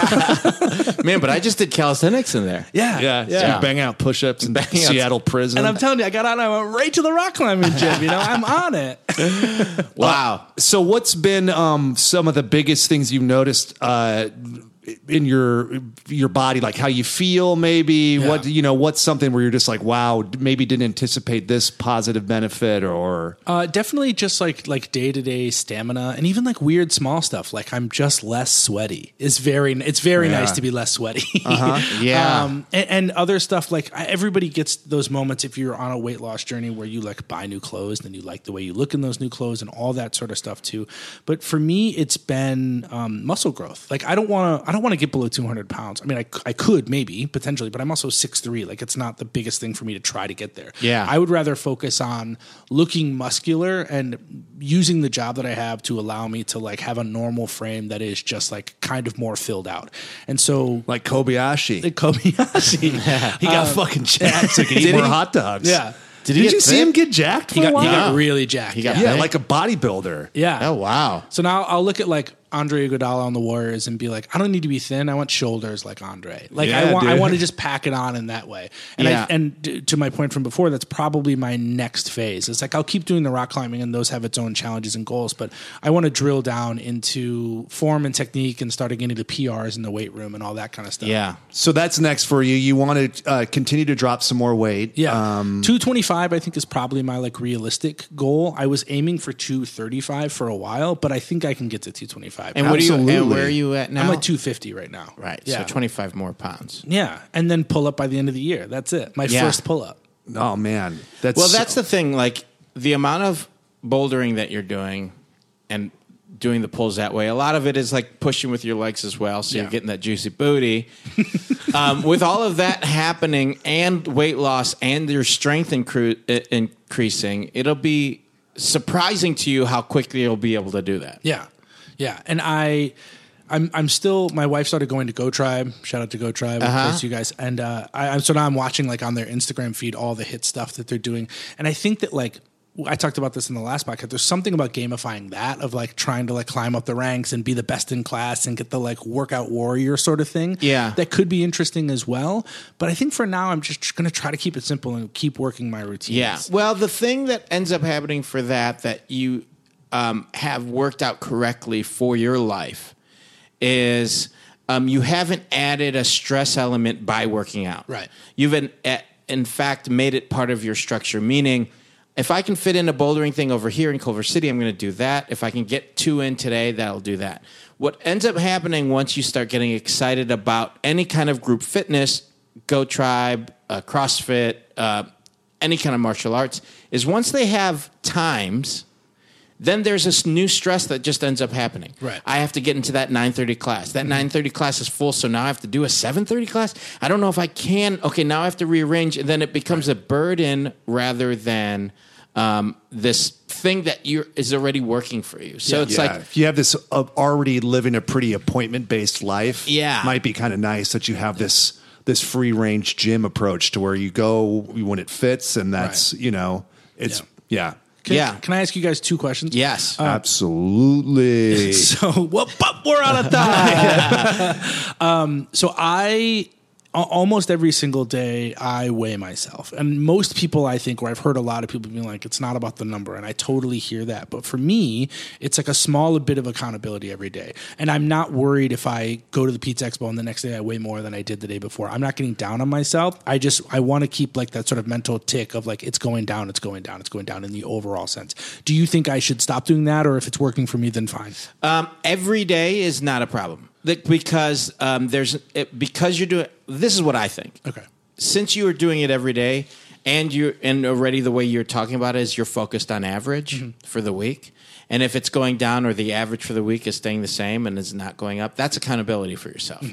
Speaker 2: Man, but I just did calisthenics in there.
Speaker 4: yeah.
Speaker 8: Yeah, yeah.
Speaker 2: Yeah.
Speaker 8: bang out push ups in
Speaker 2: Bang out-
Speaker 8: Seattle prison.
Speaker 4: And I'm telling you, I got out and I went right to the rock climbing gym. You know, I'm on it. *laughs*
Speaker 2: Wow.
Speaker 8: so, what's been um, some of the biggest things you've noticed uh,
Speaker 5: in your your body, like how you feel, maybe what you know, what's something where you're just like, wow, maybe didn't anticipate this positive benefit, or
Speaker 4: Uh, definitely just like like day to day stamina and even like weird small stuff. Like I'm just less sweaty. It's very it's very nice to be less sweaty. *laughs*
Speaker 5: Yeah.
Speaker 4: Um, and, and other stuff like I- everybody gets those moments if you're on a weight loss journey where you like buy new clothes and you like the way you look in those new clothes and all that sort of stuff too. But for me, it's been um, muscle growth. Like I don't want to I don't want to get below 200 pounds. I mean, I, c- I could maybe potentially, but I'm also 6'3". Like it's not the biggest thing for me to try to get there.
Speaker 5: Yeah.
Speaker 4: I would rather focus on looking muscular and using the job that I have to allow me to like have a normal frame that is just like kind of more filled out. And so *laughs*
Speaker 5: like Kobayashi.
Speaker 4: the *laughs* Kobayashi.
Speaker 5: He got
Speaker 2: Um,
Speaker 5: fucking
Speaker 2: *laughs*
Speaker 5: jacked. So he could eat
Speaker 4: Did
Speaker 5: more
Speaker 4: he?
Speaker 5: hot dogs.
Speaker 4: Yeah.
Speaker 5: Did, you see him get jacked for
Speaker 4: he,
Speaker 5: a
Speaker 4: got,
Speaker 5: while?
Speaker 4: he got really jacked.
Speaker 5: yeah,
Speaker 4: yeah.
Speaker 5: like a bodybuilder.
Speaker 4: Yeah.
Speaker 6: Oh wow.
Speaker 4: So now I'll look at like Andre Iguodala on the Warriors and be like, I don't need to be thin. I want shoulders like Andre. Like I
Speaker 5: Yeah,
Speaker 4: want, I
Speaker 5: dude.
Speaker 4: want to just pack it on in that way. And
Speaker 6: Yeah.
Speaker 4: I, and d- to my point from before, that's probably my next phase. It's like I'll keep doing the rock climbing, and those have its own challenges and goals. But I want to drill down into form and technique, and starting into the PRs in the weight room and all that kind of stuff.
Speaker 6: Yeah.
Speaker 5: So that's next for you. You want to uh, continue to drop some more weight. Um,
Speaker 4: Yeah, two twenty five I think is probably my like realistic goal. I was aiming for two thirty five for a while, but I think I can get to two twenty five.
Speaker 2: And what are you?
Speaker 5: Absolutely.
Speaker 2: And where are you at now?
Speaker 4: I'm like two fifty right now.
Speaker 2: Right.
Speaker 4: Yeah.
Speaker 2: So twenty five more pounds.
Speaker 4: yeah, and then pull up by the end of the year. That's it. My
Speaker 2: Yeah.
Speaker 4: first pull up.
Speaker 5: Oh man, that's
Speaker 2: Well, that's the thing. Like the amount of bouldering that you're doing and doing the pulls that way, a lot of it is like pushing with your legs as well. So
Speaker 4: Yeah.
Speaker 2: you're getting that juicy booty. um, with all of that happening and weight loss and your strength incru- i- increasing, it'll be surprising to you how quickly you'll be able to do that.
Speaker 4: Yeah, yeah. And I, I'm I'm still. My wife started going to Go Tribe. Shout out to Go Tribe,
Speaker 2: Uh-huh.
Speaker 4: of course, you guys. And uh, I, I'm so now I'm watching like on their Instagram feed all the hit stuff that they're doing, and I think that like. I talked about this in the last podcast. There's something about gamifying that of like trying to like climb up the ranks and be the best in class and get the like workout warrior sort of thing.
Speaker 2: Yeah.
Speaker 4: That could be interesting as well. But I think for now I'm just going to try to keep it simple and keep working my routines.
Speaker 2: Yeah. Well, the thing that ends up happening for that that you um, have worked out correctly for your life is um, you haven't added a stress element by working out.
Speaker 4: Right.
Speaker 2: You've in, a- in fact made it part of your structure. Meaning, if I can fit in a bouldering thing over here in Culver City, I'm going to do that. If I can get two in today, that'll do that. What ends up happening once you start getting excited about any kind of group fitness, Go Tribe, uh, CrossFit, uh, any kind of martial arts, is once they have times then there's this new stress that just ends up happening.
Speaker 4: Right.
Speaker 2: I have to get into that 9:30 class.
Speaker 5: Mm-hmm.
Speaker 2: That 9:30 class is full, so now I have to do a 7:30 class. I don't know if I can. Okay, now I have to rearrange, and then it becomes a burden rather than um, this thing that you is already working for you. So it's
Speaker 5: yeah.
Speaker 2: like
Speaker 5: if you have this uh, already living a pretty appointment based life.
Speaker 2: Yeah.
Speaker 5: might be kind of nice that you have this this free range gym approach to where you go when it fits, and that's you know it's yeah,
Speaker 4: Can,
Speaker 2: Yeah. uh,
Speaker 4: Can I ask you guys two questions?
Speaker 2: yes, *laughs*
Speaker 5: absolutely.
Speaker 4: *laughs* So well, but we're out of time. um, so I al- almost every single day I weigh myself, and most people I think, or I've heard a lot of people being like, it's not about the number, and I totally hear that. But for me, it's like a small bit of accountability every day, and I'm not worried if I go to the Pizza Expo and the next day I weigh more than I did the day before. I'm not getting down on myself. I just I want to keep like that sort of mental tick of like it's going down, it's going down, it's going down in the overall sense. Do you think I should stop doing that, or if it's working for me, then fine.
Speaker 2: Um, every day is not a problem Like, because um, there's it, because you're doing. This is what I think.
Speaker 4: Okay.
Speaker 2: Since you are doing it every day, and you are and already the way you're talking about it is you're focused on average for the week, and if it's going down or the average for the week is staying the same and is not going up, that's accountability for yourself.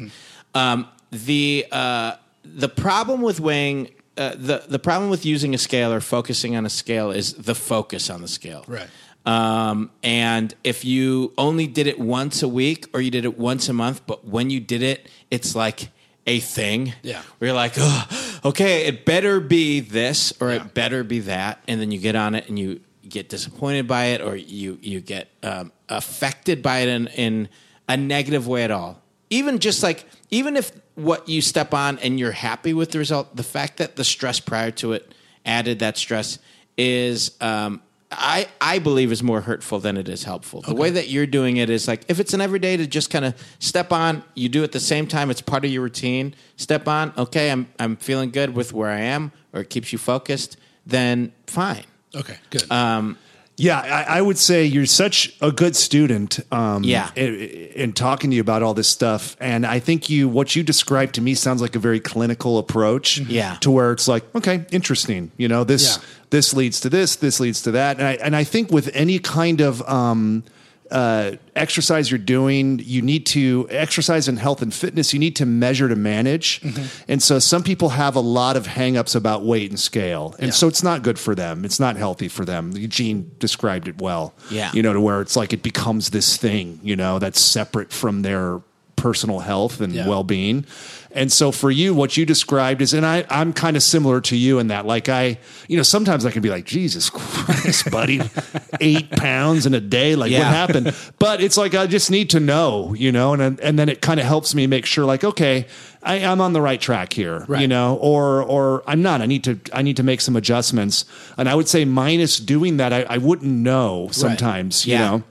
Speaker 2: Um, the uh, the problem with weighing. Uh, the the problem with using a scale or focusing on a scale is the focus on the scale.
Speaker 4: Right.
Speaker 2: Um, and if you only did it once a week or you did it once a month, but when you did it, it's like a thing.
Speaker 4: Yeah.
Speaker 2: Where you're like, oh, okay, it better be this or it better be that. And then you get on it and you get disappointed by it or you, you get um, affected by it in, in a negative way at all. Even just like, even if what you step on and you're happy with the result, the fact that the stress prior to it added that stress is um, I, I believe is more hurtful than it is helpful. The way that you're doing it is like if it's an everyday to just kind of step on, you do it at the same time, it's part of your routine. Step on, okay, I'm I'm feeling good with where I am, or it keeps you focused, then fine.
Speaker 4: Okay, good.
Speaker 3: Um, Yeah, I, I would say you're such a good student. Um,
Speaker 2: Yeah.
Speaker 3: in, in talking to you about all this stuff, and I think you what you described to me sounds like a very clinical approach.
Speaker 2: Yeah.
Speaker 3: to where it's like, okay, interesting. You know, this
Speaker 4: Mm-hmm. Yeah.
Speaker 3: this leads to this, this leads to that, and I and I think with any kind of um, uh, exercise you're doing, you need to exercise in health and fitness. You need to measure to manage, and so some people have a lot of hangups about weight and scale, and so it's not good for them. It's not healthy for them. Eugene described it well.
Speaker 2: Yeah.
Speaker 3: you know, to where it's like it becomes this thing, you know, that's separate from their personal health and
Speaker 4: Yeah.
Speaker 3: well being. And so for you, what you described is, and I, I'm kind of similar to you in that, like I, you know, sometimes I can be like, Jesus Christ, *laughs* buddy, eight pounds in a day. Like what
Speaker 2: Yeah.
Speaker 4: *laughs*
Speaker 3: happened? But it's like, I just need to know, you know, and, and then it kind of helps me make sure like, okay, I, I'm on the right track here, you
Speaker 4: Right.
Speaker 3: know, or, or I'm not, I need to, I need to make some adjustments. And I would say minus doing that, I, I wouldn't know sometimes, you
Speaker 2: Yeah.
Speaker 3: know?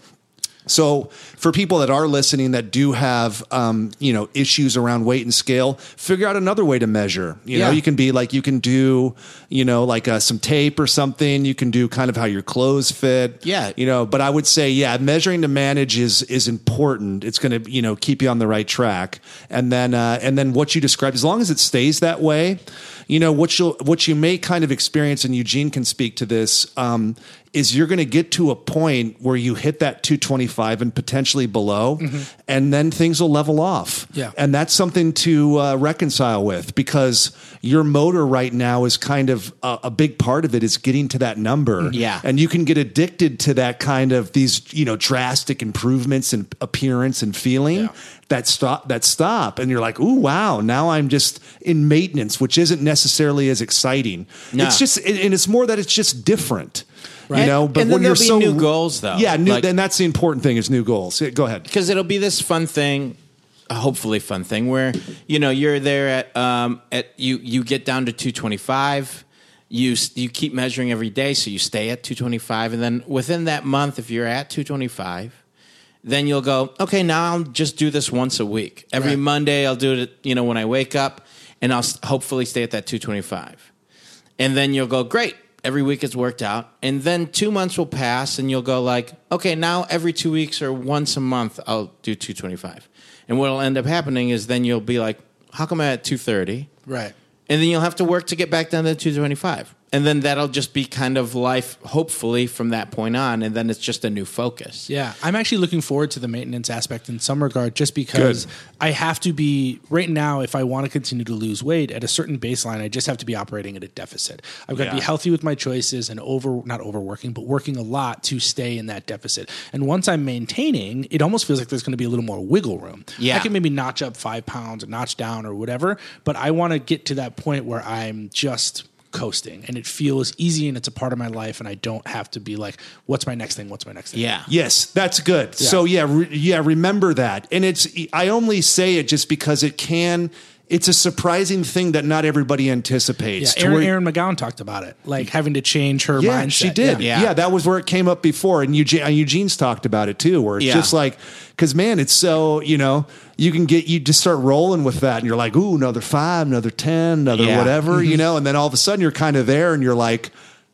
Speaker 3: So for people that are listening that do have um, you know issues around weight and scale, figure out another way to measure. You know,
Speaker 2: Yeah.
Speaker 3: you can be like you can do you know like uh, some tape or something. You can do kind of how your clothes fit.
Speaker 2: Yeah.
Speaker 3: you know. But I would say yeah, measuring to manage is is important. It's going to you know keep you on the right track. And then uh, and then what you described, as long as it stays that way, you know what you will what you may kind of experience, and Eugene can speak to this. Um, is you're going to get to a point where you hit that 225 and potentially below, and then things will level off.
Speaker 4: Yeah.
Speaker 3: And that's something to uh, reconcile with because your motor right now is kind of uh, a big part of it is getting to that number.
Speaker 2: Yeah.
Speaker 3: And you can get addicted to that kind of these, you know, drastic improvements in appearance and feeling
Speaker 4: Yeah.
Speaker 3: that stop that stop and you're like ooh wow now i'm just in maintenance which isn't necessarily as exciting
Speaker 2: No.
Speaker 3: it's just and and it's more that it's just different you
Speaker 2: Right.
Speaker 3: know
Speaker 2: And-
Speaker 3: but
Speaker 2: and then
Speaker 3: when you're so
Speaker 2: there'll be new goals, though.
Speaker 3: yeah new,
Speaker 2: Like-
Speaker 3: and that's the important thing is new goals Yeah, go ahead
Speaker 2: because it'll be this fun thing a hopefully fun thing where you know you're there at um at you you get down to 225 you s- you keep measuring every day so you stay at 225 and then within that month if you're at 225 then you'll go okay now I'll just do this once a week every
Speaker 4: Right.
Speaker 2: monday I'll do it you know when I wake up and I'll s- hopefully stay at that 225 and then you'll go great every week it's worked out and then two months will pass and you'll go like okay now every two weeks or once a month i'll do 225 and what'll end up happening is then you'll be like how come i'm at 230
Speaker 4: right.
Speaker 2: and then you'll have to work to get back down to 225 and then that'll just be kind of life hopefully from that point on and then it's just a new focus
Speaker 4: Yeah, I'm actually looking forward to the maintenance aspect in some regard, just because I have to be right now. If I want to continue to lose weight at a certain baseline, I just have to be operating at a deficit. I've got to be healthy with my choices and over not overworking, but working a lot to stay in that deficit. And once I'm maintaining, it almost feels like there's going to be a little more wiggle room.
Speaker 2: Yeah.
Speaker 4: I can maybe notch up five pounds or notch down or whatever, but I want to get to that point where I'm just coasting and it feels easy and it's a part of my life and I don't have to be like, what's my next thing? What's my next thing?
Speaker 2: yeah
Speaker 3: Yes, that's good. So yeah, re- yeah, remember that. And it's I only say it just because it can. It's a surprising thing that not everybody anticipates.
Speaker 4: Yeah,
Speaker 3: to
Speaker 4: Aaron,
Speaker 3: where-
Speaker 4: Aaron McGowan talked about it, like having to change her
Speaker 3: yeah,
Speaker 4: mindset.
Speaker 3: she did.
Speaker 4: Yeah.
Speaker 3: Yeah. that was where it came up before, and Eugene, and Eugene's talked about it too, where it's
Speaker 2: Yeah.
Speaker 3: just like, because man, it's so you know, you can get you just start rolling with that, and you're like, ooh, another five, another ten, another
Speaker 2: Yeah.
Speaker 3: whatever,
Speaker 4: Mm-hmm.
Speaker 3: you know, and then all of a sudden you're kind of there, and you're like,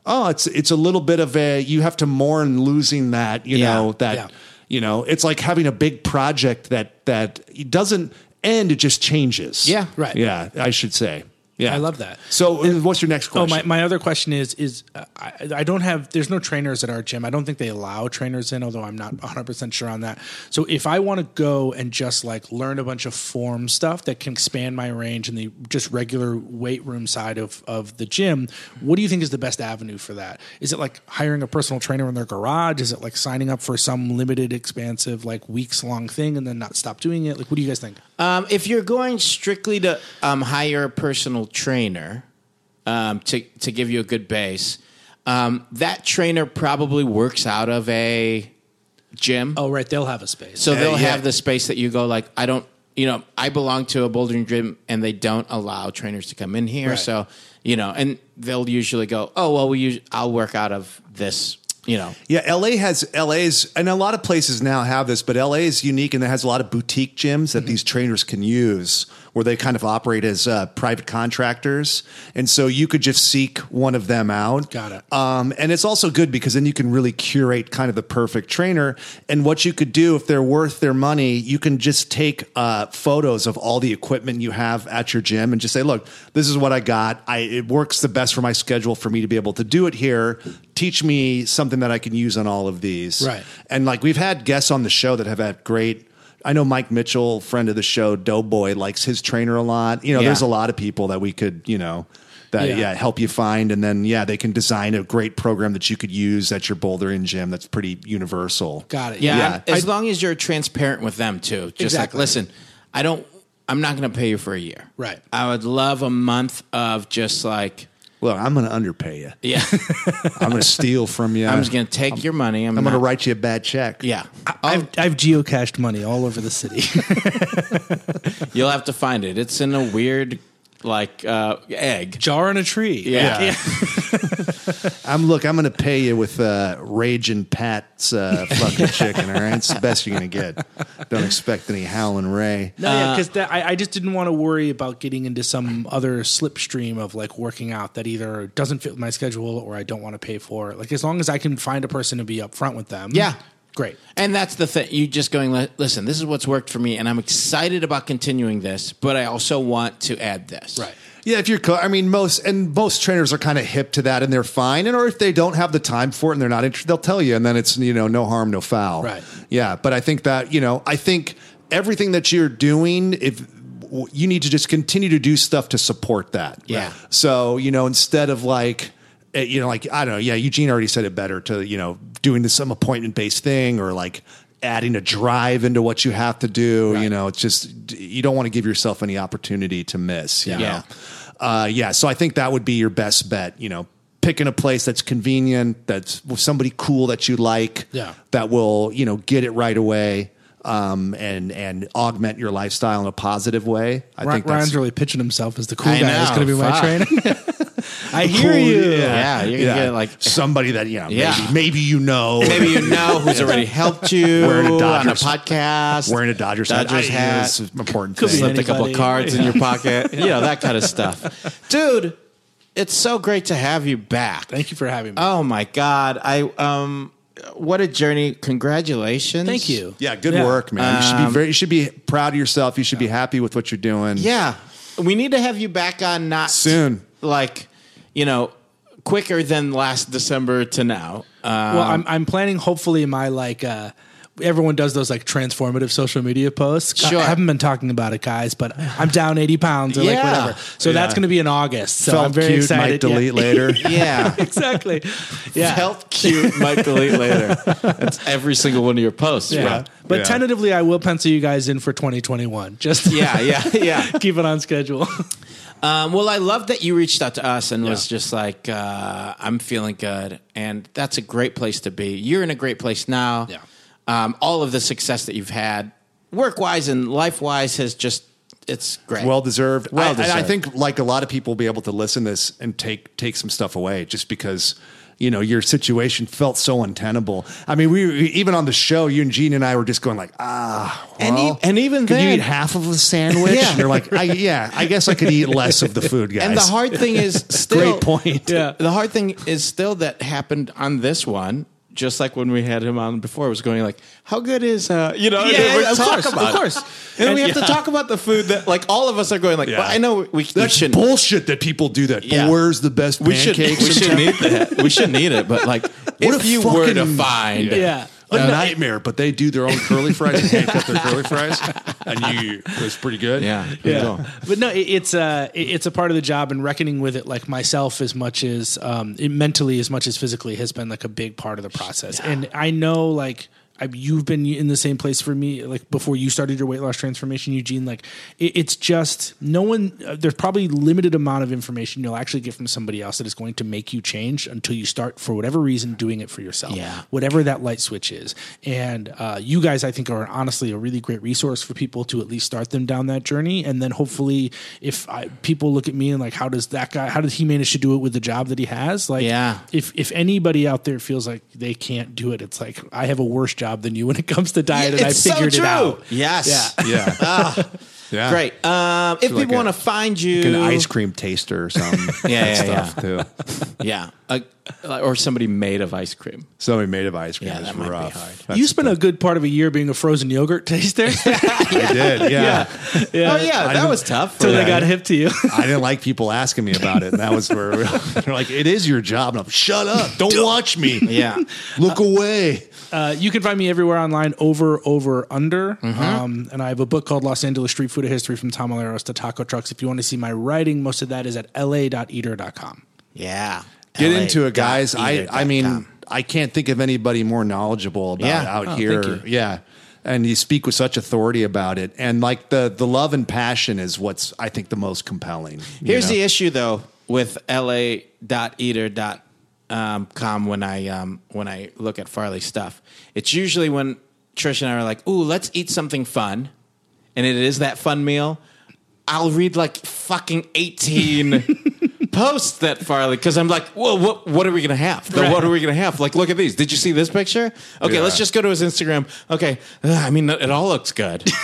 Speaker 3: oh, it's it's a little bit of a you have to mourn losing that, you
Speaker 2: Yeah.
Speaker 3: know, that
Speaker 4: Yeah.
Speaker 3: you know, it's like having a big project that that it doesn't end, it just changes.
Speaker 2: Yeah,
Speaker 4: right.
Speaker 3: Yeah, I should say. Yeah,
Speaker 4: I love that.
Speaker 3: So, what's your next
Speaker 4: Oh,
Speaker 3: question?
Speaker 4: my, my other question is is uh, I, I don't have there's no trainers at our gym. I don't think they allow trainers in, although I'm not 100 percent sure on that. So if I want to go and just like learn a bunch of form stuff that can expand my range in the just regular weight room side of of the gym, what do you think is the best avenue for that? Is it like hiring a personal trainer in their garage? Is it like signing up for some limited, expansive, like weeks long thing and then not stop doing it? Like, what do you guys think?
Speaker 2: Um, if you're going strictly to um, hire a personal trainer um, to to give you a good base, um, that trainer probably works out of a gym,
Speaker 4: Oh, right, they'll have a space.
Speaker 2: so they'll have the space that you go like I don't, you know, I belong to a bouldering gym and they don't allow trainers to come in here,
Speaker 4: Right.
Speaker 2: so you know, and they'll usually go, oh well, we us- I'll work out of this you know.
Speaker 3: Yeah, LA has LA's, and a lot of places now have this, but LA is unique and it has a lot of boutique gyms that
Speaker 4: Mm-hmm.
Speaker 3: these trainers can use, where they kind of operate as uh, private contractors, and so you could just seek one of them out.
Speaker 4: Got it.
Speaker 3: Um, and it's also good because then you can really curate kind of the perfect trainer. And what you could do if they're worth their money, you can just take uh, photos of all the equipment you have at your gym and just say, "Look, this is what I got. I it works the best for my schedule for me to be able to do it here. Teach me something that I can use on all of these."
Speaker 4: Right.
Speaker 3: And like we've had guests on the show that have had great. I know Mike Mitchell, friend of the show, Doughboy likes his trainer a lot. You know,
Speaker 2: Yeah.
Speaker 3: there's a lot of people that we could, you know, that
Speaker 4: Yeah.
Speaker 3: yeah. help you find, and then yeah, they can design a great program that you could use at your bouldering gym. That's pretty universal.
Speaker 4: Got it.
Speaker 2: Yeah.
Speaker 3: Yeah.
Speaker 2: and As long as you're transparent with them too. Just
Speaker 4: Exactly.
Speaker 2: like, listen, I don't I'm not gonna pay you for a year.
Speaker 4: Right.
Speaker 2: I would love a month of just like
Speaker 3: Look, I'm going to underpay you. *laughs*
Speaker 2: yeah,
Speaker 3: I'm going to steal from
Speaker 2: *laughs*
Speaker 3: you.
Speaker 2: I'm just gonna take your money. I'm,
Speaker 3: I'm going to
Speaker 2: not-
Speaker 3: write you a bad check.
Speaker 2: Yeah, Oh,
Speaker 4: I've, I've geocached money all over the city.
Speaker 2: you'll have to find it. It's in a weird like uh, egg.
Speaker 4: *laughs* Jar on a tree.
Speaker 2: Yeah.
Speaker 3: I'm look. I'm going to pay you with uh, Rage and Pat's uh,
Speaker 2: *laughs*
Speaker 3: fucking chicken. All right, it's the best you're going to get. Don't expect any howling Ray.
Speaker 4: *laughs* No, yeah, because I, I just didn't want to worry about getting into some other slipstream of like working out that either doesn't fit my schedule or I don't want to pay for. Like as long as I can find a person to be upfront with them.
Speaker 2: Yeah.
Speaker 4: great.
Speaker 2: And that's the thing. You just going, "Li- listen, this is what's worked for me, and I'm excited about continuing this, but I also want to add this.
Speaker 4: Right.
Speaker 3: Yeah, if you're, co- I mean, most and most trainers are kind of hip to that, and they're fine. And or if they don't have the time for it and they're not interested, they'll tell you, and then it's you know no harm, no foul.
Speaker 4: Right.
Speaker 3: Yeah, but I think that you know I think everything that you're doing, if w- you need to just continue to do stuff to support that.
Speaker 2: Yeah.
Speaker 3: So you know instead of like. eh, You know, like I don't know. Yeah, Eugene already said it better to you know doing this some appointment based thing or like adding a drive into what you have to do. You know, it's just d- you don't want to give yourself any opportunity to miss. You
Speaker 2: Yeah.
Speaker 3: know? Uh, yeah. So I think that would be your best bet. You know, picking a place that's convenient, that's with somebody cool that you like,
Speaker 4: Yeah.
Speaker 3: that will you know get it right away, um, and and augment your lifestyle in a positive way. I
Speaker 4: Ry-
Speaker 3: think that's
Speaker 4: Ryan's really pitching himself as the cool
Speaker 2: I
Speaker 4: guy that's
Speaker 2: know,
Speaker 4: going to be my
Speaker 2: fuck. *laughs*
Speaker 4: trainer. *laughs* I hear
Speaker 3: Cool,
Speaker 4: you.
Speaker 2: Yeah, you're gonna get like
Speaker 3: somebody that you know,
Speaker 2: Yeah.
Speaker 3: maybe, maybe you
Speaker 2: *laughs*
Speaker 3: know,
Speaker 2: maybe you know who's already helped you
Speaker 3: Wearing a
Speaker 2: on a
Speaker 3: Dodgers-
Speaker 2: podcast,
Speaker 3: *laughs* wearing a Dodgers,
Speaker 2: Dodgers
Speaker 3: hat, I-
Speaker 2: hat.
Speaker 3: it's an important
Speaker 2: Could
Speaker 3: thing.
Speaker 2: slipped a couple
Speaker 4: anybody.
Speaker 2: cards in your pocket, you know that kind of
Speaker 4: *laughs*
Speaker 2: stuff, dude. It's so great to have you back.
Speaker 4: Thank you for having me.
Speaker 2: Oh my god, I um, what a journey! Congratulations.
Speaker 4: Thank you.
Speaker 3: Yeah, good work, man. you
Speaker 2: Um,
Speaker 3: should be very, you should be proud of yourself. You should be happy with what you're doing.
Speaker 2: Yeah, we need to have you back on not
Speaker 3: Soon.
Speaker 2: like you know, quicker than last December to now. Uh,
Speaker 4: *laughs* Well, I'm I'm planning. Hopefully, my like. uh Everyone does those like transformative social media posts.
Speaker 2: Sure.
Speaker 4: I haven't been talking about it, guys, but I'm down 80 pounds or like
Speaker 2: Yeah.
Speaker 4: whatever. So that's going to be in August. So
Speaker 3: Felt
Speaker 4: I'm very
Speaker 3: cute,
Speaker 4: excited.
Speaker 3: might
Speaker 4: Yeah.
Speaker 3: delete
Speaker 4: *laughs*
Speaker 3: later.
Speaker 2: yeah.
Speaker 4: exactly. Yeah.
Speaker 2: Health cute, might delete
Speaker 4: *laughs*
Speaker 2: later. That's every single one of your posts,
Speaker 4: Yeah.
Speaker 2: *laughs* yeah.
Speaker 4: But tentatively, I will pencil you guys in for 2021. Just
Speaker 2: Yeah, yeah, yeah.
Speaker 4: *laughs* keep it on schedule.
Speaker 2: Um, well, I love that you reached out to us and was just like, uh, I'm feeling good. And that's a great place to be. You're in a great place now.
Speaker 4: Yeah.
Speaker 2: Um, all of the success that you've had, work wise and life wise, has just, it's great.
Speaker 3: well deserved.
Speaker 2: Well
Speaker 3: I, and I
Speaker 2: deserved.
Speaker 3: think like a lot of people will be able to listen to this and take take some stuff away just because you know your situation felt so untenable. I mean, we even on the show, you and Gene and I were just going like, ah,
Speaker 2: And e-
Speaker 3: well,
Speaker 2: and even
Speaker 3: could
Speaker 2: then-
Speaker 3: you eat half of a sandwich?
Speaker 2: Yeah.
Speaker 3: And you're like, I, yeah, I guess I could eat less of the food, guys.
Speaker 2: *laughs* and the hard thing
Speaker 4: *laughs*
Speaker 2: is still
Speaker 3: Great point.
Speaker 4: Yeah.
Speaker 2: The hard thing is still that happened on this one. Just like when we had him on before, it was going like, "How good is uh, you know?"
Speaker 4: Yeah,
Speaker 2: we
Speaker 4: of
Speaker 2: talk
Speaker 4: course,
Speaker 2: about
Speaker 4: of
Speaker 2: it.
Speaker 4: course.
Speaker 2: and, we have to talk about the food that like all of us are going like. Well, I know we, we
Speaker 3: That's
Speaker 2: shouldn't.
Speaker 3: bullshit that people do that.
Speaker 2: Yeah.
Speaker 3: Where's the best
Speaker 2: we should we
Speaker 3: pancakes? and
Speaker 2: shouldn't eat that. We shouldn't eat it. But
Speaker 3: *laughs*
Speaker 2: like, if
Speaker 3: a
Speaker 2: you were to
Speaker 3: fucking-
Speaker 2: find,
Speaker 4: yeah.
Speaker 3: a nightmare, but they do their own curly fries and handcuff their curly fries, and you it's pretty good.
Speaker 2: yeah,
Speaker 4: Yeah. But no, it, it's a it, it's a part of the job, and reckoning with it, like myself, as much as um, it mentally, as much as physically, has been like a big part of the process. And I know, like. I- I, you've been in the same place for me, like before you started your weight loss transformation, Eugene. Like it, it's just no one. Uh, there's probably limited amount of information you'll actually get from somebody else that is going to make you change until you start, for whatever reason, doing it for yourself.
Speaker 2: Yeah.
Speaker 4: whatever that light switch is. And uh, you guys, I think, are honestly a really great resource for people to at least start them down that journey. And then hopefully, if I, people look at me and like, how does that guy? How did he manage to do it with the job that he has? Like,
Speaker 2: Yeah.
Speaker 4: if if anybody out there feels like they can't do it, it's like I have a worse job than you when it comes to diet, and I
Speaker 2: It's so
Speaker 4: figured
Speaker 2: true.
Speaker 4: it out.
Speaker 2: Yes. *laughs*
Speaker 3: Yeah. yeah.
Speaker 2: Ah, Great. Um, if
Speaker 3: like
Speaker 2: people
Speaker 3: a-
Speaker 2: want to find you,
Speaker 3: An ice cream taster or something.
Speaker 2: *laughs* Yeah,
Speaker 3: That
Speaker 2: yeah,
Speaker 3: stuff too.
Speaker 2: yeah, A- or somebody made of ice cream.
Speaker 3: Somebody made of ice cream.
Speaker 2: Yeah,
Speaker 3: is
Speaker 2: that might be
Speaker 3: rough.
Speaker 2: hard.
Speaker 3: That's
Speaker 4: you
Speaker 3: the
Speaker 4: spent a good part of a year being a frozen
Speaker 2: *laughs*
Speaker 4: yogurt taster until
Speaker 3: thing. I did. Yeah.
Speaker 2: Oh
Speaker 4: *laughs*
Speaker 2: yeah, that
Speaker 3: don't-
Speaker 2: was tough.
Speaker 4: they got hip to you.
Speaker 3: I didn't like people asking me about it, and that was where we- *laughs* they're like, "It is your job." And I'm,
Speaker 2: *laughs*
Speaker 3: "Shut up! Don't watch me.
Speaker 2: Yeah.
Speaker 3: *laughs* Look away."
Speaker 4: Uh, you can find me everywhere online, over, over, under. Um, and I have a book called Los Angeles Street Food A History from Tamaleros to Taco Trucks. If you want to see my writing, most of that is at la.eater.com.
Speaker 2: Yeah.
Speaker 3: Get
Speaker 2: LA
Speaker 3: into it,
Speaker 2: dot
Speaker 3: guys. I
Speaker 2: eater
Speaker 3: I
Speaker 2: dot
Speaker 3: mean,
Speaker 2: com.
Speaker 3: I can't think of anybody more knowledgeable about
Speaker 2: Yeah.
Speaker 3: out
Speaker 2: Oh,
Speaker 3: here.
Speaker 2: thank
Speaker 3: Yeah. And you speak with such authority about it, and like the the love and passion is what's I think the most compelling. you
Speaker 2: Here's
Speaker 3: know?
Speaker 2: the issue though with la.eater.com when I um, when I look at Farley stuff. It's usually when Trish and I are like, "Ooh, let's eat something fun." And it is that fun meal. I'll read like fucking
Speaker 3: *laughs*
Speaker 2: 18 posts that Farley cuz I'm like, "Whoa, what what are we going to have? The- What are we going to have? Like look at these. Did you see this picture? Okay, let's just go to his Instagram. Okay. Ugh, I mean, it all looks good.
Speaker 3: *laughs*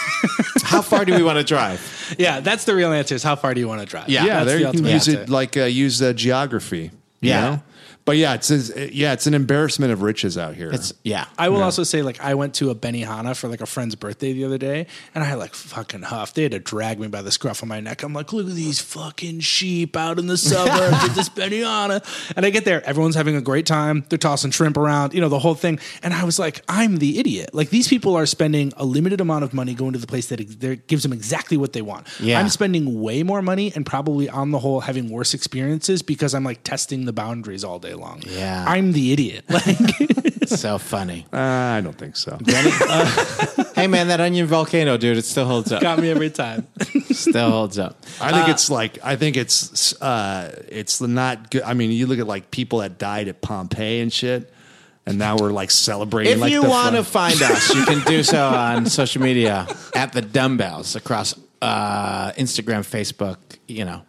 Speaker 2: How far do we want to drive?
Speaker 4: Yeah, that's the real answer is how far do you want to drive?
Speaker 2: Yeah.
Speaker 3: yeah,
Speaker 4: That's
Speaker 3: there
Speaker 4: the
Speaker 3: you can
Speaker 4: ultimate
Speaker 3: use
Speaker 4: answer.
Speaker 3: it like uh, use uh, geography. you
Speaker 2: Yeah.
Speaker 3: know? but yeah, it's it's- yeah, it's an embarrassment of riches out here.
Speaker 2: It's yeah.
Speaker 4: I will also say, like, I went to a Benihana for like a friend's birthday the other day, and I like fucking huffed. They had to drag me by the scruff of my neck. I'm like, look at these fucking sheep out in
Speaker 2: *laughs*
Speaker 4: the suburbs at this Benihana. And I get there, everyone's having a great time. They're tossing shrimp around, you know, the whole thing. And I was like, I'm the idiot. Like, these people are spending a limited amount of money going to the place that ex- there- gives them exactly what they want.
Speaker 2: Yeah.
Speaker 4: I'm spending way more money and probably on the whole having worse experiences because I'm like testing the boundaries all day long.
Speaker 2: Yeah.
Speaker 4: I'm the idiot. Like,
Speaker 2: so funny.
Speaker 3: uh, I don't think so.
Speaker 2: hey man, that onion volcano, dude, it still holds up.
Speaker 4: got me every time.
Speaker 2: *laughs* Still holds up.
Speaker 3: I think it's like I think it's uh, it's not good. I mean, you look at like people that died at Pompeii and shit, and now we're like celebrating.
Speaker 2: If
Speaker 3: like
Speaker 2: you
Speaker 3: the
Speaker 2: want to
Speaker 3: fun-
Speaker 2: find us, you can do
Speaker 3: *laughs*
Speaker 2: so on social media at the dumbbells across uh, Instagram, Facebook, you know,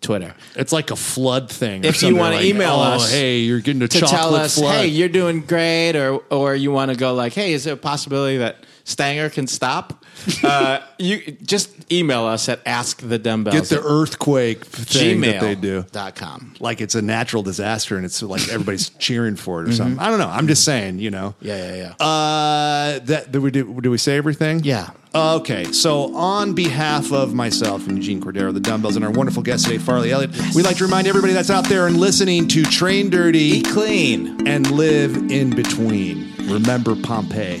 Speaker 2: Twitter.
Speaker 3: it's like a flood thing. or
Speaker 2: If you
Speaker 3: something,
Speaker 2: wanna
Speaker 3: like,
Speaker 2: email
Speaker 3: oh,
Speaker 2: us
Speaker 3: hey, you're getting a
Speaker 2: To
Speaker 3: chocolate
Speaker 2: tell us,
Speaker 3: flood.
Speaker 2: hey, you're doing great, or or you want to go like, hey, is there a possibility that Stanger can
Speaker 3: *laughs*
Speaker 2: stop? uh, you just email us at askthedumbbells
Speaker 3: Get the
Speaker 2: at
Speaker 3: earthquake thing that they do.
Speaker 2: gmail.com.
Speaker 3: Like it's a natural disaster, and it's like everybody's *laughs* cheering for it or something. I don't know. I'm just saying, you know.
Speaker 2: Mm-hmm. Yeah, yeah, yeah.
Speaker 3: Uh, that, that we do, do we say everything?
Speaker 2: Yeah.
Speaker 3: Okay. So on behalf of myself and Eugene Cordero, the dumbbells, and our wonderful guest today, Farley Elliott, we'd like to remind everybody that's out there and listening to Train Dirty
Speaker 2: Eat clean.
Speaker 3: and live in between. Remember Pompeii.